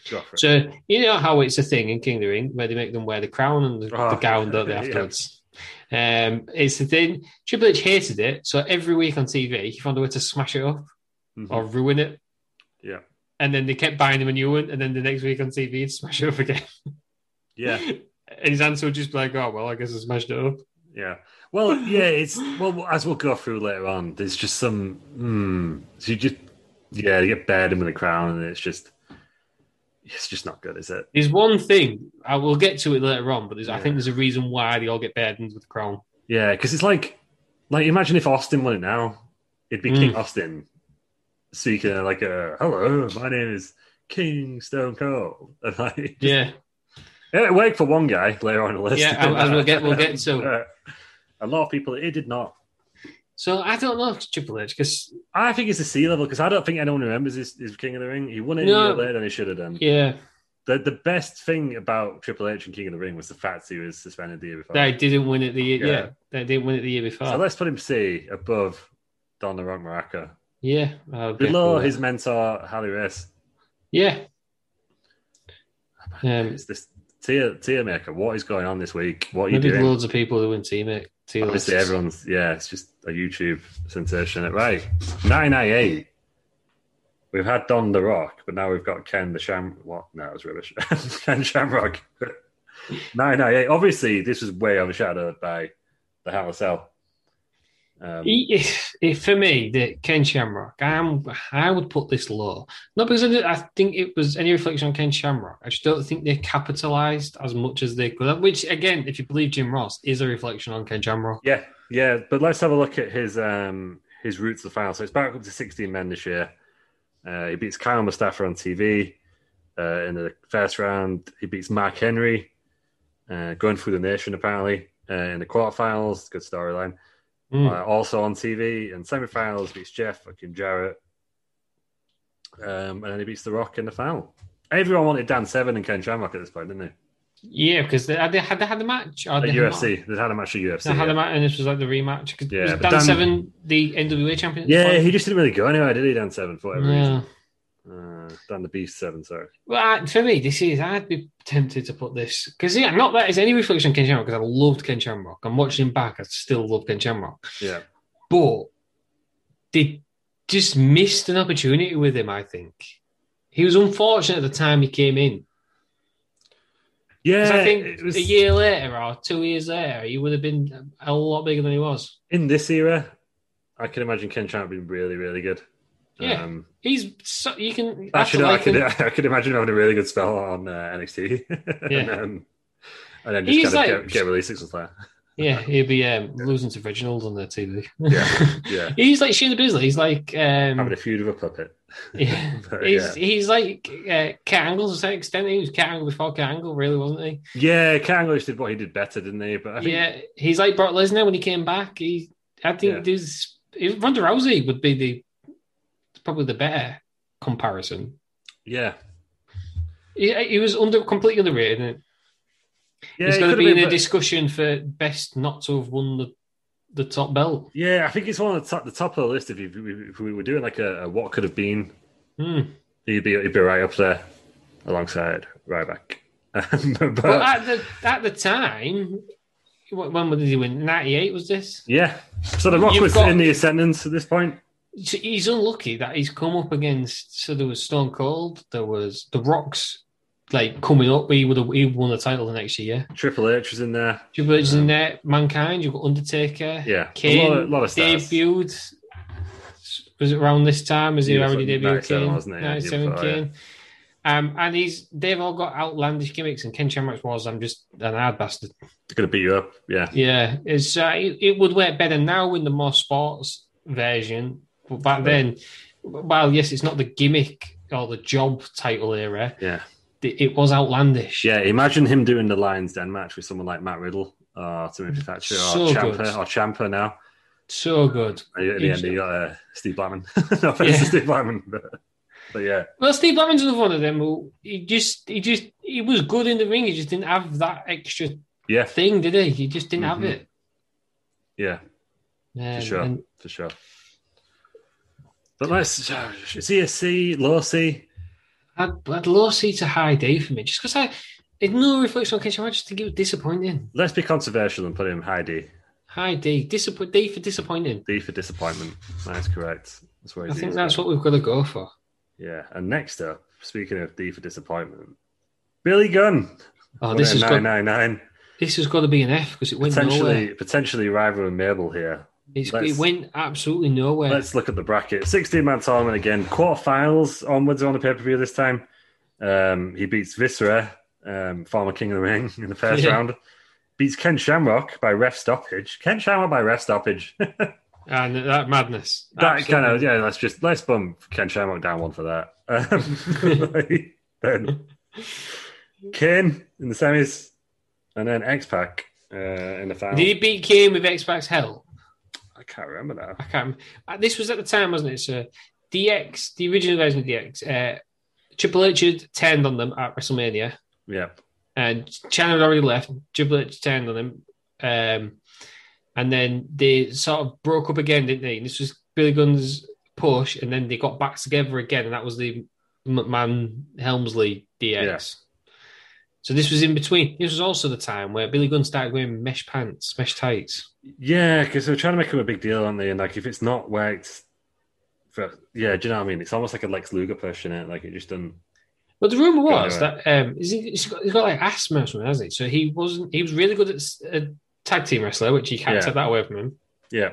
[SPEAKER 1] Go for it.
[SPEAKER 2] So you know how it's a thing in King of the Ring where they make them wear the crown and the,
[SPEAKER 1] Oh,
[SPEAKER 2] the gown, don't they?
[SPEAKER 1] yeah.
[SPEAKER 2] Afterwards, um, it's the thing. Triple H hated it, so every week on TV he found a way to smash it up
[SPEAKER 1] Mhm.
[SPEAKER 2] or ruin it.
[SPEAKER 1] Yeah.
[SPEAKER 2] And then they kept buying him a new one, and then the next week on TV he'd smash it up again.
[SPEAKER 1] Yeah,
[SPEAKER 2] And his answer would just be like, "Oh well, I guess I smashed it up."
[SPEAKER 1] yeah. Well, yeah. It's well as we'll go through later on. There's just some. Mm, so you just yeah, you get buried in with a crown, and it's just it's just not good, is it?
[SPEAKER 2] There's one thing I will get to it later on, but there's, I
[SPEAKER 1] Yeah.
[SPEAKER 2] think there's a reason why they all get burdened with the crown.
[SPEAKER 1] Yeah, because it's like, like imagine if Austin won it now, it'd
[SPEAKER 2] Hmm.
[SPEAKER 1] be King Austin speaking uh, like a hello, my name is King Stone Cold, and like,
[SPEAKER 2] Yeah,
[SPEAKER 1] yeah, it worked for one guy later on in the list.
[SPEAKER 2] Yeah, and- and we'll get- we'll get to.
[SPEAKER 1] Uh, a lot of people. It did not.
[SPEAKER 2] so I don't know Triple H because
[SPEAKER 1] I think it's a sea level because I don't think anyone remembers his, his King of the Ring. He won it
[SPEAKER 2] No.
[SPEAKER 1] a year later than he should have done.
[SPEAKER 2] yeah,
[SPEAKER 1] The the best thing about Triple H and King of the Ring was the fact he was suspended the year before.
[SPEAKER 2] They didn't win it the year. Yeah.
[SPEAKER 1] Yeah.
[SPEAKER 2] they didn't win it the year before.
[SPEAKER 1] Oh. so let's put him C above Don the Rock Maraca,
[SPEAKER 2] yeah, I'll get
[SPEAKER 1] below
[SPEAKER 2] for that.
[SPEAKER 1] his mentor Harley Race.
[SPEAKER 2] yeah. Um,
[SPEAKER 1] It's this Tia Tia Maker. What is going on this week? What are you
[SPEAKER 2] maybe
[SPEAKER 1] doing?
[SPEAKER 2] loads of people who win teammate. Team
[SPEAKER 1] Obviously,
[SPEAKER 2] lists.
[SPEAKER 1] everyone's yeah. It's just a YouTube sensation. Right, nine ninety eight. We've had Don the Rock, but now we've got Ken the Sham. What? No, it was rubbish. Ken Shamrock. nine ninety eight. Obviously, this was way overshadowed by the Hell in a Cell. Um,
[SPEAKER 2] He- if, if for me, the Ken Shamrock, I'm, I would put this low. Not because I, did- I think it was any reflection on Ken Shamrock. I just don't think they capitalized as much as they could. have, Which, again, if you believe Jim Ross, is a reflection on Ken Shamrock.
[SPEAKER 1] Yeah, yeah, but let's have a look at his um his route to the final. So it's back up to 16 men this year. Uh, he beats Kyle Mustafa on TV uh, in the first round. He beats Mark Henry, uh, going through the nation apparently uh, in the quarterfinals. Good storyline.
[SPEAKER 2] Mm.
[SPEAKER 1] Uh, also on TV and semifinals beats Jeff fucking Jarrett, um, and then he beats The Rock in the final. Everyone wanted Dan Seven and Ken Shamrock at this point, didn't they?
[SPEAKER 2] Yeah, because they had, they had they had the match. Or they
[SPEAKER 1] At
[SPEAKER 2] had a match?
[SPEAKER 1] UFC, they had a match at UFC.
[SPEAKER 2] They had
[SPEAKER 1] yeah.
[SPEAKER 2] a match, and this was like the rematch. 'Cause
[SPEAKER 1] Yeah,
[SPEAKER 2] was
[SPEAKER 1] but
[SPEAKER 2] Dan,
[SPEAKER 1] Dan-
[SPEAKER 2] Seven, the NWA champion. at the
[SPEAKER 1] Yeah,
[SPEAKER 2] time?
[SPEAKER 1] he just didn't really go anywhere, did he? Dan Seven for whatever reason.
[SPEAKER 2] Yeah.
[SPEAKER 1] Uh, Dan the Beast Seven, sorry.
[SPEAKER 2] Well, I- for me, this is I'd be tempted to put this because yeah, not that it's any reflection on Ken Shamrock because I loved Ken Shamrock. I'm watching him back. I still love Ken Shamrock,
[SPEAKER 1] Yeah,
[SPEAKER 2] but they just missed an opportunity with him. I think he was unfortunate at the time he came in.
[SPEAKER 1] yeah.
[SPEAKER 2] 'Cause I think
[SPEAKER 1] it was
[SPEAKER 2] a year later or two years later, he would have been a lot bigger than he was.
[SPEAKER 1] in this era. I can imagine Ken Shamrock being really, really good.
[SPEAKER 2] Yeah.
[SPEAKER 1] Um,
[SPEAKER 2] He's so, you can
[SPEAKER 1] actually, no,
[SPEAKER 2] have to
[SPEAKER 1] I
[SPEAKER 2] like
[SPEAKER 1] could,
[SPEAKER 2] him.
[SPEAKER 1] I could imagine having a really good spell on uh, NXT. and,
[SPEAKER 2] Yeah.
[SPEAKER 1] um, and then
[SPEAKER 2] He's
[SPEAKER 1] just kind
[SPEAKER 2] like-
[SPEAKER 1] of get, get released six months later.
[SPEAKER 2] Yeah, he'd be um, losing to Reginald on the TV.
[SPEAKER 1] Yeah, yeah.
[SPEAKER 2] he's like Sheila Bisley. He's like um,
[SPEAKER 1] Having a feud with a puppet.
[SPEAKER 2] Yeah,
[SPEAKER 1] But,
[SPEAKER 2] he's he's like uh, Cat Angle to some extent. He was Cat Angle before Cat Angle, really, wasn't he?
[SPEAKER 1] yeah, Kurt Angle just did what he did better, didn't he? But I think
[SPEAKER 2] yeah, he's like Brock Lesnar when he came back. He, I
[SPEAKER 1] Yeah.
[SPEAKER 2] think there's if Ronda Rousey would be the probably the better comparison.
[SPEAKER 1] yeah,
[SPEAKER 2] He, he was under completely underrated. And
[SPEAKER 1] yeah.
[SPEAKER 2] he's
[SPEAKER 1] he
[SPEAKER 2] going to
[SPEAKER 1] could've
[SPEAKER 2] be in
[SPEAKER 1] been
[SPEAKER 2] a
[SPEAKER 1] bet-
[SPEAKER 2] discussion for best not to have won the the top belt.
[SPEAKER 1] Yeah, I think it's one of the top, the top of the list. If, you, if we were doing like a, a what could have been
[SPEAKER 2] Hmm.
[SPEAKER 1] He'd be he'd be right up there alongside Ryback. Um, but
[SPEAKER 2] Well, at the at the time, wh- when did he win? Ninety eight was this?
[SPEAKER 1] yeah, so the Rock
[SPEAKER 2] You've
[SPEAKER 1] was
[SPEAKER 2] got-
[SPEAKER 1] in the ascendance at this point.
[SPEAKER 2] So he's unlucky that he's come up against. So there was Stone Cold, there was The Rock's like coming up. He would have he won the title the next year.
[SPEAKER 1] Triple H was in there.
[SPEAKER 2] Triple H's in there, Mankind. You've got Undertaker.
[SPEAKER 1] Um, Yeah,
[SPEAKER 2] Kane
[SPEAKER 1] a lot of, lot of stars.
[SPEAKER 2] debuted. Was it around this time? Is he
[SPEAKER 1] Yeah,
[SPEAKER 2] already
[SPEAKER 1] fucking
[SPEAKER 2] debuted?
[SPEAKER 1] 97,
[SPEAKER 2] Kane?
[SPEAKER 1] wasn't it? Yeah,
[SPEAKER 2] 97
[SPEAKER 1] year before,
[SPEAKER 2] Kane. Um, and he's they've all got outlandish gimmicks, and Ken Shamrock was I'm just an hard bastard.
[SPEAKER 1] Going to beat you up. Yeah,
[SPEAKER 2] Yeah, it's uh, it, it would work better now in the more sports version, but back then, well, yes, it's not the gimmick or the job title era.
[SPEAKER 1] yeah,
[SPEAKER 2] It, it was outlandish.
[SPEAKER 1] yeah. Imagine him doing the Lions Den match with someone like Matt Riddle or Timothy Thatcher or
[SPEAKER 2] Mm, So
[SPEAKER 1] Champa
[SPEAKER 2] good.
[SPEAKER 1] or Champa now.
[SPEAKER 2] so good.
[SPEAKER 1] And at the end,
[SPEAKER 2] Interesting.
[SPEAKER 1] you got uh, Steve Blackman. no offense
[SPEAKER 2] Yeah.
[SPEAKER 1] to Steve Blackman, but, but yeah,
[SPEAKER 2] Well, Steve Blackman's another one of them who he just he just he was good in the ring. He just didn't have that extra
[SPEAKER 1] yeah,
[SPEAKER 2] thing, did he? He just didn't
[SPEAKER 1] Mhm.
[SPEAKER 2] have it.
[SPEAKER 1] yeah.
[SPEAKER 2] Um,
[SPEAKER 1] For sure,
[SPEAKER 2] and-
[SPEAKER 1] for sure. But let's see a C, low C.
[SPEAKER 2] I'd, I'd low C to high D for me, just because I, it's no reflection on Kenshin. I just think it was disappointing.
[SPEAKER 1] Let's be controversial and put him high D.
[SPEAKER 2] High D, disappoint D for disappointing.
[SPEAKER 1] D for disappointment. That's correct. That's where
[SPEAKER 2] I
[SPEAKER 1] he's
[SPEAKER 2] think
[SPEAKER 1] easy.
[SPEAKER 2] that's what we've got to go for.
[SPEAKER 1] Yeah. And next up, speaking of D for disappointment, Billy Gunn.
[SPEAKER 2] Oh,
[SPEAKER 1] One
[SPEAKER 2] this
[SPEAKER 1] eight
[SPEAKER 2] has
[SPEAKER 1] nine
[SPEAKER 2] got
[SPEAKER 1] nine nine.
[SPEAKER 2] this has got to be an F because it went nowhere.
[SPEAKER 1] Potentially, potentially rival and Mabel here.
[SPEAKER 2] It's,
[SPEAKER 1] let's-
[SPEAKER 2] it went absolutely nowhere.
[SPEAKER 1] Let's look at the bracket. 16 man tournament again. Quarterfinals onwards on the pay per view this time. Um, he beats Viscera, um, former King of the Ring, in the first
[SPEAKER 2] Yeah.
[SPEAKER 1] round. Beats Ken Shamrock by ref stoppage. Ken Shamrock by ref stoppage.
[SPEAKER 2] And that madness.
[SPEAKER 1] that
[SPEAKER 2] Absolutely.
[SPEAKER 1] kind of yeah. Let's just let's bump Ken Shamrock down one for that. Um, then Kane in the semis, and then X Pac uh, in the final.
[SPEAKER 2] Did he beat Kane with X Pac's help?
[SPEAKER 1] I can't remember now.
[SPEAKER 2] I can't. rem- uh, This was at the time, wasn't it? So DX, the original version of DX, uh, Triple H had turned on them at WrestleMania,
[SPEAKER 1] Yeah,
[SPEAKER 2] and Chan had already left. Triple H turned on them, um, and then they sort of broke up again, didn't they? And this was Billy Gunn's push, and then they got back together again, and that was the McMahon Helmsley DX. So this was in between. This was also the time where Billy Gunn started wearing mesh pants, mesh tights.
[SPEAKER 1] yeah. Because they're trying to make him a big deal, aren't they? And like, if it's not worked, for, yeah. Do you know what I mean? It's almost like a Lex Luger push in it. Like it just doesn't.
[SPEAKER 2] Well, the rumor
[SPEAKER 1] Yeah,
[SPEAKER 2] was that um, is he, he's got, he's got like asthma or something, hasn't he? So he wasn't. He was really good at s- a tag team wrestler, which you can't
[SPEAKER 1] Yeah.
[SPEAKER 2] take that away from him.
[SPEAKER 1] Yeah,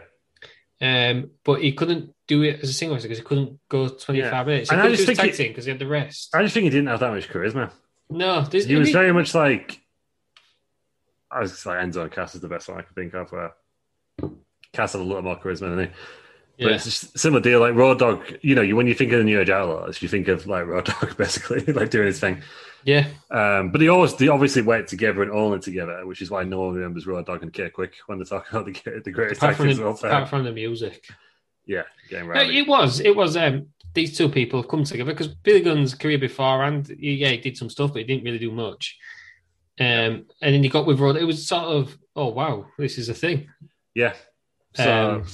[SPEAKER 2] Um, but he couldn't do it as a single wrestler because he couldn't go twenty five
[SPEAKER 1] Yeah.
[SPEAKER 2] minutes. He
[SPEAKER 1] And I
[SPEAKER 2] couldn't do
[SPEAKER 1] just
[SPEAKER 2] his tag
[SPEAKER 1] think
[SPEAKER 2] team 'cause team because he had the rest.
[SPEAKER 1] I just think he didn't have that much charisma.
[SPEAKER 2] no, there's,
[SPEAKER 1] He was
[SPEAKER 2] he-
[SPEAKER 1] very much like. I was just like Enzo and Cass is the best one I could think of. Where Cass had a lot more charisma than he. But
[SPEAKER 2] yeah.
[SPEAKER 1] it's just similar deal, like Raw Dog. You know, you when you think of the New Age Outlaws, you think of like Raw Dog basically, like doing his thing.
[SPEAKER 2] yeah,
[SPEAKER 1] Um, but they always, they obviously work together and all in together, which is why no one remembers Raw Dog and K Quick when they talk about the, the greatest
[SPEAKER 2] apart from,
[SPEAKER 1] actors
[SPEAKER 2] the,
[SPEAKER 1] of all
[SPEAKER 2] apart
[SPEAKER 1] time.
[SPEAKER 2] from the music.
[SPEAKER 1] Yeah, game
[SPEAKER 2] No,
[SPEAKER 1] right.
[SPEAKER 2] it was, it was. Um, these two people have come together because Billy Gunn's career before, and yeah, he did some stuff, but he didn't really do much. Um, and then he got with Rod. It was sort of, oh wow, this is a thing.
[SPEAKER 1] yeah. So,
[SPEAKER 2] Um,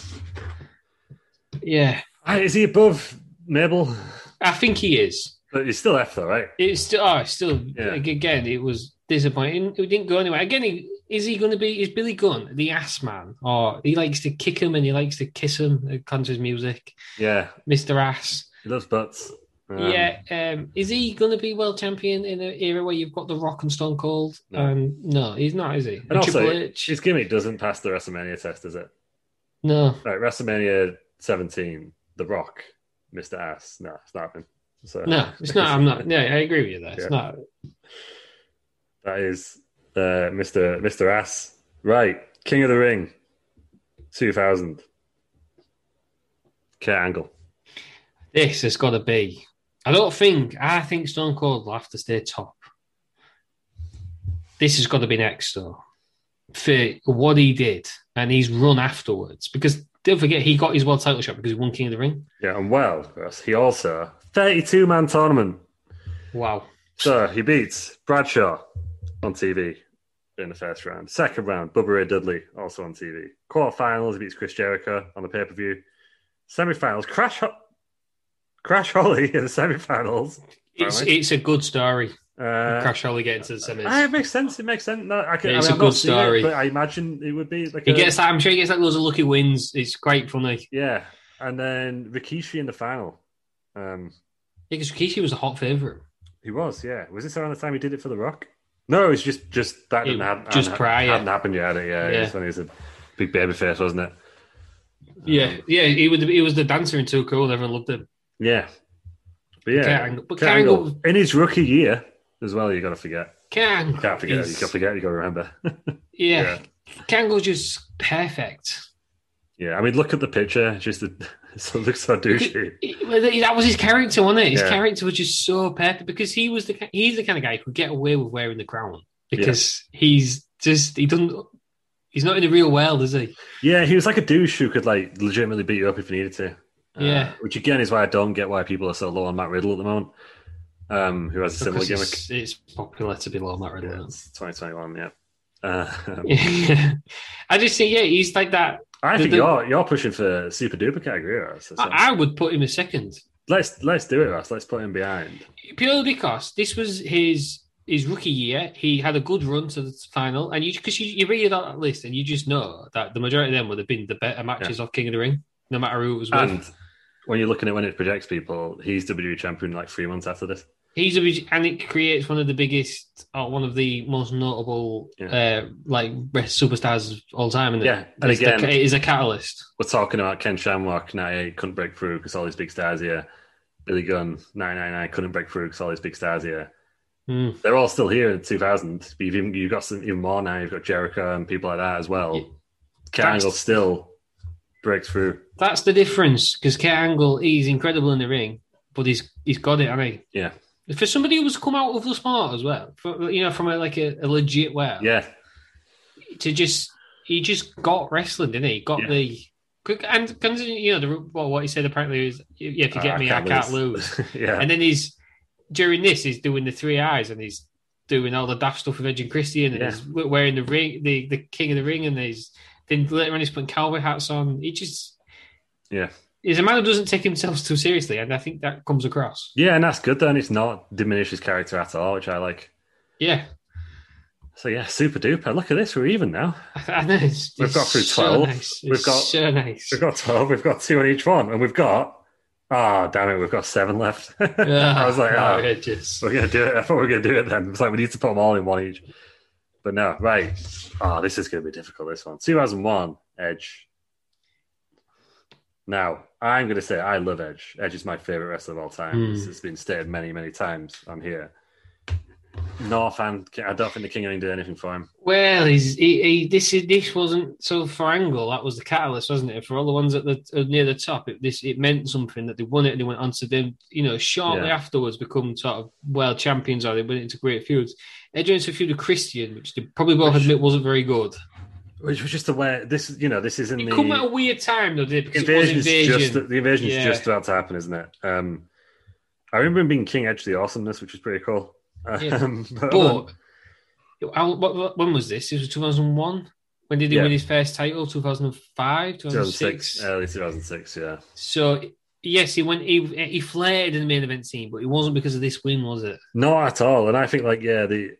[SPEAKER 2] Yeah,
[SPEAKER 1] Ah, is he above Mabel?
[SPEAKER 2] I think he is.
[SPEAKER 1] But he's still F though, right?
[SPEAKER 2] It's still, oh, it's still
[SPEAKER 1] Yeah.
[SPEAKER 2] ag- again, it was disappointing. It didn't go anywhere. Again, he, is he going to be, is Billy Gunn the ass man? Or he likes to kick him and he likes to kiss him, according to his music,
[SPEAKER 1] Yeah,
[SPEAKER 2] Mr. Ass.
[SPEAKER 1] he loves butts. Um,
[SPEAKER 2] yeah. Um, is he going to be world champion in an era where you've got The Rock and Stone Cold?
[SPEAKER 1] No.
[SPEAKER 2] Um, no, he's not, is he?
[SPEAKER 1] And also,
[SPEAKER 2] Triple H?
[SPEAKER 1] his gimmick doesn't pass the WrestleMania test, does it?
[SPEAKER 2] No.
[SPEAKER 1] Right, WrestleMania 17, The Rock, Mr. Ass. No, it's not happening. So,
[SPEAKER 2] No, it's not. I'm not. Yeah, I agree with you there. It's
[SPEAKER 1] Yeah.
[SPEAKER 2] not.
[SPEAKER 1] That is uh, Mr. Mr. Ass. Right, King of the Ring, 2000. Kurt Angle.
[SPEAKER 2] This has got to be. I don't think. I think Stone Cold will have to stay top. This has got to be next, though, for what he did and his run afterwards. Because don't forget, he got his world title shot because he won King of the Ring.
[SPEAKER 1] Yeah, and well, Russ, he also 32 man tournament.
[SPEAKER 2] Wow.
[SPEAKER 1] So he beats Bradshaw on TV in the first round. Second round, Bubba Ray Dudley also on TV. Quarterfinals, he beats Chris Jericho on the pay per view. Semifinals, Crash Ho- Crash Holly in the semifinals.
[SPEAKER 2] It's,
[SPEAKER 1] Alright.
[SPEAKER 2] it's a good story.
[SPEAKER 1] Uh,
[SPEAKER 2] Crash Holly getting to the semis.
[SPEAKER 1] Ah, it makes sense. It makes sense. No, I can,
[SPEAKER 2] It's
[SPEAKER 1] I mean,
[SPEAKER 2] a
[SPEAKER 1] I've not
[SPEAKER 2] good
[SPEAKER 1] seen
[SPEAKER 2] story.
[SPEAKER 1] It, but I imagine it would be like
[SPEAKER 2] he
[SPEAKER 1] a-
[SPEAKER 2] gets that. I'm sure he gets like loads of lucky wins. It's quite funny.
[SPEAKER 1] yeah, and then Rikishi in the final. Um,
[SPEAKER 2] Because Rikishi was a hot favorite.
[SPEAKER 1] he was, yeah. Was this around the time he did it for The Rock? No, it was just just that
[SPEAKER 2] It-
[SPEAKER 1] didn't happen.
[SPEAKER 2] just
[SPEAKER 1] hadn't-
[SPEAKER 2] prior.
[SPEAKER 1] hadn't happened yet. had it? Yeah, yeah.
[SPEAKER 2] Yeah.
[SPEAKER 1] It was when he was a big baby face, wasn't it?
[SPEAKER 2] Yeah, Um, yeah. He was he was the dancer in Too Cool. Everyone loved him.
[SPEAKER 1] Yeah, but yeah,
[SPEAKER 2] Kurt Angle- but
[SPEAKER 1] Kurt
[SPEAKER 2] Kurt
[SPEAKER 1] Angle,
[SPEAKER 2] Angle-
[SPEAKER 1] in his rookie year as well. You got to forget.
[SPEAKER 2] Can
[SPEAKER 1] You can't forget. You got to forget. You got to remember.
[SPEAKER 2] Yeah. Kangle's just perfect.
[SPEAKER 1] yeah, I mean, look at the picture. Just the, it looks so douchey.
[SPEAKER 2] It- well, that was his character, wasn't it? His
[SPEAKER 1] Yeah.
[SPEAKER 2] character was just so perfect because he was the ki- he's the kind of guy who could get away with wearing the crown because he's just he doesn't he's not in the real world, is he?
[SPEAKER 1] Yeah, he was like a douche who could like legitimately beat you up if he needed to. Uh,
[SPEAKER 2] Yeah.
[SPEAKER 1] which again is why I don't get why people are so low on Matt Riddle at the moment. Um, who has a similar
[SPEAKER 2] Because
[SPEAKER 1] gimmick?
[SPEAKER 2] it's, it's popular to be low Matt
[SPEAKER 1] Yeah,
[SPEAKER 2] Riddle.
[SPEAKER 1] it's 2021, yeah. Uh,
[SPEAKER 2] Yeah. I just think yeah, he's like that.
[SPEAKER 1] I
[SPEAKER 2] The-
[SPEAKER 1] think
[SPEAKER 2] the-
[SPEAKER 1] you're you're pushing for super duper category. Right? So, so-
[SPEAKER 2] I, I would put him a second.
[SPEAKER 1] Let's let's do it, Russ. Let's put him behind.
[SPEAKER 2] purely because this was his his rookie year. He had a good run to the final, and you because you, you read that list and you just know that the majority of them would have been the better matches of King of the Ring, no matter who it was with.
[SPEAKER 1] And when you're looking at when it projects people, he's WWE champion like three months after this.
[SPEAKER 2] He's a big- and it creates one of the biggest or one of the most notable uh, like rest superstars of all time. is
[SPEAKER 1] Yeah, and
[SPEAKER 2] it's the-
[SPEAKER 1] again-
[SPEAKER 2] it is a catalyst.
[SPEAKER 1] We're talking about Ken Shamrock, 98, couldn't break through because all these big stars here. Billy Gunn, 999, couldn't break through because all these big stars here.
[SPEAKER 2] Hmm.
[SPEAKER 1] They're all still here in 2000. But you've, even- you've got some even more now. You've got Jericho and people like that as well.
[SPEAKER 2] Yeah.
[SPEAKER 1] Kurt
[SPEAKER 2] That's-
[SPEAKER 1] Angle still breaks through.
[SPEAKER 2] That's the difference because Kurt Angle he's incredible in the ring, but he's he's got it, hasn't
[SPEAKER 1] Yeah.
[SPEAKER 2] he? For somebody who was come out of the sport as well, for, you know, from a, like a, a legit way,
[SPEAKER 1] Yeah.
[SPEAKER 2] to just he just got wrestling, didn't he? He Got
[SPEAKER 1] Yeah.
[SPEAKER 2] the and considering you know the, well, what he said apparently is yeah,
[SPEAKER 1] Uh,
[SPEAKER 2] if you get me, I can't lose.
[SPEAKER 1] yeah.
[SPEAKER 2] And then he's during this, he's doing the three eyes and he's doing all the daft stuff with Edge and Christian and
[SPEAKER 1] Yeah.
[SPEAKER 2] he's wearing the ring, the, the king of the ring, and he's then later on he's putting cowboy hats on. He just
[SPEAKER 1] Yeah.
[SPEAKER 2] he's a man who doesn't take himself too seriously, and I think that comes across.
[SPEAKER 1] yeah, and that's good then. It's not diminish his character at all, which I like.
[SPEAKER 2] Yeah,
[SPEAKER 1] So yeah, super duper. Look at this, we're even now.
[SPEAKER 2] I know. It's,
[SPEAKER 1] We've
[SPEAKER 2] it's
[SPEAKER 1] got through
[SPEAKER 2] so
[SPEAKER 1] 12.
[SPEAKER 2] nice.
[SPEAKER 1] We've
[SPEAKER 2] It's
[SPEAKER 1] got-
[SPEAKER 2] so nice.
[SPEAKER 1] We've got twelve. We've got two on each one, and we've got ah, damn it, we've got seven left. I was like,
[SPEAKER 2] Ah,
[SPEAKER 1] ah,
[SPEAKER 2] outrageous.
[SPEAKER 1] we're gonna do it. I thought we were gonna do it then. It's like we need to put them all in one each. But no, right. Ah, this is gonna be difficult. This one, two thousand one, Edge. Now, I'm gonna say I love Edge. Edge is my favorite wrestler of all time.
[SPEAKER 2] Hmm.
[SPEAKER 1] This has been stated many, many times on here. North and I don't think the King of England did anything for him.
[SPEAKER 2] Well, he's, he, he, this is this wasn't so for Angle. That was the catalyst, wasn't it? For all the ones at the uh, near the top, it, this it meant something that they won it and they went on to them. You know, shortly
[SPEAKER 1] Yeah.
[SPEAKER 2] afterwards, become sort of world champions, or they went into great feuds. They joined into a feud with Christian, which they probably both
[SPEAKER 1] Which-
[SPEAKER 2] admit wasn't very good.
[SPEAKER 1] Which was just the way this, you know, this is in
[SPEAKER 2] It
[SPEAKER 1] the
[SPEAKER 2] come at a weird time though, did it? Because it
[SPEAKER 1] invasion's
[SPEAKER 2] was invasion.
[SPEAKER 1] just the invasion's
[SPEAKER 2] Yeah.
[SPEAKER 1] just about to happen, isn't it? Um, I remember him being King Edge the Awesomeness, which was pretty cool.
[SPEAKER 2] Yeah.
[SPEAKER 1] Um, but,
[SPEAKER 2] But how, what, what, when was this? It was two thousand one. When did he
[SPEAKER 1] Yeah.
[SPEAKER 2] win his first title? Two thousand five, two thousand
[SPEAKER 1] 2006,
[SPEAKER 2] six.
[SPEAKER 1] early 2006, yeah.
[SPEAKER 2] So yes, he went. He, he flirted in the main event scene, but it wasn't because of this win, was it?
[SPEAKER 1] Not at all. And I think, like, yeah, the,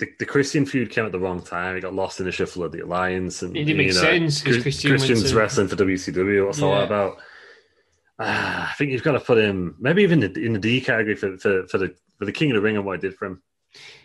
[SPEAKER 1] the the Christian feud came at the wrong time. It got lost in the shuffle of the alliance, and
[SPEAKER 2] It didn't make
[SPEAKER 1] you know,
[SPEAKER 2] sense 'cause
[SPEAKER 1] Chris-
[SPEAKER 2] Christian went
[SPEAKER 1] Christian's
[SPEAKER 2] to-
[SPEAKER 1] wrestling for WCW. What's all
[SPEAKER 2] Yeah.
[SPEAKER 1] that about? Ah, I think you've got to put him maybe even in the, in the D category for, for, for the for the King of the Ring and what I did for him.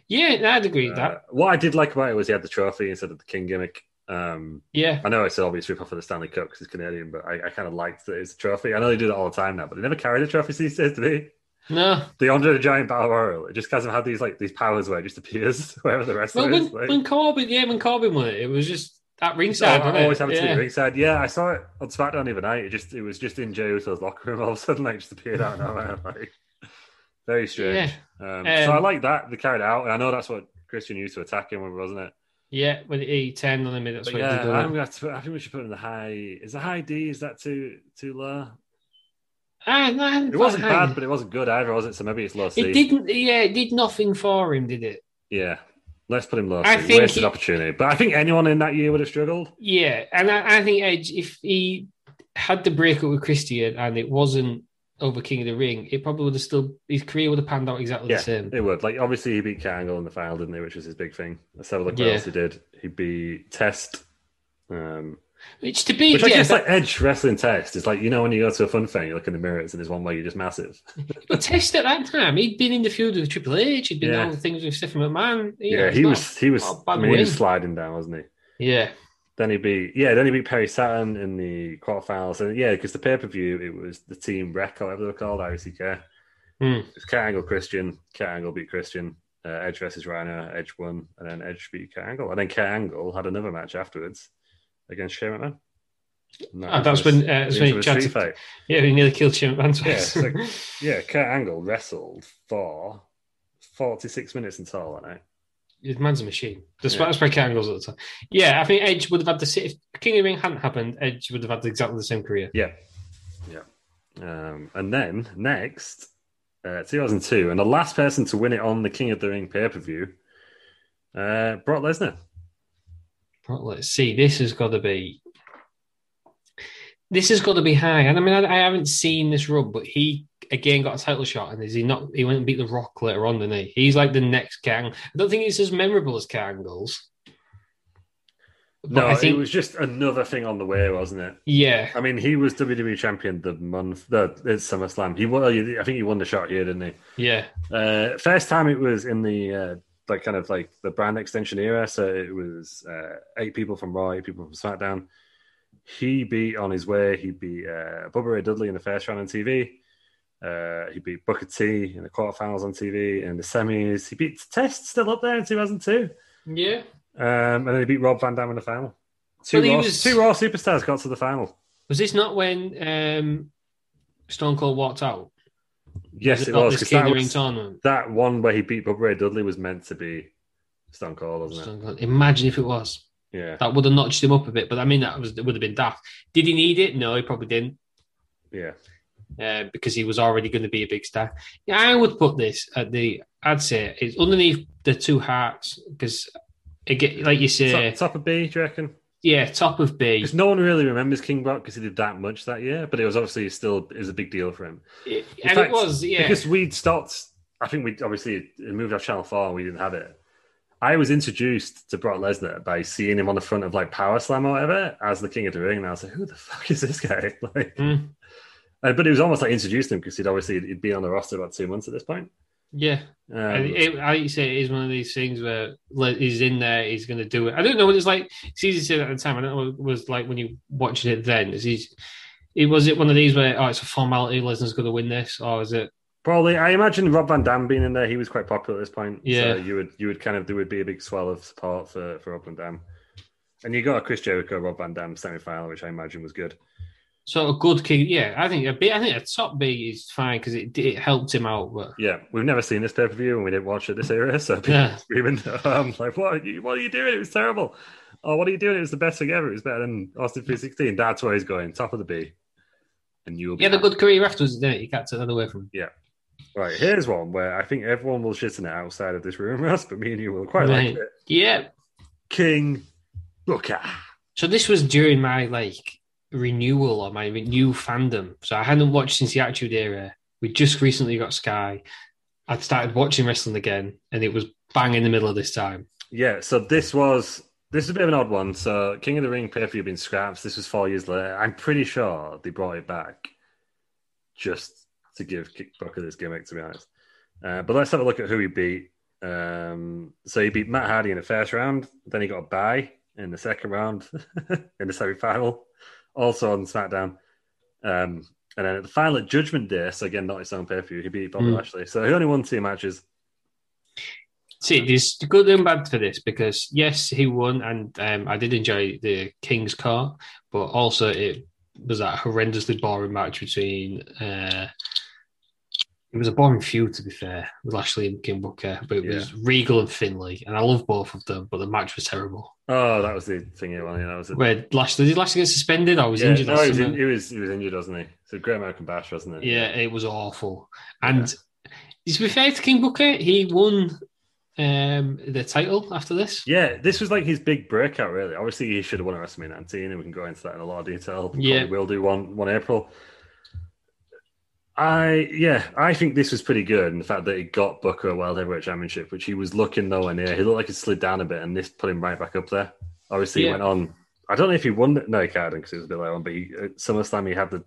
[SPEAKER 2] Yeah, I'd agree with
[SPEAKER 1] Uh,
[SPEAKER 2] that.
[SPEAKER 1] what I did like about it was he had the trophy instead of the king gimmick. Um,
[SPEAKER 2] Yeah,
[SPEAKER 1] I know it's an obvious rip off of the Stanley Cup because it's Canadian, but I, I kind of liked that it's a trophy. I know they do that all the time now, but they never carry the trophies these days. Do they?
[SPEAKER 2] no.
[SPEAKER 1] The Andre the Giant Battle Royal. It just hasn't had these like these powers where it just appears wherever the rest
[SPEAKER 2] Well,
[SPEAKER 1] of it
[SPEAKER 2] when,
[SPEAKER 1] is. Like,
[SPEAKER 2] when Corbin, yeah, when Corbin won it, it was just that
[SPEAKER 1] Oh,
[SPEAKER 2] ringside. wasn't
[SPEAKER 1] I always
[SPEAKER 2] it?
[SPEAKER 1] have it to be
[SPEAKER 2] yeah.
[SPEAKER 1] ringside. Yeah, I saw it on SmackDown the other night. It just it was just in Jey Uso's locker room all of a sudden, like just appeared out of nowhere. Like, very strange. Um, so I
[SPEAKER 2] Um,
[SPEAKER 1] like that they carried it out, and I know that's what Christian used to attack him with, wasn't it?
[SPEAKER 2] Yeah, when he turned on him, that's
[SPEAKER 1] But
[SPEAKER 2] what
[SPEAKER 1] yeah,
[SPEAKER 2] he did.
[SPEAKER 1] I'm
[SPEAKER 2] wasn't it?
[SPEAKER 1] gonna have to, I think we should put it in the high. Is the high D? Is that too too low?
[SPEAKER 2] Ah, no, I hadn't
[SPEAKER 1] It wasn't
[SPEAKER 2] thought of
[SPEAKER 1] bad, but it wasn't good either, was it? So maybe it's low C.
[SPEAKER 2] it didn't. Yeah, it did nothing for him, did it?
[SPEAKER 1] Yeah, let's put him low.
[SPEAKER 2] I
[SPEAKER 1] C.
[SPEAKER 2] think
[SPEAKER 1] wasted
[SPEAKER 2] he-
[SPEAKER 1] opportunity. But I think anyone in that year would have struggled.
[SPEAKER 2] Yeah, and I, I think Edge, if he had the breakup with Christian and it wasn't over King of the Ring, it probably would have still his career would have panned out exactly
[SPEAKER 1] Yeah,
[SPEAKER 2] the same.
[SPEAKER 1] it would. Like obviously he beat Kangle in the final, didn't he? Which was his big thing. Let's have a look what
[SPEAKER 2] Yeah.
[SPEAKER 1] else he did. He beat Test. Um,
[SPEAKER 2] Which to be,
[SPEAKER 1] which I
[SPEAKER 2] yeah,
[SPEAKER 1] guess like
[SPEAKER 2] that-
[SPEAKER 1] Edge wrestling Test is like you know when you go to a fun fair, you look in the mirrors and there's one where you're just massive.
[SPEAKER 2] But Test at that time, he'd been in the field with Triple H, he'd been
[SPEAKER 1] Yeah.
[SPEAKER 2] on things with Stephen McMahon.
[SPEAKER 1] Yeah,
[SPEAKER 2] you know, it's
[SPEAKER 1] he
[SPEAKER 2] not-
[SPEAKER 1] was he was.
[SPEAKER 2] not a bad
[SPEAKER 1] I mean, he was
[SPEAKER 2] win.
[SPEAKER 1] sliding down, wasn't he?
[SPEAKER 2] Yeah,
[SPEAKER 1] Then he beat yeah, then he beat Perry Saturn in the quarterfinals. And yeah, because the pay per view it was the team wreck or whatever they were called, ICK.
[SPEAKER 2] Hmm.
[SPEAKER 1] It's Kurt Angle Christian, Kurt Angle beat Christian, uh, Edge versus Rhino, Edge won, and then Edge beat Kurt Angle. And then Kurt Angle had another match afterwards against Shane McMahon. And
[SPEAKER 2] Ah, that's
[SPEAKER 1] was-
[SPEAKER 2] when, uh, that's when he
[SPEAKER 1] was a
[SPEAKER 2] tried
[SPEAKER 1] street
[SPEAKER 2] to-
[SPEAKER 1] fight.
[SPEAKER 2] yeah, he nearly killed Shane McMahon
[SPEAKER 1] Yeah,
[SPEAKER 2] twice.
[SPEAKER 1] so, yeah, Kurt Angle wrestled for forty six minutes in total, I know.
[SPEAKER 2] His man's a machine. The
[SPEAKER 1] Yeah.
[SPEAKER 2] That's where Angle's at the time. Yeah, I think Edge would have had the si- if King of the Ring hadn't happened, Edge would have had exactly the same career.
[SPEAKER 1] Yeah. Yeah. Um, and then next, uh, 2002, and the last person to win it on the King of the Ring pay per view, uh, Brock Lesnar.
[SPEAKER 2] But let's see, this has got to be. This has got to be high, and I mean, I, I haven't seen this rub, but he again got a title shot, and is he not? He went and beat The Rock later on, didn't he? He's like the next Kang. I don't think he's as memorable as Kang goes. But
[SPEAKER 1] No,
[SPEAKER 2] I think
[SPEAKER 1] it was just another thing on the way, wasn't it?
[SPEAKER 2] yeah,
[SPEAKER 1] I mean, he was WWE champion the month that it's SummerSlam. He won. I think he won the shot here, didn't he?
[SPEAKER 2] yeah,
[SPEAKER 1] Uh, first time it was in the uh, like kind of like the brand extension era, so it was uh, eight people from Raw, eight people from SmackDown. He beat on his way. He beat uh, Bubba Ray Dudley in the first round on TV. Uh, he beat Booker T in the quarterfinals on TV and the semis. He beat Test still up there in 2002,
[SPEAKER 2] yeah.
[SPEAKER 1] um, and then he beat Rob Van Dam in the final. Two
[SPEAKER 2] But he
[SPEAKER 1] Raw,
[SPEAKER 2] was-
[SPEAKER 1] two Raw superstars got to the final.
[SPEAKER 2] Was this not when um, Stone Cold walked out?
[SPEAKER 1] Yes, it
[SPEAKER 2] not
[SPEAKER 1] was. 'cause
[SPEAKER 2] This King of
[SPEAKER 1] that,
[SPEAKER 2] the Ring
[SPEAKER 1] was-
[SPEAKER 2] tournament.
[SPEAKER 1] that one where he beat Bubba Ray Dudley was meant to be Stone Cold, wasn't it?
[SPEAKER 2] Stone Cold. Imagine if it was.
[SPEAKER 1] Yeah,
[SPEAKER 2] That would have notched him up a bit, but I mean that was it would have been daft. Did he need it? No, he probably didn't,
[SPEAKER 1] yeah.
[SPEAKER 2] uh, because he was already going to be a big star. Yeah, I would put this at the. I'd say it's underneath the two hearts because, again, like you say,
[SPEAKER 1] Top, top of B, do you reckon?
[SPEAKER 2] yeah, top of B.
[SPEAKER 1] Because no one really remembers King Brock because he did that much that year, but it was obviously still it was a big deal for him.
[SPEAKER 2] It-
[SPEAKER 1] In
[SPEAKER 2] and
[SPEAKER 1] fact,
[SPEAKER 2] it was, yeah,
[SPEAKER 1] Because we'd stopped. I think we obviously moved off Channel Four and we didn't have it. I was introduced to Brock Lesnar by seeing him on the front of like Power Slam or whatever as the King of the Ring, and I was like, "Who the fuck is this guy?" Like,
[SPEAKER 2] Mm,
[SPEAKER 1] uh, but it was almost like introduced him because he'd obviously he'd been on the roster about two months at this point.
[SPEAKER 2] yeah. I
[SPEAKER 1] Um,
[SPEAKER 2] it, like you say, it is one of these things where like, he's in there, he's going to do it. I don't know what it's like. It's easy to say that at the time. I don't know what it was like when you watched it then. Is he, it was it one of these where oh, it's a formality. Lesnar's going to win this, or is it?
[SPEAKER 1] Probably, I imagine Rob Van Dam being in there. He was quite popular at this point.
[SPEAKER 2] Yeah.
[SPEAKER 1] so you would you would kind of there would be a big swell of support for for Rob Van Dam, and you got a Chris Jericho Rob Van Dam semi final, which I imagine was good.
[SPEAKER 2] So a good king, yeah. I think a B, I think a top B is fine because it it helped him out. But
[SPEAKER 1] Yeah, we've never seen this pay per view and we didn't watch it this era, so people
[SPEAKER 2] Yeah.
[SPEAKER 1] screaming, um, like, what are you what are you doing? It was terrible. Oh, what are you doing? It was the best thing ever. It was better than Austin three sixteen. That's where he's going, top of the B, and you will
[SPEAKER 2] he
[SPEAKER 1] be
[SPEAKER 2] had a
[SPEAKER 1] happy.
[SPEAKER 2] good career afterwards, didn't he? He got another way from.
[SPEAKER 1] right. Here's one where I think everyone will shit on it outside of this room, Russ, but me and you will quite like
[SPEAKER 2] Right.
[SPEAKER 1] it.
[SPEAKER 2] Yeah.
[SPEAKER 1] King Booker.
[SPEAKER 2] So this was during my like renewal or my new fandom. So I hadn't watched since the Attitude Era. We just recently got Sky. I'd started watching wrestling again, and it was bang in the middle of this time.
[SPEAKER 1] Yeah, so this was this is a bit of an odd one. So King of the Ring pay per view been scrapped. This was four years later. I'm pretty sure they brought it back just to give Kick Booker this gimmick, to be honest. Uh, but let's have a look at who he beat. Um, so he beat Matt Hardy in the first round. Then he got a bye in the second round in the semi final, also on SmackDown. Um, and then at the final at Judgment Day, so again not his own pay per view, he beat Bobby
[SPEAKER 2] Hmm.
[SPEAKER 1] Lashley. So he only won two matches.
[SPEAKER 2] See, there's good and bad for this because yes, he won, and um, I did enjoy the King's Court, but also it was that horrendously boring match between. Uh, it was a boring feud, to be fair, with Lashley and King Booker, but it was Regal and Finley, and I love both of them, but the match was terrible.
[SPEAKER 1] Oh, that was the thing. Yeah, well, yeah, that was it.
[SPEAKER 2] Where Lashley did Lashley get suspended? I was
[SPEAKER 1] Yeah,
[SPEAKER 2] injured.
[SPEAKER 1] no,
[SPEAKER 2] or
[SPEAKER 1] he was, in,
[SPEAKER 2] something?
[SPEAKER 1] he was he was injured, wasn't he? So Great American Bash, wasn't it?
[SPEAKER 2] Yeah, it was awful. And to be fair to King Booker, he won um, the title after this.
[SPEAKER 1] Yeah, this was like his big breakout, really. Obviously, he should have won at WrestleMania 19, and we can go into that in a lot of detail.
[SPEAKER 2] Yeah.
[SPEAKER 1] we'll do one one April. I yeah, I think this was pretty good, and the fact that he got Booker a World Heavyweight Championship, which he was looking nowhere near. He looked like he slid down a bit, and this put him right back up there. Obviously, he
[SPEAKER 2] Yeah.
[SPEAKER 1] went on. I don't know if he won. No, he can't because it was a bit later on. But he, at SummerSlam, he had the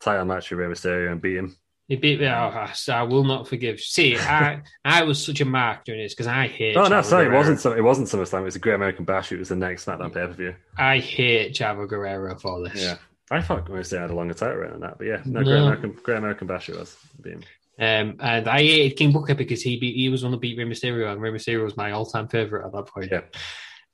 [SPEAKER 1] title match with Rey Mysterio and beat him.
[SPEAKER 2] He beat me out. I, I will not forgive. See, I I was such a mark during this because I hate.
[SPEAKER 1] Oh no,
[SPEAKER 2] Chavo
[SPEAKER 1] sorry, it
[SPEAKER 2] Guerrero.
[SPEAKER 1] wasn't. Some, it wasn't SummerSlam. It was the Great American Bash. It was the next
[SPEAKER 2] Mm.
[SPEAKER 1] SmackDown pay per view.
[SPEAKER 2] I hate Chavo Guerrero for this.
[SPEAKER 1] I thought we had a longer title reign than that, but yeah, no, Great
[SPEAKER 2] No.
[SPEAKER 1] American Great American Bash it was. Beam.
[SPEAKER 2] Um, and I hated King Booker because he beat, he was on the beat Rey Mysterio, and Rey Mysterio was my all time favorite at that point.
[SPEAKER 1] Yeah.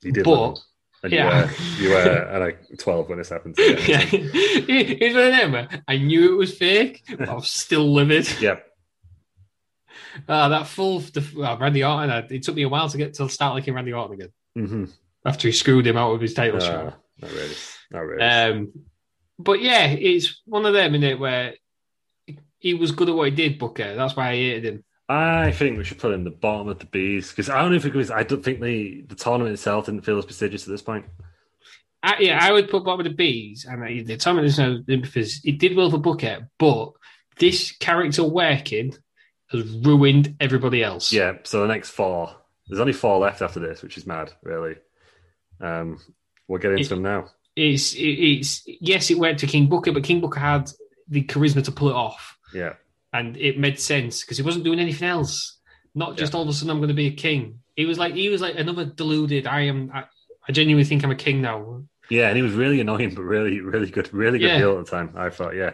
[SPEAKER 1] You did,
[SPEAKER 2] But-
[SPEAKER 1] love it. and
[SPEAKER 2] yeah.
[SPEAKER 1] you were, you were at like twelve when this happened. so
[SPEAKER 2] Yeah.
[SPEAKER 1] yeah.
[SPEAKER 2] It- it's one of them. where I knew it was fake, but I was still livid.
[SPEAKER 1] yeah,
[SPEAKER 2] Uh, that full the, well, Randy Orton. I, it took me a while to get to start liking Randy Orton again
[SPEAKER 1] mm-hmm. Uh,
[SPEAKER 2] after he screwed him out of his title shot.
[SPEAKER 1] not really, not really.
[SPEAKER 2] Um, but yeah, it's one of them in it where he was good at what he did, Booker. That's why I hated him.
[SPEAKER 1] I think we should put it in the bottom of the bees because I don't know if it was. I don't think the the tournament itself didn't feel as prestigious at this point.
[SPEAKER 2] I, yeah, I would put Bob with the bees, and I, the time it was no it did well for Booker, but this character working has ruined everybody else.
[SPEAKER 1] Yeah, so the next four. There's only four left after this, which is mad, really. Um, we'll get into
[SPEAKER 2] It-
[SPEAKER 1] them now.
[SPEAKER 2] It's it's yes, it went to King Booker, but King Booker had the charisma to pull it off,
[SPEAKER 1] Yeah,
[SPEAKER 2] and it made sense because he wasn't doing anything else. Not just all of a sudden I'm going to be a king. He was like he was like another deluded. I am. I, I genuinely think I'm a king now.
[SPEAKER 1] yeah, and he was really annoying, but really, really good, really good
[SPEAKER 2] Yeah.
[SPEAKER 1] deal at the time. I thought, yeah.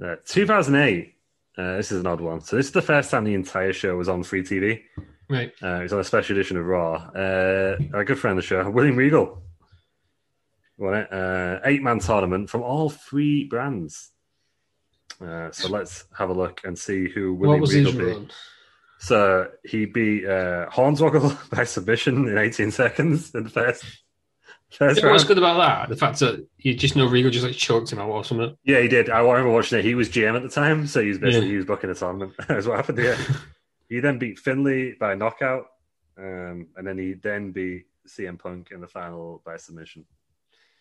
[SPEAKER 1] Uh, 2008. Uh, this is an odd one. So this is the first time the entire show was on free TV.
[SPEAKER 2] Right.
[SPEAKER 1] Uh, it was on a special edition of Raw. Uh, our good friend of the show, William Regal, won it. Uh, Eight man tournament from all three brands. Uh, so let's have a look and see who William
[SPEAKER 2] what was
[SPEAKER 1] Regal
[SPEAKER 2] his
[SPEAKER 1] beat.
[SPEAKER 2] run?
[SPEAKER 1] So he beat uh, Hornswoggle by submission in 18 seconds in the first, first round.
[SPEAKER 2] What's good about that? The fact that you just know Regal just like choked him out or something.
[SPEAKER 1] Yeah, he did. I remember watching it. He was GM at the time, so he was basically he was booking a tournament. That's what happened. Yeah, he then beat Finley by knockout, um, and then he then beat CM Punk in the final by submission.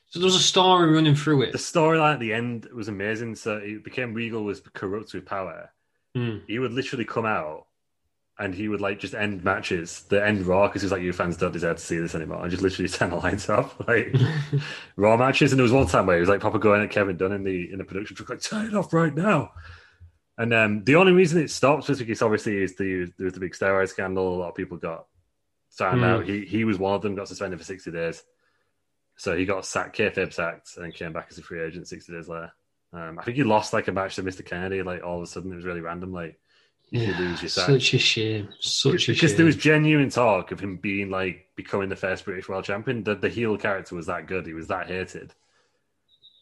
[SPEAKER 2] So there was a story running through
[SPEAKER 1] The
[SPEAKER 2] it.
[SPEAKER 1] storyline at the end was amazing. So it became Regal was corrupt with power.
[SPEAKER 2] Hmm.
[SPEAKER 1] He would literally come out. And he would like just end matches, the end Raw, because he was like, "You fans don't deserve to see this anymore," and just literally turn the lights off. Like, Raw matches, and there was one time where he was like Papa going at Kevin Dunn in the in the production truck, like turn it off right now. And um, the only reason it stopped was because obviously is the there was the big steroid scandal. A lot of people got signed
[SPEAKER 2] Hmm.
[SPEAKER 1] out. He he was one of them. Got suspended for sixty days, so he got sacked, kayfabe sacked, and came back as a free agent sixty days later. Um, I think he lost like a match to Mr. Kennedy. Like all of a sudden, it was really random. Like you could lose your sack.
[SPEAKER 2] Such a shame. Such a
[SPEAKER 1] because
[SPEAKER 2] shame.
[SPEAKER 1] there was genuine talk of him being like becoming the first British world champion. The, the heel character was that good. He was that hated.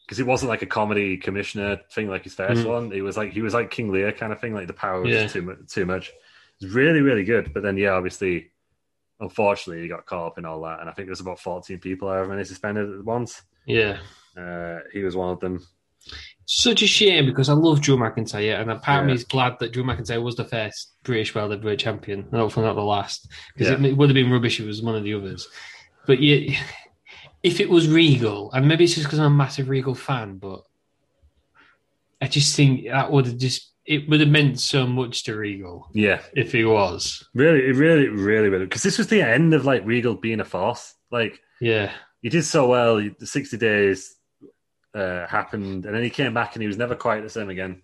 [SPEAKER 1] Because it wasn't like a comedy commissioner thing like his first
[SPEAKER 2] Mm.
[SPEAKER 1] one. It was like he was like King Lear kind of thing. Like the power was
[SPEAKER 2] Yeah.
[SPEAKER 1] too much. Too much. It's really really good. But then yeah, obviously, unfortunately, he got caught up in all that. And I think there was about fourteen people however many suspended at once.
[SPEAKER 2] yeah.
[SPEAKER 1] Uh, he was one of them.
[SPEAKER 2] Such a shame because I love Drew McIntyre, and part of me
[SPEAKER 1] Yeah.
[SPEAKER 2] is glad that Drew McIntyre was the first British World Heavyweight Champion, and hopefully not the last, because it would have been rubbish if it was one of the others. But yeah, if it was Regal, and maybe it's just because I'm a massive Regal fan, but I just think that would have just it would have meant so much to Regal
[SPEAKER 1] Yeah,
[SPEAKER 2] if he was.
[SPEAKER 1] really, it really, really, really. Because this was the end of like Regal being a force. Like
[SPEAKER 2] Yeah,
[SPEAKER 1] he did so well. he- The 60 days uh, happened, and then he came back and he was never quite the same again.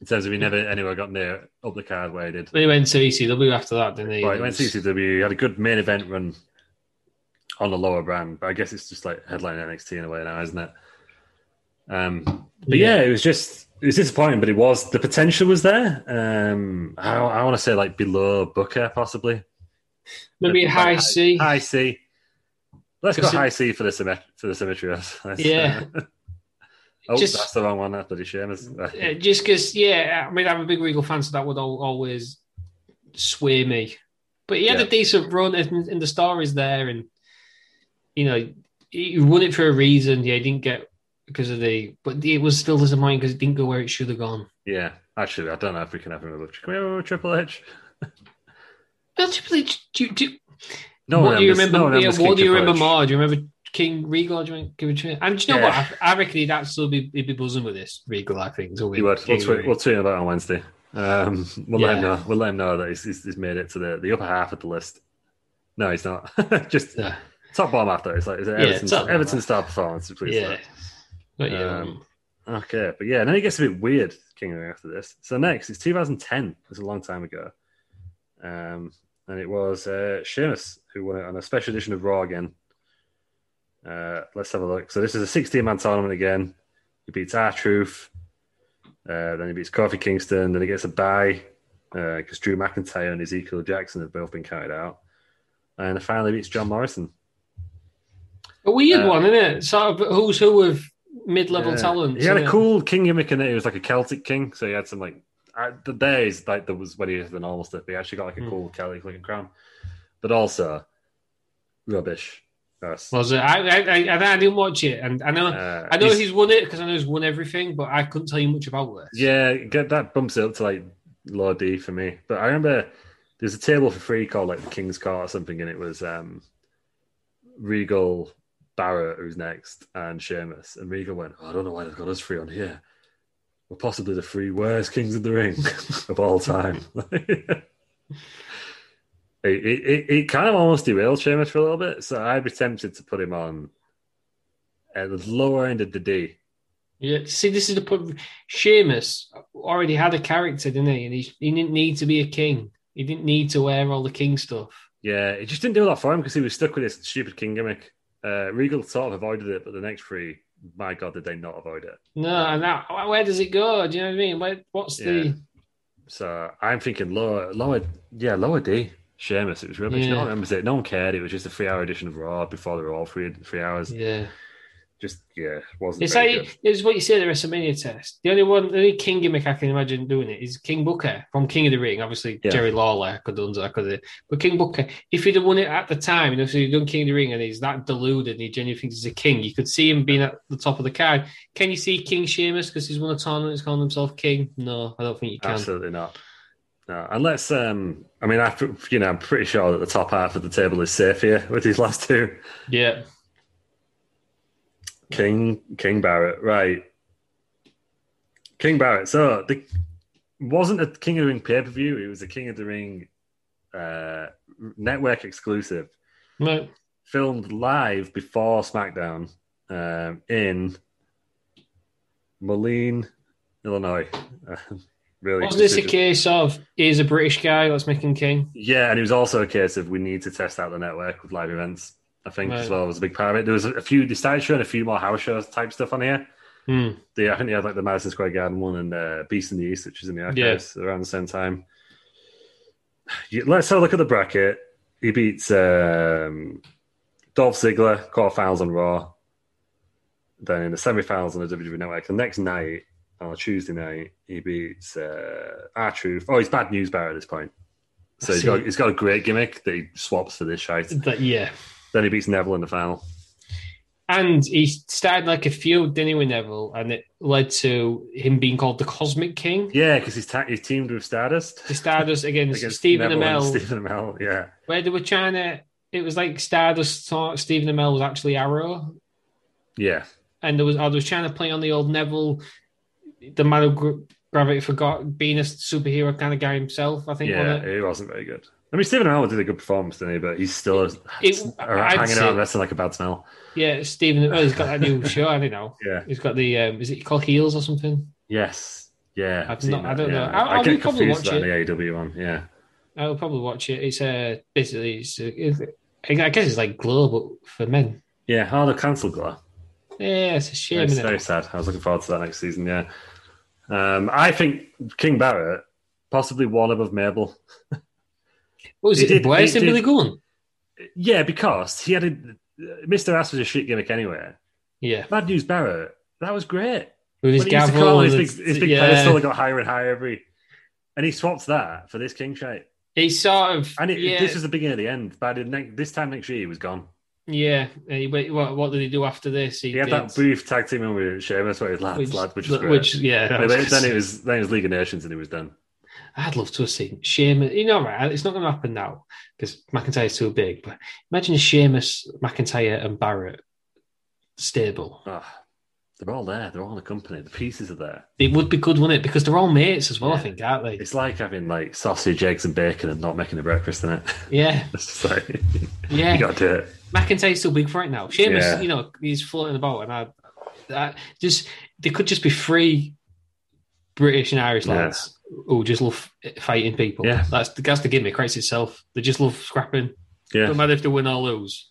[SPEAKER 1] In terms of he never anywhere got near up the card where he did.
[SPEAKER 2] but he went to ECW after that, didn't he?
[SPEAKER 1] Right, he went to E CCW. He had a good main event run on the lower brand, but I guess it's just like headline NXT in a way now, isn't it? Um, but yeah. it was just it was disappointing, but it was the potential was there. Um, I, I want to say like below Booker possibly.
[SPEAKER 2] maybe
[SPEAKER 1] Like,
[SPEAKER 2] High C.
[SPEAKER 1] High C. Let's go
[SPEAKER 2] Because it-
[SPEAKER 1] high C for the symmet- for the symmetry. of- That's,
[SPEAKER 2] Yeah.
[SPEAKER 1] uh, oh,
[SPEAKER 2] Just-
[SPEAKER 1] that's the wrong one. That's bloody shame. It's- uh,
[SPEAKER 2] Uh, just because, yeah, I mean, I'm a big Regal fan, so that would al- always sway me. But he had
[SPEAKER 1] Yeah.
[SPEAKER 2] a decent run, and, and the star is there, and you know, he won it for a reason. Yeah, he didn't get because of the, but it was still disappointing because it didn't go where it should have gone.
[SPEAKER 1] yeah. Actually, I don't know if we can have him with Can we have him with Triple H?
[SPEAKER 2] But Triple H, do, you- do,
[SPEAKER 1] No
[SPEAKER 2] what
[SPEAKER 1] one
[SPEAKER 2] do you
[SPEAKER 1] remembers-
[SPEAKER 2] remember?
[SPEAKER 1] no one
[SPEAKER 2] yeah,
[SPEAKER 1] remembers King
[SPEAKER 2] what do you
[SPEAKER 1] Triple
[SPEAKER 2] remember
[SPEAKER 1] H.
[SPEAKER 2] more? Do you remember King Regal? Do you remember, King Triple H? and do you know
[SPEAKER 1] Yeah.
[SPEAKER 2] what? I, I reckon he'd absolutely be, he'd be buzzing with this Regal. I think. So
[SPEAKER 1] He would. We'll tweet, we'll tweet about it on Wednesday. Um, we'll let him know. We'll let him know that he's, he's, he's made it to the, the upper half of the list. No, he's not. Just
[SPEAKER 2] yeah,
[SPEAKER 1] top bomb after. It's like it's an
[SPEAKER 2] Yeah,
[SPEAKER 1] Everton,
[SPEAKER 2] top bomb.
[SPEAKER 1] Everton star performance. Please.
[SPEAKER 2] yeah. But yeah,
[SPEAKER 1] Um, Okay, but yeah, and then it gets a bit weird, King of the Ring, after this. So next, it's 2010. It's a long time ago. Um, and it was uh, Sheamus who won it on a special edition of Raw again. Uh, let's have a look. So this is a 16 man tournament again. He beats R Truth. Uh, then he beats Kofi Kingston. Then he gets a bye because Drew McIntyre and Ezekiel Jackson have both been counted out. And finally beats John Morrison.
[SPEAKER 2] A weird
[SPEAKER 1] Uh,
[SPEAKER 2] one, isn't it? Sort of who's who of mid-level
[SPEAKER 1] Yeah.
[SPEAKER 2] talent.
[SPEAKER 1] He had a
[SPEAKER 2] isn't it?
[SPEAKER 1] cool king gimmick in it. He was like a Celtic king, so he had some like I, the days like there was when he was the normal stuff. He actually got like a
[SPEAKER 2] Hmm.
[SPEAKER 1] cool Celtic looking crown, but also rubbish. Yes.
[SPEAKER 2] Was it? I, I, I, I didn't watch it, and I know,
[SPEAKER 1] Uh,
[SPEAKER 2] I know
[SPEAKER 1] he's-
[SPEAKER 2] he's, won it because I know he's won everything, but I couldn't tell you much about this.
[SPEAKER 1] yeah, get that bumps it up to like low D for me. But I remember there's a table for free called like the King's Court or something, and it was um Regal. Barrett, who's next, and Seamus. And Regal went, "Oh, I don't know why they've got us three on here. were possibly the three worst Kings of the Ring of all time. it it, it, it kind of almost derailed Sheamus for a little bit, so I'd be tempted to put him on at the lower end of the D.
[SPEAKER 2] Yeah, see, this is the problem. Sheamus already had a character, didn't he? And he, he didn't need to be a king. He didn't need to wear all the king stuff.
[SPEAKER 1] Yeah, it just didn't do a lot for him because he was stuck with this stupid King gimmick. Uh, Regal sort of avoided it, but the next three, my God, did they not avoid it?
[SPEAKER 2] No, and that, where does it go? Do you know what I mean? Where, what's
[SPEAKER 1] Yeah.
[SPEAKER 2] the
[SPEAKER 1] So I'm thinking lower, lower, yeah, lower D. Sheamus, it was rubbish. No
[SPEAKER 2] Yeah.
[SPEAKER 1] one remembers it. No one cared. It was just a three-hour edition of Raw before they were all three three hours.
[SPEAKER 2] yeah?
[SPEAKER 1] Just yeah, wasn't.
[SPEAKER 2] It's
[SPEAKER 1] very
[SPEAKER 2] like it's what you say at the WrestleMania test. The only one, the only King gimmick I can imagine doing it is King Booker from King of the Ring. Obviously,
[SPEAKER 1] Yeah.
[SPEAKER 2] Jerry Lawler could have done that, could But King Booker, if he'd have won it at the time, and if he'd done King of the Ring and he's that deluded and he genuinely thinks he's a king, you could see him being at the top of the card. Can you see King Sheamus because he's won a tournament, he's calling himself King? No, I don't think you can.
[SPEAKER 1] Absolutely not. No, unless um, I mean, I you know, I'm pretty sure that the top half of the table is safe here with these last two.
[SPEAKER 2] Yeah.
[SPEAKER 1] King King Barrett, right? King Barrett. So the wasn't a King of the Ring pay per view. It was a King of the Ring uh, network exclusive,
[SPEAKER 2] Right.
[SPEAKER 1] filmed live before SmackDown um, in Moline, Illinois. really?
[SPEAKER 2] Was this a
[SPEAKER 1] decision-
[SPEAKER 2] case of he's a British guy, let's make him king?
[SPEAKER 1] Yeah, and it was also a case of we need to test out the network with live events. I think as
[SPEAKER 2] Right.
[SPEAKER 1] well was a big part of it. There was a few. They started showing a few more house shows type stuff on here.
[SPEAKER 2] Hmm.
[SPEAKER 1] The I think they had like the Madison Square Garden one and uh, Beast in the East, which is in the archives around the same time. You- Let's have a look at the bracket. He beats um, Dolph Ziggler quarterfinals on Raw. Then in the semifinals on the WWE Network, the next night on a Tuesday night, he beats uh, R Truth. Oh, he's bad news bear at this point. So
[SPEAKER 2] I
[SPEAKER 1] he's got
[SPEAKER 2] see.
[SPEAKER 1] he's got a great gimmick that he swaps for this shite.
[SPEAKER 2] That, yeah.
[SPEAKER 1] Then he beats Neville in the final.
[SPEAKER 2] And he started like a feud, didn't he, with Neville? And it led to him being called the Cosmic King.
[SPEAKER 1] Yeah, because he's ta- he's teamed with Stardust.
[SPEAKER 2] The Stardust against,
[SPEAKER 1] Against
[SPEAKER 2] Stephen
[SPEAKER 1] Neville and
[SPEAKER 2] Amell,
[SPEAKER 1] Stephen Amell, yeah.
[SPEAKER 2] where they were trying to. It was like Stardust thought Stephen Amell was actually Arrow.
[SPEAKER 1] Yeah.
[SPEAKER 2] And there was, I was trying to play on the old Neville, the man who gr- gravity forgot, being a superhero kind of guy himself, I think.
[SPEAKER 1] Yeah,
[SPEAKER 2] wasn't it?
[SPEAKER 1] he wasn't very good. I mean, Stephen Amell did a good performance, didn't he? But he's still a-
[SPEAKER 2] it-
[SPEAKER 1] a-
[SPEAKER 2] I'd
[SPEAKER 1] hanging
[SPEAKER 2] say-
[SPEAKER 1] out, wrestling like a bad smell.
[SPEAKER 2] yeah Stephen. Oh, he's got that new show, I don't know.
[SPEAKER 1] Yeah.
[SPEAKER 2] He's got the, um, is it called Heels or something?
[SPEAKER 1] Yes. Yeah.
[SPEAKER 2] I've
[SPEAKER 1] seen
[SPEAKER 2] not- I
[SPEAKER 1] that,
[SPEAKER 2] don't
[SPEAKER 1] yeah.
[SPEAKER 2] know. I'll-
[SPEAKER 1] I
[SPEAKER 2] I'll
[SPEAKER 1] get
[SPEAKER 2] probably
[SPEAKER 1] confused
[SPEAKER 2] watch
[SPEAKER 1] about the AEW one. Yeah.
[SPEAKER 2] I'll probably watch it. It's uh, basically, it's, it's, I guess it's like Glow, but for men.
[SPEAKER 1] Yeah. Oh, the cancel glow.
[SPEAKER 2] Yeah, it's a shame.
[SPEAKER 1] it's
[SPEAKER 2] Isn't
[SPEAKER 1] very
[SPEAKER 2] it?
[SPEAKER 1] sad. I was looking forward to that next season. Yeah. Um, I think King Barrett, possibly one above Mabel.
[SPEAKER 2] What was
[SPEAKER 1] He
[SPEAKER 2] it?
[SPEAKER 1] did-
[SPEAKER 2] Where's
[SPEAKER 1] he
[SPEAKER 2] it really
[SPEAKER 1] did-
[SPEAKER 2] going?
[SPEAKER 1] Yeah, because he had a Mr. Ass was a shit gimmick anyway.
[SPEAKER 2] Yeah,
[SPEAKER 1] Bad News Barrett, that was great.
[SPEAKER 2] with his
[SPEAKER 1] When he used to call
[SPEAKER 2] gavel.
[SPEAKER 1] his
[SPEAKER 2] and
[SPEAKER 1] big,
[SPEAKER 2] his-
[SPEAKER 1] his big
[SPEAKER 2] yeah.
[SPEAKER 1] pedestal that got higher and higher every. And he swapped that for this King shite.
[SPEAKER 2] He sort of.
[SPEAKER 1] And it,
[SPEAKER 2] yeah,
[SPEAKER 1] this was the beginning of the end. By the next, this time next year, he was gone.
[SPEAKER 2] yeah. He went- what, what did he do after this?
[SPEAKER 1] He had
[SPEAKER 2] did-
[SPEAKER 1] that brief tag team in with Sheamus, where he was lads,
[SPEAKER 2] which,
[SPEAKER 1] lad, which was
[SPEAKER 2] which,
[SPEAKER 1] great.
[SPEAKER 2] yeah.
[SPEAKER 1] But then, then it was then it was League of Nations, and he was done.
[SPEAKER 2] I'd love to have seen Sheamus. You know, right? It's not going to happen now because McIntyre's too big. But imagine Sheamus, McIntyre, and Barrett stable.
[SPEAKER 1] Oh, they're all there. They're all in the company. The pieces are there.
[SPEAKER 2] It would be good, wouldn't it? Because they're all mates as well. I
[SPEAKER 1] Yeah.
[SPEAKER 2] think, aren't they?
[SPEAKER 1] It's like having like sausage, eggs, and bacon, and not making a breakfast in it.
[SPEAKER 2] Yeah,
[SPEAKER 1] it's just like
[SPEAKER 2] yeah.
[SPEAKER 1] you got to do it.
[SPEAKER 2] McIntyre's too big for it now. Sheamus,
[SPEAKER 1] Yeah.
[SPEAKER 2] you know, he's floating about, and I, I just they could just be free British and Irish
[SPEAKER 1] Yeah.
[SPEAKER 2] lads who just love fighting people.
[SPEAKER 1] Yeah.
[SPEAKER 2] that's that's the gimmick. Right, itself. They just love scrapping.
[SPEAKER 1] Yeah.
[SPEAKER 2] No matter if they win or lose,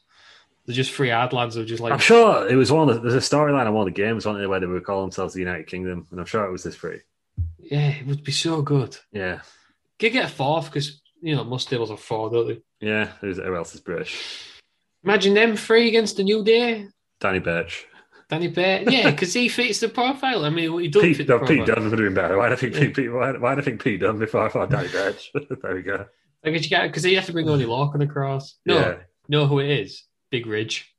[SPEAKER 2] they're just free hard lads who just like.
[SPEAKER 1] I'm sure it was one of the, there's a storyline on one of the games, wasn't there, where they were calling themselves the United Kingdom, and I'm sure it was this free.
[SPEAKER 2] Yeah, it would be so good.
[SPEAKER 1] Yeah,
[SPEAKER 2] Could get a fourth because you know most tables are four, don't they?
[SPEAKER 1] yeah. Who's, who else is British?
[SPEAKER 2] Imagine them three against the New Day.
[SPEAKER 1] Danny Birch.
[SPEAKER 2] Danny Bear, yeah, because he fits the profile. I mean, he does
[SPEAKER 1] Pete,
[SPEAKER 2] fit the
[SPEAKER 1] no,
[SPEAKER 2] profile.
[SPEAKER 1] Pete Dunne would have been better. Why do I think Pete, Pete why, why do I think Pete Dunne before I thought Danny Birch? there we go.
[SPEAKER 2] I guess you got because you have to bring Only Larkin across. No,
[SPEAKER 1] Yeah.
[SPEAKER 2] know who it is? Big Ridge.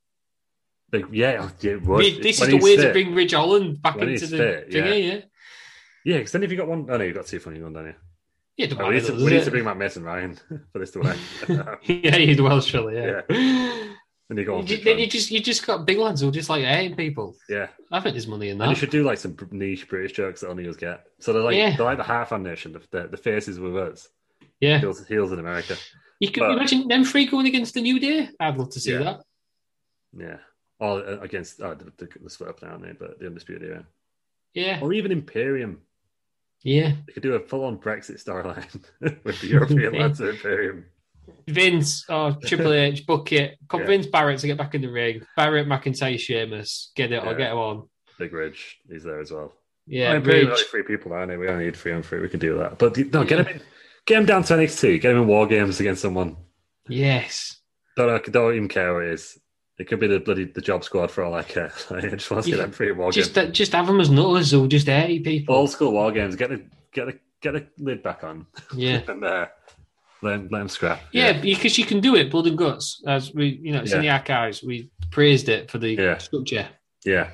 [SPEAKER 1] Like, yeah, yeah, it would.
[SPEAKER 2] This is
[SPEAKER 1] When
[SPEAKER 2] the
[SPEAKER 1] he's
[SPEAKER 2] way
[SPEAKER 1] fit.
[SPEAKER 2] to bring Ridge Holland back
[SPEAKER 1] When
[SPEAKER 2] into
[SPEAKER 1] he's
[SPEAKER 2] the
[SPEAKER 1] fit,
[SPEAKER 2] thing,
[SPEAKER 1] yeah.
[SPEAKER 2] yeah, yeah.
[SPEAKER 1] Yeah, because then if you got one, oh no, you've got two funny ones, don't you?
[SPEAKER 2] Yeah, the
[SPEAKER 1] Oh, we need to, we need to bring Matt Mason Ryan for this to work.
[SPEAKER 2] yeah, he's Welsh, really, yeah.
[SPEAKER 1] And you go on.
[SPEAKER 2] You
[SPEAKER 1] for a
[SPEAKER 2] ju- then
[SPEAKER 1] trend.
[SPEAKER 2] you just you just got big lads who are just like hating people.
[SPEAKER 1] yeah.
[SPEAKER 2] I think there's money in
[SPEAKER 1] And you
[SPEAKER 2] that.
[SPEAKER 1] should do like some niche British jokes that only us get. So they're like
[SPEAKER 2] Yeah.
[SPEAKER 1] they're like the half our nation. The, the, the faces with us,
[SPEAKER 2] yeah,
[SPEAKER 1] heels, heels in America.
[SPEAKER 2] you can
[SPEAKER 1] but-
[SPEAKER 2] imagine them three going against the New Day. I'd love to see
[SPEAKER 1] Yeah.
[SPEAKER 2] that.
[SPEAKER 1] Yeah. Or uh, against oh, the, the, the split up now, aren't they? But the undisputed era,
[SPEAKER 2] Yeah,
[SPEAKER 1] or even Imperium.
[SPEAKER 2] yeah.
[SPEAKER 1] They could do a full-on Brexit storyline with the European lads at Imperium.
[SPEAKER 2] Vince or Triple H bucket convince Barrett to get back in the ring. Barrett, McIntyre, Sheamus, get it
[SPEAKER 1] Yeah.
[SPEAKER 2] or get him on.
[SPEAKER 1] Big Ridge, he's there as well.
[SPEAKER 2] Yeah,
[SPEAKER 1] I mean, we're
[SPEAKER 2] Bridge.
[SPEAKER 1] only three people aren't we? We only need three on three. We can do that. But the- no, get him in. Get him down to NXT. Get him in War Games against someone.
[SPEAKER 2] Yes.
[SPEAKER 1] Don't don't even care who it is. It could be the bloody the job squad for all I care. Like, I just want to see
[SPEAKER 2] Yeah.
[SPEAKER 1] them free war games.
[SPEAKER 2] Just uh, just have them as nutters who just hate people.
[SPEAKER 1] Old school war games. Get the get the get the lid back on.
[SPEAKER 2] Yeah.
[SPEAKER 1] and uh, let him, let him scrap.
[SPEAKER 2] Yeah, because you can do it, blood and guts. As we, you know, it's in the
[SPEAKER 1] Yeah.
[SPEAKER 2] archives. We praised it for the
[SPEAKER 1] Yeah.
[SPEAKER 2] structure.
[SPEAKER 1] yeah.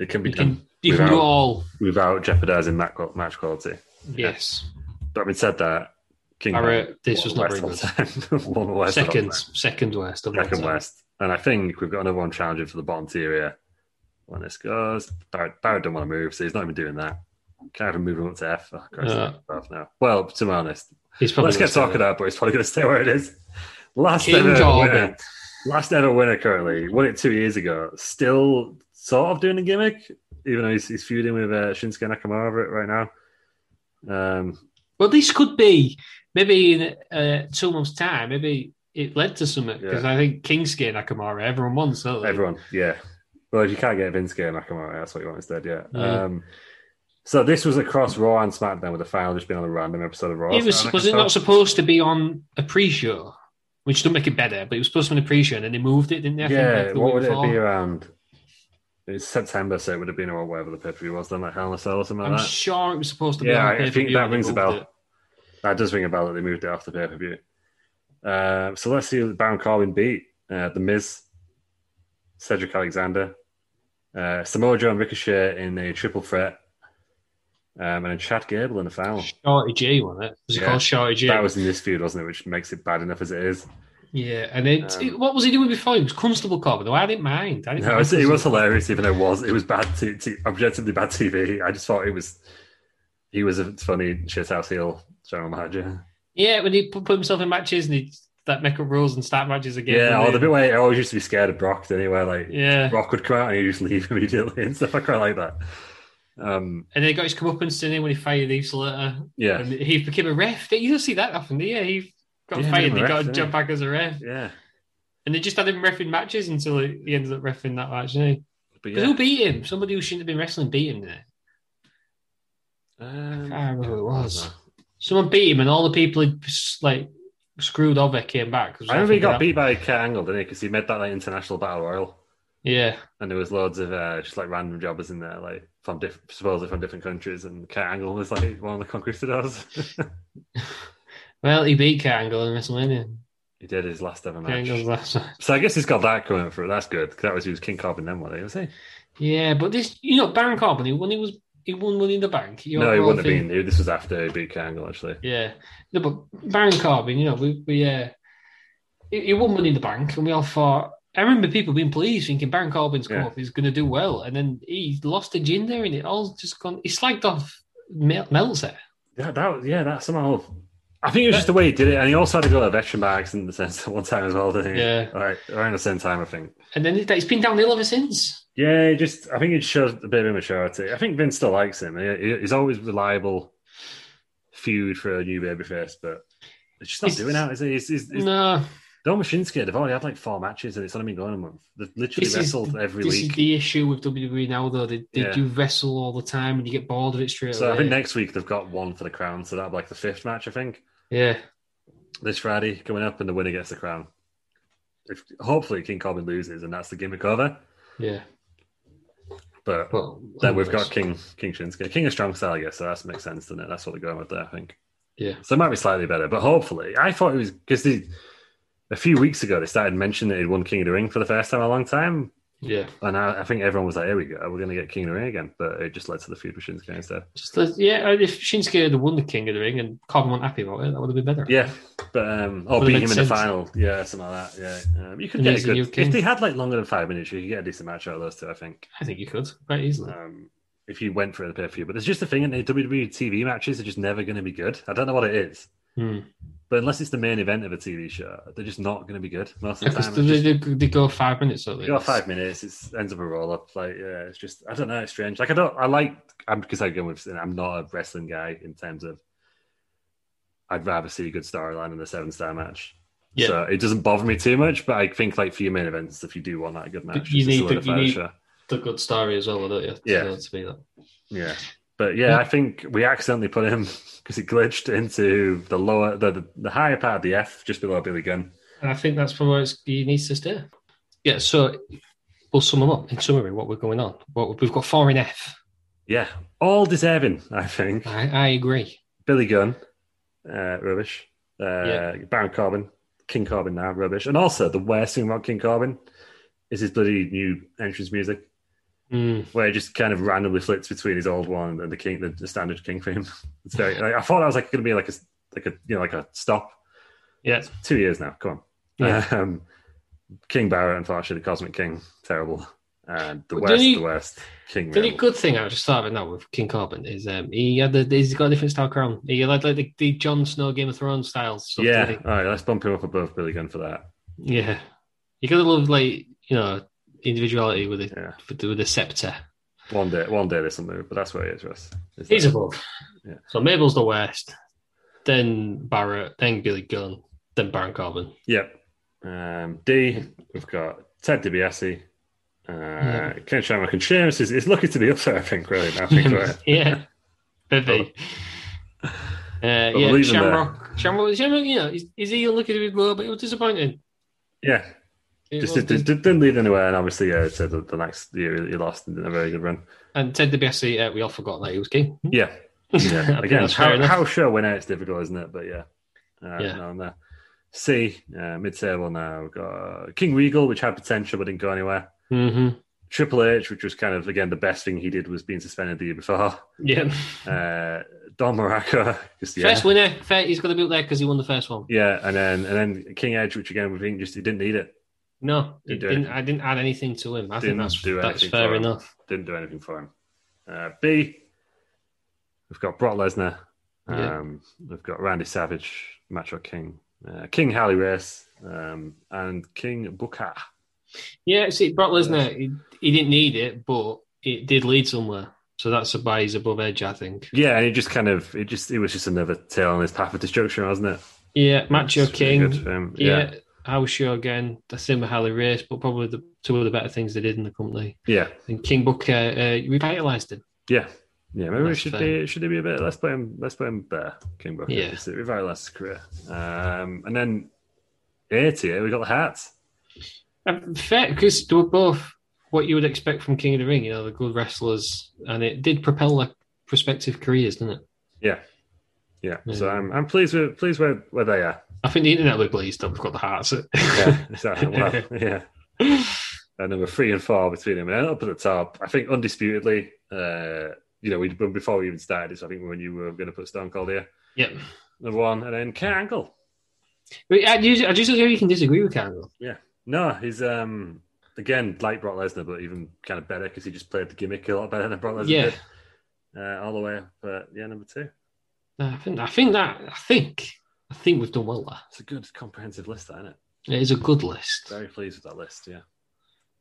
[SPEAKER 1] It can be
[SPEAKER 2] You
[SPEAKER 1] done
[SPEAKER 2] can, you can
[SPEAKER 1] without-
[SPEAKER 2] do it all.
[SPEAKER 1] without jeopardizing match, qual- match quality.
[SPEAKER 2] Yes,
[SPEAKER 1] But having said that, King
[SPEAKER 2] Barrett, this was not
[SPEAKER 1] won
[SPEAKER 2] very
[SPEAKER 1] West all time. Won West all
[SPEAKER 2] second,
[SPEAKER 1] time.
[SPEAKER 2] second worst. of all
[SPEAKER 1] Second
[SPEAKER 2] time.
[SPEAKER 1] West. And I think we've got another one challenging for the bottom tier here. When this goes, Barrett, Barrett don't want to move, so he's not even doing that. Can't even move him up to F. Oh, Christ,
[SPEAKER 2] Uh,
[SPEAKER 1] F now. Well, to be honest,
[SPEAKER 2] He's probably
[SPEAKER 1] let's get
[SPEAKER 2] gonna
[SPEAKER 1] talking about, but it's probably going to stay where it is. Last
[SPEAKER 2] King
[SPEAKER 1] ever
[SPEAKER 2] Corbin.
[SPEAKER 1] winner. Last ever winner currently. Won it two years ago. Still sort of doing a gimmick, even though he's, he's feuding with uh, Shinsuke Nakamura over it right now. Um,
[SPEAKER 2] Well, this could be maybe in uh, two months' time. Maybe it led to something because I think Kingskin Nakamura, everyone wants, don't they?
[SPEAKER 1] Everyone, yeah. Well, if you can't get Vince Gill Nakamura, that's what you want instead, yeah.
[SPEAKER 2] Yeah.
[SPEAKER 1] Um, so this was across Raw and SmackDown with the final just being on a random episode of Raw.
[SPEAKER 2] It was
[SPEAKER 1] So I
[SPEAKER 2] was it
[SPEAKER 1] thought-
[SPEAKER 2] not supposed to be on a pre-show, which don't make it better, but it was supposed to be on a pre-show, and then they moved it, didn't they? I think,
[SPEAKER 1] Yeah,
[SPEAKER 2] like, the
[SPEAKER 1] what
[SPEAKER 2] week
[SPEAKER 1] would it
[SPEAKER 2] before.
[SPEAKER 1] be around? It's September, so it would have been around whatever the pay per view was then, like Hell in a Cell or something like
[SPEAKER 2] I'm
[SPEAKER 1] that.
[SPEAKER 2] sure it was supposed to be.
[SPEAKER 1] yeah,
[SPEAKER 2] on
[SPEAKER 1] I- I think
[SPEAKER 2] pay-per-view
[SPEAKER 1] that
[SPEAKER 2] and they
[SPEAKER 1] rings a
[SPEAKER 2] moved
[SPEAKER 1] bell.
[SPEAKER 2] it.
[SPEAKER 1] That does ring a bell that they moved it after pay per view. Uh, so let's see who Baron Corbin beat uh, The Miz, Cedric Alexander, uh, Samoa Joe and Ricochet in a triple threat, um, and then Chad Gable in the final.
[SPEAKER 2] Shorty G, wasn't it? Was it
[SPEAKER 1] Yeah.
[SPEAKER 2] called Shorty G?
[SPEAKER 1] That was in this feud, wasn't it? Which makes it bad enough as it is.
[SPEAKER 2] yeah, and then
[SPEAKER 1] Um,
[SPEAKER 2] it- what was he doing before? It was Constable Corbin, though. I didn't mind. I didn't
[SPEAKER 1] No,
[SPEAKER 2] mind
[SPEAKER 1] it's, it was
[SPEAKER 2] Constable.
[SPEAKER 1] hilarious, even though it was it was bad, t- t- objectively bad TV. I just thought it was he was a funny shithouse heel general manager.
[SPEAKER 2] Yeah, when he put put himself in matches and he that make up rules and start matches again.
[SPEAKER 1] Yeah,
[SPEAKER 2] didn't
[SPEAKER 1] or the
[SPEAKER 2] he?
[SPEAKER 1] bit where I always used to be scared of Brock. Anyway, like
[SPEAKER 2] yeah.
[SPEAKER 1] Brock would come out and he'd just leave immediately and stuff. I quite like that. Um,
[SPEAKER 2] And then he got his comeuppance didn't he, when he fired Heath Slater.
[SPEAKER 1] yeah,
[SPEAKER 2] And he became a ref. You don't see that often, do you? He got
[SPEAKER 1] Yeah,
[SPEAKER 2] fired
[SPEAKER 1] became
[SPEAKER 2] and
[SPEAKER 1] a
[SPEAKER 2] he
[SPEAKER 1] ref,
[SPEAKER 2] got to
[SPEAKER 1] didn't
[SPEAKER 2] jump
[SPEAKER 1] he?
[SPEAKER 2] back as a ref.
[SPEAKER 1] yeah,
[SPEAKER 2] And they just had him refing matches until he he ended up refing that match, didn't he?
[SPEAKER 1] but
[SPEAKER 2] But
[SPEAKER 1] yeah,
[SPEAKER 2] who beat him? Somebody who shouldn't have been wrestling beat him there. I
[SPEAKER 1] um,
[SPEAKER 2] can't remember who it
[SPEAKER 1] I
[SPEAKER 2] was.
[SPEAKER 1] don't know.
[SPEAKER 2] Someone beat him, and all the people he like screwed over came back. 'Cause
[SPEAKER 1] I remember he got
[SPEAKER 2] think
[SPEAKER 1] beat by Kurt Angle, didn't he? Because he made that like international battle royal,
[SPEAKER 2] that- Yeah,
[SPEAKER 1] and there was loads of uh, just like random jobbers in there, like from different, supposedly from different countries, and Kurt Angle was like one of the conquistadors.
[SPEAKER 2] well, he beat Kurt Angle in WrestleMania.
[SPEAKER 1] he did his last ever
[SPEAKER 2] Kurt
[SPEAKER 1] match.
[SPEAKER 2] Angle's last.
[SPEAKER 1] So I guess he's got that going for it. That's good. 'cause that was he was King Corbin then, wasn't he? Was he?
[SPEAKER 2] Yeah, but this, you know, Baron Corbin, he won. He was he won Money in the Bank. He
[SPEAKER 1] no, he
[SPEAKER 2] overall
[SPEAKER 1] wouldn't
[SPEAKER 2] thing-
[SPEAKER 1] have been. This was after he beat Kurt Angle, actually.
[SPEAKER 2] Yeah, no, but Baron Corbin, you know, we we uh, he, he won Money in the Bank, and we all thought. I remember people being pleased, thinking Baron Corbin's come
[SPEAKER 1] Yeah.
[SPEAKER 2] up, he's going to do well, and then he lost a gin there, and it all just gone. He slagged off Mel- Meltzer.
[SPEAKER 1] Yeah, that yeah, that somehow. I think it was just the way he did it, and he also had to go to a veteran by accident in the sense at one time as well, didn't he?
[SPEAKER 2] Yeah.
[SPEAKER 1] All right, around the same time, I think.
[SPEAKER 2] And then it, it's been downhill ever since.
[SPEAKER 1] Yeah, he just I think it shows a bit of immaturity. I think Vince still likes him. He- he- He's always reliable feud for a new babyface, but it's just not
[SPEAKER 2] It's-
[SPEAKER 1] doing that, is it? It's, it's, it's,
[SPEAKER 2] No,
[SPEAKER 1] Don Mashinsky, they've already had like four matches, and it's only been going a month. They've literally
[SPEAKER 2] This is-
[SPEAKER 1] wrestled every
[SPEAKER 2] this is
[SPEAKER 1] week.
[SPEAKER 2] the issue with WWE now, though. They, they
[SPEAKER 1] Yeah.
[SPEAKER 2] do wrestle all the time, and you get bored of it straight
[SPEAKER 1] So I
[SPEAKER 2] away.
[SPEAKER 1] think next week they've got one for the crown, so that'll be like the fifth match, I think.
[SPEAKER 2] yeah,
[SPEAKER 1] this Friday coming up, and the winner gets the crown. If hopefully King Corbin loses, and that's the gimmick over.
[SPEAKER 2] yeah.
[SPEAKER 1] But
[SPEAKER 2] Well,
[SPEAKER 1] then we've got King King Shinsuke, King of Strong Style, I guess. So that makes sense, doesn't it? That's what they're going with there, I think.
[SPEAKER 2] yeah,
[SPEAKER 1] So it might be slightly better, but hopefully, I thought it was because a few weeks ago they started mentioning that he'd won King of the Ring for the first time in a long time.
[SPEAKER 2] Yeah.
[SPEAKER 1] And I, I think everyone was like, here we go, we're going to get King of the Ring again. But it just led to the feud with Shinsuke instead.
[SPEAKER 2] Just the, yeah, uh, if Shinsuke had won the King of the Ring and Corbin weren't happy about it, that would have been better.
[SPEAKER 1] Yeah, but um, or
[SPEAKER 2] Would've
[SPEAKER 1] beat him
[SPEAKER 2] made
[SPEAKER 1] in the
[SPEAKER 2] sense.
[SPEAKER 1] final, yeah, something like that. Yeah, um, you could
[SPEAKER 2] And
[SPEAKER 1] get
[SPEAKER 2] he's
[SPEAKER 1] a
[SPEAKER 2] the
[SPEAKER 1] good
[SPEAKER 2] new
[SPEAKER 1] if
[SPEAKER 2] king.
[SPEAKER 1] they had like longer than five minutes, you could get a decent match out of those two. I think
[SPEAKER 2] I think you could quite easily.
[SPEAKER 1] um, if you went for it in the pay per view, but there's just a thing in the WWE TV E matches are just never going to be good. I don't know what it is,
[SPEAKER 2] Hmm.
[SPEAKER 1] but unless it's the main event of a TV show, they're just not going to be good most of the
[SPEAKER 2] Because
[SPEAKER 1] time.
[SPEAKER 2] they,
[SPEAKER 1] It's just-
[SPEAKER 2] they, they go five minutes, don't they?
[SPEAKER 1] you got five minutes. It ends up a roll up. Like, yeah, it's just I don't know. It's strange. Like, I don't. I like. I'm because I go with. I'm not a wrestling guy in terms of. I'd rather see a good storyline in a seven star match.
[SPEAKER 2] Yeah.
[SPEAKER 1] So it doesn't bother me too much, but I think like for your main events, if you do want that good match, just
[SPEAKER 2] you
[SPEAKER 1] to
[SPEAKER 2] need the-
[SPEAKER 1] solidify
[SPEAKER 2] you
[SPEAKER 1] the
[SPEAKER 2] need-
[SPEAKER 1] show.
[SPEAKER 2] The good story as well, don't you? To
[SPEAKER 1] Yeah.
[SPEAKER 2] be able to be that.
[SPEAKER 1] Yeah. But yeah,
[SPEAKER 2] Yeah.
[SPEAKER 1] I think we accidentally put him because he glitched into the lower, the, the the higher part of the F, just below Billy Gunn.
[SPEAKER 2] And I think that's probably where it's, he needs to stay. Yeah, so we'll sum them up in summary what we're going on. What, we've got four in F.
[SPEAKER 1] Yeah, all deserving, I think.
[SPEAKER 2] I, I agree.
[SPEAKER 1] Billy Gunn, uh, rubbish. Uh,
[SPEAKER 2] Yeah.
[SPEAKER 1] Baron Corbin, King Corbin now, rubbish. And also, the worst thing about King Corbin is his bloody new entrance music,
[SPEAKER 2] Mm.
[SPEAKER 1] where it just kind of randomly flits between his old one and the King, the, the standard King theme. It's very. Like, I thought that was like going to be like a like a you know like a stop.
[SPEAKER 2] Yeah.
[SPEAKER 1] Two years now. Come on.
[SPEAKER 2] Yeah.
[SPEAKER 1] Um, King Barrett, unfortunately, the Cosmic King, terrible. And the
[SPEAKER 2] But
[SPEAKER 1] worst,
[SPEAKER 2] didn't he-
[SPEAKER 1] the worst. King.
[SPEAKER 2] The only
[SPEAKER 1] Rebel.
[SPEAKER 2] good thing I just thought about now with King Corbin is um, he had the, he's got a different style crown. He had like the, the Jon Snow Game of Thrones style stuff.
[SPEAKER 1] yeah.
[SPEAKER 2] didn't
[SPEAKER 1] All right, let's bump him up above Billy Gunn for that.
[SPEAKER 2] he? yeah. You gotta love like you know individuality with the
[SPEAKER 1] Yeah.
[SPEAKER 2] with the, with the scepter.
[SPEAKER 1] One day, one day this will move, but that's what it is, Russ. It's
[SPEAKER 2] He's
[SPEAKER 1] that.
[SPEAKER 2] above.
[SPEAKER 1] Yeah.
[SPEAKER 2] So Mabel's the worst, then Barrett, then Billy Gunn, then Baron Corbin.
[SPEAKER 1] Yep. Um, D, we've got Ted DiBiase. Uh, Ken Shamrock and Sheamus is, is lucky to be up there, I think, really. Now, I think we're-
[SPEAKER 2] yeah, Bivy.
[SPEAKER 1] Oh.
[SPEAKER 2] Uh,
[SPEAKER 1] we'll
[SPEAKER 2] yeah,
[SPEAKER 1] leave him there.
[SPEAKER 2] Shamrock. Shamrock, Shamrock, you know, is, is he unlucky to be low, but it was disappointing.
[SPEAKER 1] yeah,
[SPEAKER 2] It
[SPEAKER 1] just
[SPEAKER 2] was
[SPEAKER 1] it, it didn't lead anywhere. And obviously, yeah, so the, the next year he lost in a very good run.
[SPEAKER 2] And Ted DiBiase, uh, we all forgot that he was king.
[SPEAKER 1] Yeah.
[SPEAKER 2] I
[SPEAKER 1] yeah.
[SPEAKER 2] think
[SPEAKER 1] Again,
[SPEAKER 2] that's Mm-hmm. fair
[SPEAKER 1] how,
[SPEAKER 2] enough.
[SPEAKER 1] how sure when out it's difficult, isn't it? But yeah. Uh,
[SPEAKER 2] Yeah.
[SPEAKER 1] No, no. C, uh, mid table now. We've got uh, King Regal, which had potential but didn't go anywhere.
[SPEAKER 2] Mm-hmm.
[SPEAKER 1] Triple H, which was kind of, again, the best thing he did was being suspended the year before.
[SPEAKER 2] Yeah.
[SPEAKER 1] uh, Don Morocco. Just, yeah.
[SPEAKER 2] First winner, fair, he's going to be up there because he won the first one.
[SPEAKER 1] yeah, and then and then King Edge, which again we think just he didn't need it,
[SPEAKER 2] No,
[SPEAKER 1] He
[SPEAKER 2] it
[SPEAKER 1] did.
[SPEAKER 2] didn't, I didn't add anything to him. I
[SPEAKER 1] Didn't
[SPEAKER 2] think that's,
[SPEAKER 1] do
[SPEAKER 2] that's
[SPEAKER 1] anything
[SPEAKER 2] fair
[SPEAKER 1] for him.
[SPEAKER 2] enough.
[SPEAKER 1] didn't do anything for him. Uh, B, we've got Brock Lesnar, um,
[SPEAKER 2] Yeah.
[SPEAKER 1] we've got Randy Savage, Macho King, uh, King Harley Race, um, and King Booker.
[SPEAKER 2] Yeah, see, Brock Lesnar, he, he didn't need it, but it did lead somewhere. So that's a buy he's above edge, I think.
[SPEAKER 1] Yeah, and it just kind of it just it was just another tail on his path of destruction, wasn't it?
[SPEAKER 2] Yeah, Macho
[SPEAKER 1] It's really
[SPEAKER 2] King.
[SPEAKER 1] good for him.
[SPEAKER 2] yeah.
[SPEAKER 1] yeah,
[SPEAKER 2] House Show again. The same with Harley Race, but probably the two of the better things they did in the company.
[SPEAKER 1] yeah.
[SPEAKER 2] And King Booker uh, revitalized him.
[SPEAKER 1] Yeah. Yeah, maybe it
[SPEAKER 2] That's
[SPEAKER 1] should
[SPEAKER 2] fair.
[SPEAKER 1] be should there be a bit let's play him let's play him there, King Booker.
[SPEAKER 2] Yeah.
[SPEAKER 1] It's revitalise his career. Um and then eighty we got the hats.
[SPEAKER 2] Um, Fair, because they were both what you would expect from King of the Ring, you know, the good wrestlers, and it did propel their prospective careers, didn't it?
[SPEAKER 1] Yeah. Yeah. So
[SPEAKER 2] Yeah.
[SPEAKER 1] I'm I'm pleased with pleased where, where they are.
[SPEAKER 2] I think the internet will be pleased that we've got the hearts.
[SPEAKER 1] Yeah. exactly. Well, yeah. And number three and four between them. And up at the top, I think undisputedly, uh, you know, we before we even started this, I think when you were gonna put Stone Cold here.
[SPEAKER 2] yep.
[SPEAKER 1] Number one, and then Kurt Angle.
[SPEAKER 2] But I just, I just don't know you can disagree with Cargill.
[SPEAKER 1] No, he's um again like Brock Lesnar, but even kind of better because he just played the gimmick a lot better than Brock Lesnar
[SPEAKER 2] Yeah.
[SPEAKER 1] did uh, all the way. up. But yeah, number two.
[SPEAKER 2] No, I think, I think that, I think, I think we've done well there.
[SPEAKER 1] It's a good comprehensive list, isn't it?
[SPEAKER 2] It is a good list.
[SPEAKER 1] Very pleased with that list. Yeah.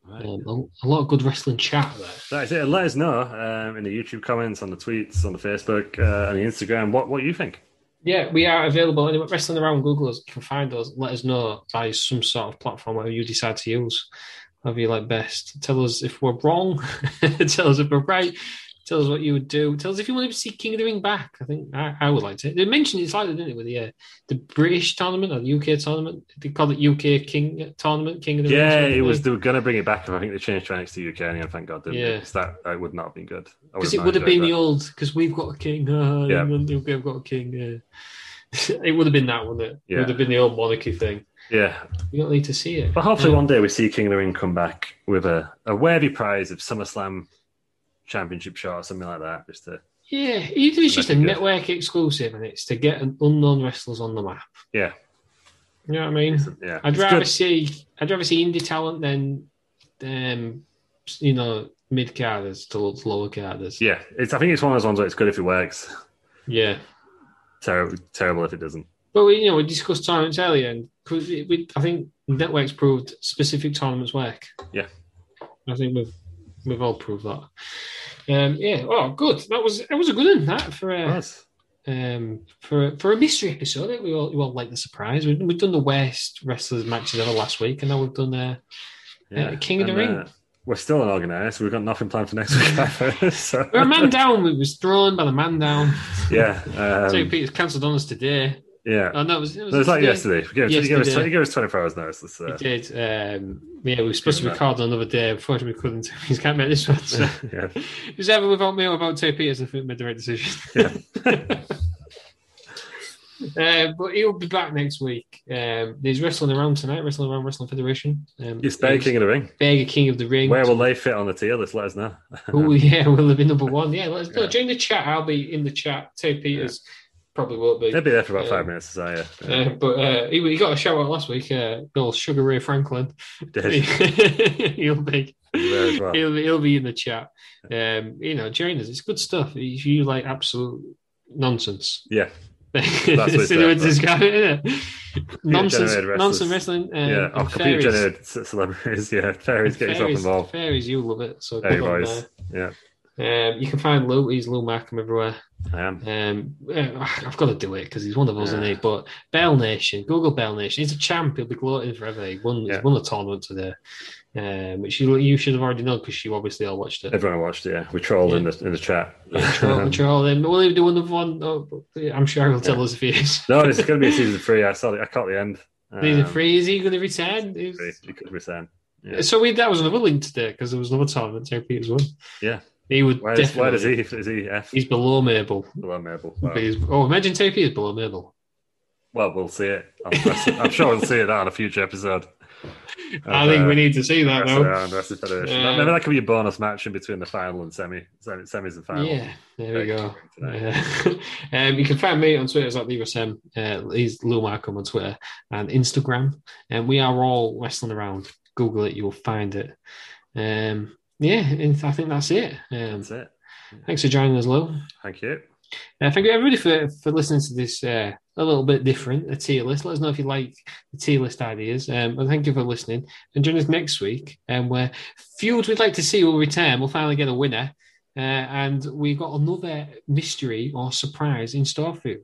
[SPEAKER 1] Right.
[SPEAKER 2] Um, a, a lot of good wrestling chat there.
[SPEAKER 1] That is it. And Let us know um, in the YouTube comments, on the tweets, on the Facebook, uh, on the Instagram, what what you think.
[SPEAKER 2] Yeah, we are available. Anyone wrestling around Google us, you can find us. Let us know by some sort of platform, whatever you decide to use, whatever you like best. Tell us if we're wrong. Tell us if we're right. Tell us what you would do. Tell us if you wanted to see King of the Ring back. I think I, I would like to. They mentioned it slightly, didn't it, with the uh, the British tournament or the UK tournament? They called it UK King uh, tournament, King of the Ring.
[SPEAKER 1] Yeah,
[SPEAKER 2] tournament.
[SPEAKER 1] it was. They were going to bring it back, but I think they changed to NXT UK, and thank God they didn't.
[SPEAKER 2] Yeah.
[SPEAKER 1] Yeah. That, that would not have been good. I
[SPEAKER 2] because
[SPEAKER 1] would've
[SPEAKER 2] it would have
[SPEAKER 1] minded
[SPEAKER 2] been
[SPEAKER 1] it,
[SPEAKER 2] the old because we've got a king. Uh,
[SPEAKER 1] Yeah.
[SPEAKER 2] We've got a king. Uh, it would have been that, wouldn't it? It
[SPEAKER 1] Yeah.
[SPEAKER 2] would have been the old monarchy thing.
[SPEAKER 1] Yeah,
[SPEAKER 2] You don't need to see it.
[SPEAKER 1] but hopefully one day we see King of the Ring come back with a, a worthy prize of SummerSlam championship shot or something like that. Just to
[SPEAKER 2] Yeah, even if it's just a
[SPEAKER 1] That'd be good.
[SPEAKER 2] network exclusive and it's to get an unknown wrestlers on the map.
[SPEAKER 1] yeah,
[SPEAKER 2] You know what I mean?
[SPEAKER 1] yeah.
[SPEAKER 2] I'd
[SPEAKER 1] It's
[SPEAKER 2] rather
[SPEAKER 1] good.
[SPEAKER 2] see I'd rather see indie talent than um you know mid carders to lower carders.
[SPEAKER 1] Yeah, it's. I think it's one of those ones where it's good if it works.
[SPEAKER 2] yeah.
[SPEAKER 1] Ter- terrible if it doesn't.
[SPEAKER 2] But we, you know, we discussed tournaments earlier, and 'cause it- we, I think networks proved specific tournaments work.
[SPEAKER 1] Yeah.
[SPEAKER 2] I think we've we've all proved that. Um, yeah. Oh, good. That was it. Was a good one that for uh, a
[SPEAKER 1] Nice.
[SPEAKER 2] um, for for a mystery episode. eh? We all we all like the surprise. We've, we've done the worst wrestlers matches ever last week, and now we've done uh,
[SPEAKER 1] Yeah.
[SPEAKER 2] Uh, King of the Ring.
[SPEAKER 1] we're still unorganised. We've got nothing planned for next week. so
[SPEAKER 2] we're a man down. We was thrown by the man down.
[SPEAKER 1] yeah,
[SPEAKER 2] Terry
[SPEAKER 1] um,
[SPEAKER 2] Peters cancelled on us today.
[SPEAKER 1] yeah.
[SPEAKER 2] Oh no, it was, it was,
[SPEAKER 1] No, it's like
[SPEAKER 2] today.
[SPEAKER 1] yesterday. Give, us- give us,
[SPEAKER 2] Yesterday.
[SPEAKER 1] tw- give us 24 hours notice. Let's,
[SPEAKER 2] He
[SPEAKER 1] uh,
[SPEAKER 2] did. Um, yeah, we were supposed to
[SPEAKER 1] Yeah.
[SPEAKER 2] record another day. Unfortunately, we couldn't. He's can't make this one. So.
[SPEAKER 1] yeah.
[SPEAKER 2] It was ever without me or without Terry Peters, I think, made the right decision. uh, but he'll be back next week. Um, he's wrestling around tonight, wrestling around Wrestling Federation. Um,
[SPEAKER 1] It's Bear King of the Ring.
[SPEAKER 2] Beggar King of the Ring.
[SPEAKER 1] Where will they fit on the tier list? Let us know.
[SPEAKER 2] Oh yeah, will it be number one? Yeah, let's no,
[SPEAKER 1] Yeah.
[SPEAKER 2] during the chat. I'll be in the chat. Terry Peters probably won't be.
[SPEAKER 1] They'll be there for about five
[SPEAKER 2] Um,
[SPEAKER 1] minutes, so yeah.
[SPEAKER 2] Uh, but uh, he, he got a shout out last week. Uh, little Sugar Ray Franklin.
[SPEAKER 1] Did.
[SPEAKER 2] he'll be
[SPEAKER 1] He's there as well.
[SPEAKER 2] he'll, he'll be in the chat. Um, you know, join us. It's good stuff. If you like absolute nonsense,
[SPEAKER 1] Yeah,
[SPEAKER 2] that's
[SPEAKER 1] it's there for.
[SPEAKER 2] describe it, isn't it? Nonsense,
[SPEAKER 1] generated
[SPEAKER 2] nonsense wrestling. Um,
[SPEAKER 1] yeah. Oh,
[SPEAKER 2] and
[SPEAKER 1] computer
[SPEAKER 2] fairies.
[SPEAKER 1] generated ce- celebrities. Yeah, fairies, get yourself
[SPEAKER 2] Fairies-
[SPEAKER 1] involved.
[SPEAKER 2] Fairies, you love it. So
[SPEAKER 1] Fairy
[SPEAKER 2] come on
[SPEAKER 1] boys. Yeah,
[SPEAKER 2] there. Um, you can find Lou. He's Lou Markham everywhere.
[SPEAKER 1] I am.
[SPEAKER 2] Um, uh, I've got to do it because he's one of us, isn't he?
[SPEAKER 1] Yeah.
[SPEAKER 2] But Bell Nation, Google Bell Nation. He's a champ. He'll be gloating forever. He won.
[SPEAKER 1] Yeah.
[SPEAKER 2] He's won a tournament today, um, which you, you should have already known because you obviously all watched it.
[SPEAKER 1] Everyone watched it. Yeah, we trolled in the in the chat.
[SPEAKER 2] Yeah, troll,
[SPEAKER 1] Um,
[SPEAKER 2] troll them. Will he do another one? Oh, I'm sure he'll tell us if he is.
[SPEAKER 1] no, it's going to be season three. I saw. The, I caught the end.
[SPEAKER 2] He's a
[SPEAKER 1] Um,
[SPEAKER 2] free. Is he going to return? Is-
[SPEAKER 1] three, It could be Sam. Yeah.
[SPEAKER 2] So we, that was another link today because there was another tournament Terry Peters won.
[SPEAKER 1] Yeah.
[SPEAKER 2] He would
[SPEAKER 1] Why does,
[SPEAKER 2] definitely.
[SPEAKER 1] why does he? Is he F?
[SPEAKER 2] He's below Mabel.
[SPEAKER 1] below Mabel. Wow.
[SPEAKER 2] But he's- oh, imagine Terry Peters below Mabel.
[SPEAKER 1] Well, we'll see it. I'm, I'm sure we'll see it on a future episode.
[SPEAKER 2] I think
[SPEAKER 1] uh,
[SPEAKER 2] we need to see that
[SPEAKER 1] Wrestle
[SPEAKER 2] though.
[SPEAKER 1] around, wrestle federation.
[SPEAKER 2] Um,
[SPEAKER 1] Maybe that could be a bonus match in between the final and semi, semi semis and final.
[SPEAKER 2] Yeah, there we
[SPEAKER 1] Very
[SPEAKER 2] go.
[SPEAKER 1] tonight.
[SPEAKER 2] Yeah. um, you can find me on Twitter as at LeroSM. Uh, he's Lou Markham on Twitter and Instagram. And we are all wrestling around. Google it, you'll find it. Um, yeah, and I think that's it. Um,
[SPEAKER 1] That's it.
[SPEAKER 2] thanks for joining us, Lou.
[SPEAKER 1] Thank you.
[SPEAKER 2] Uh, thank you everybody for, for listening to this uh, a little bit different, a tier list. Let us know if you like the tier list ideas. Um, and thank you for listening. And join us next week, um, where Field we'd like to see will return. We'll finally get a winner. Uh, and we've got another mystery or surprise in store for you.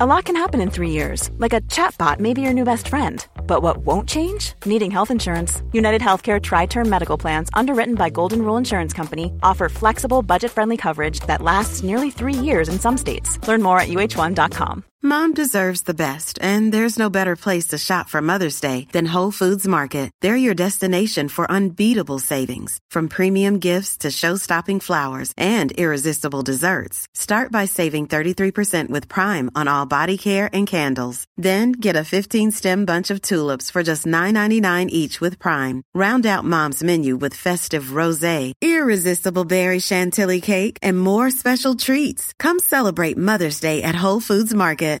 [SPEAKER 3] A lot can happen in three years, like a chatbot may be your new best friend. But what won't change? Needing health insurance. United Healthcare Tri Term Medical Plans, underwritten by Golden Rule Insurance Company, offer flexible, budget friendly coverage that lasts nearly three years in some states. Learn more at uh1.com.
[SPEAKER 4] Mom deserves the best, and there's no better place to shop for Mother's Day than Whole Foods Market. They're your destination for unbeatable savings, from premium gifts to show-stopping flowers and irresistible desserts. Start by saving 33% with Prime on all body care and candles. Then get a 15-stem bunch of tulips for just $9.99 each with Prime. Round out Mom's menu with festive rosé, irresistible berry chantilly cake, and more special treats. Come celebrate Mother's Day at Whole Foods Market.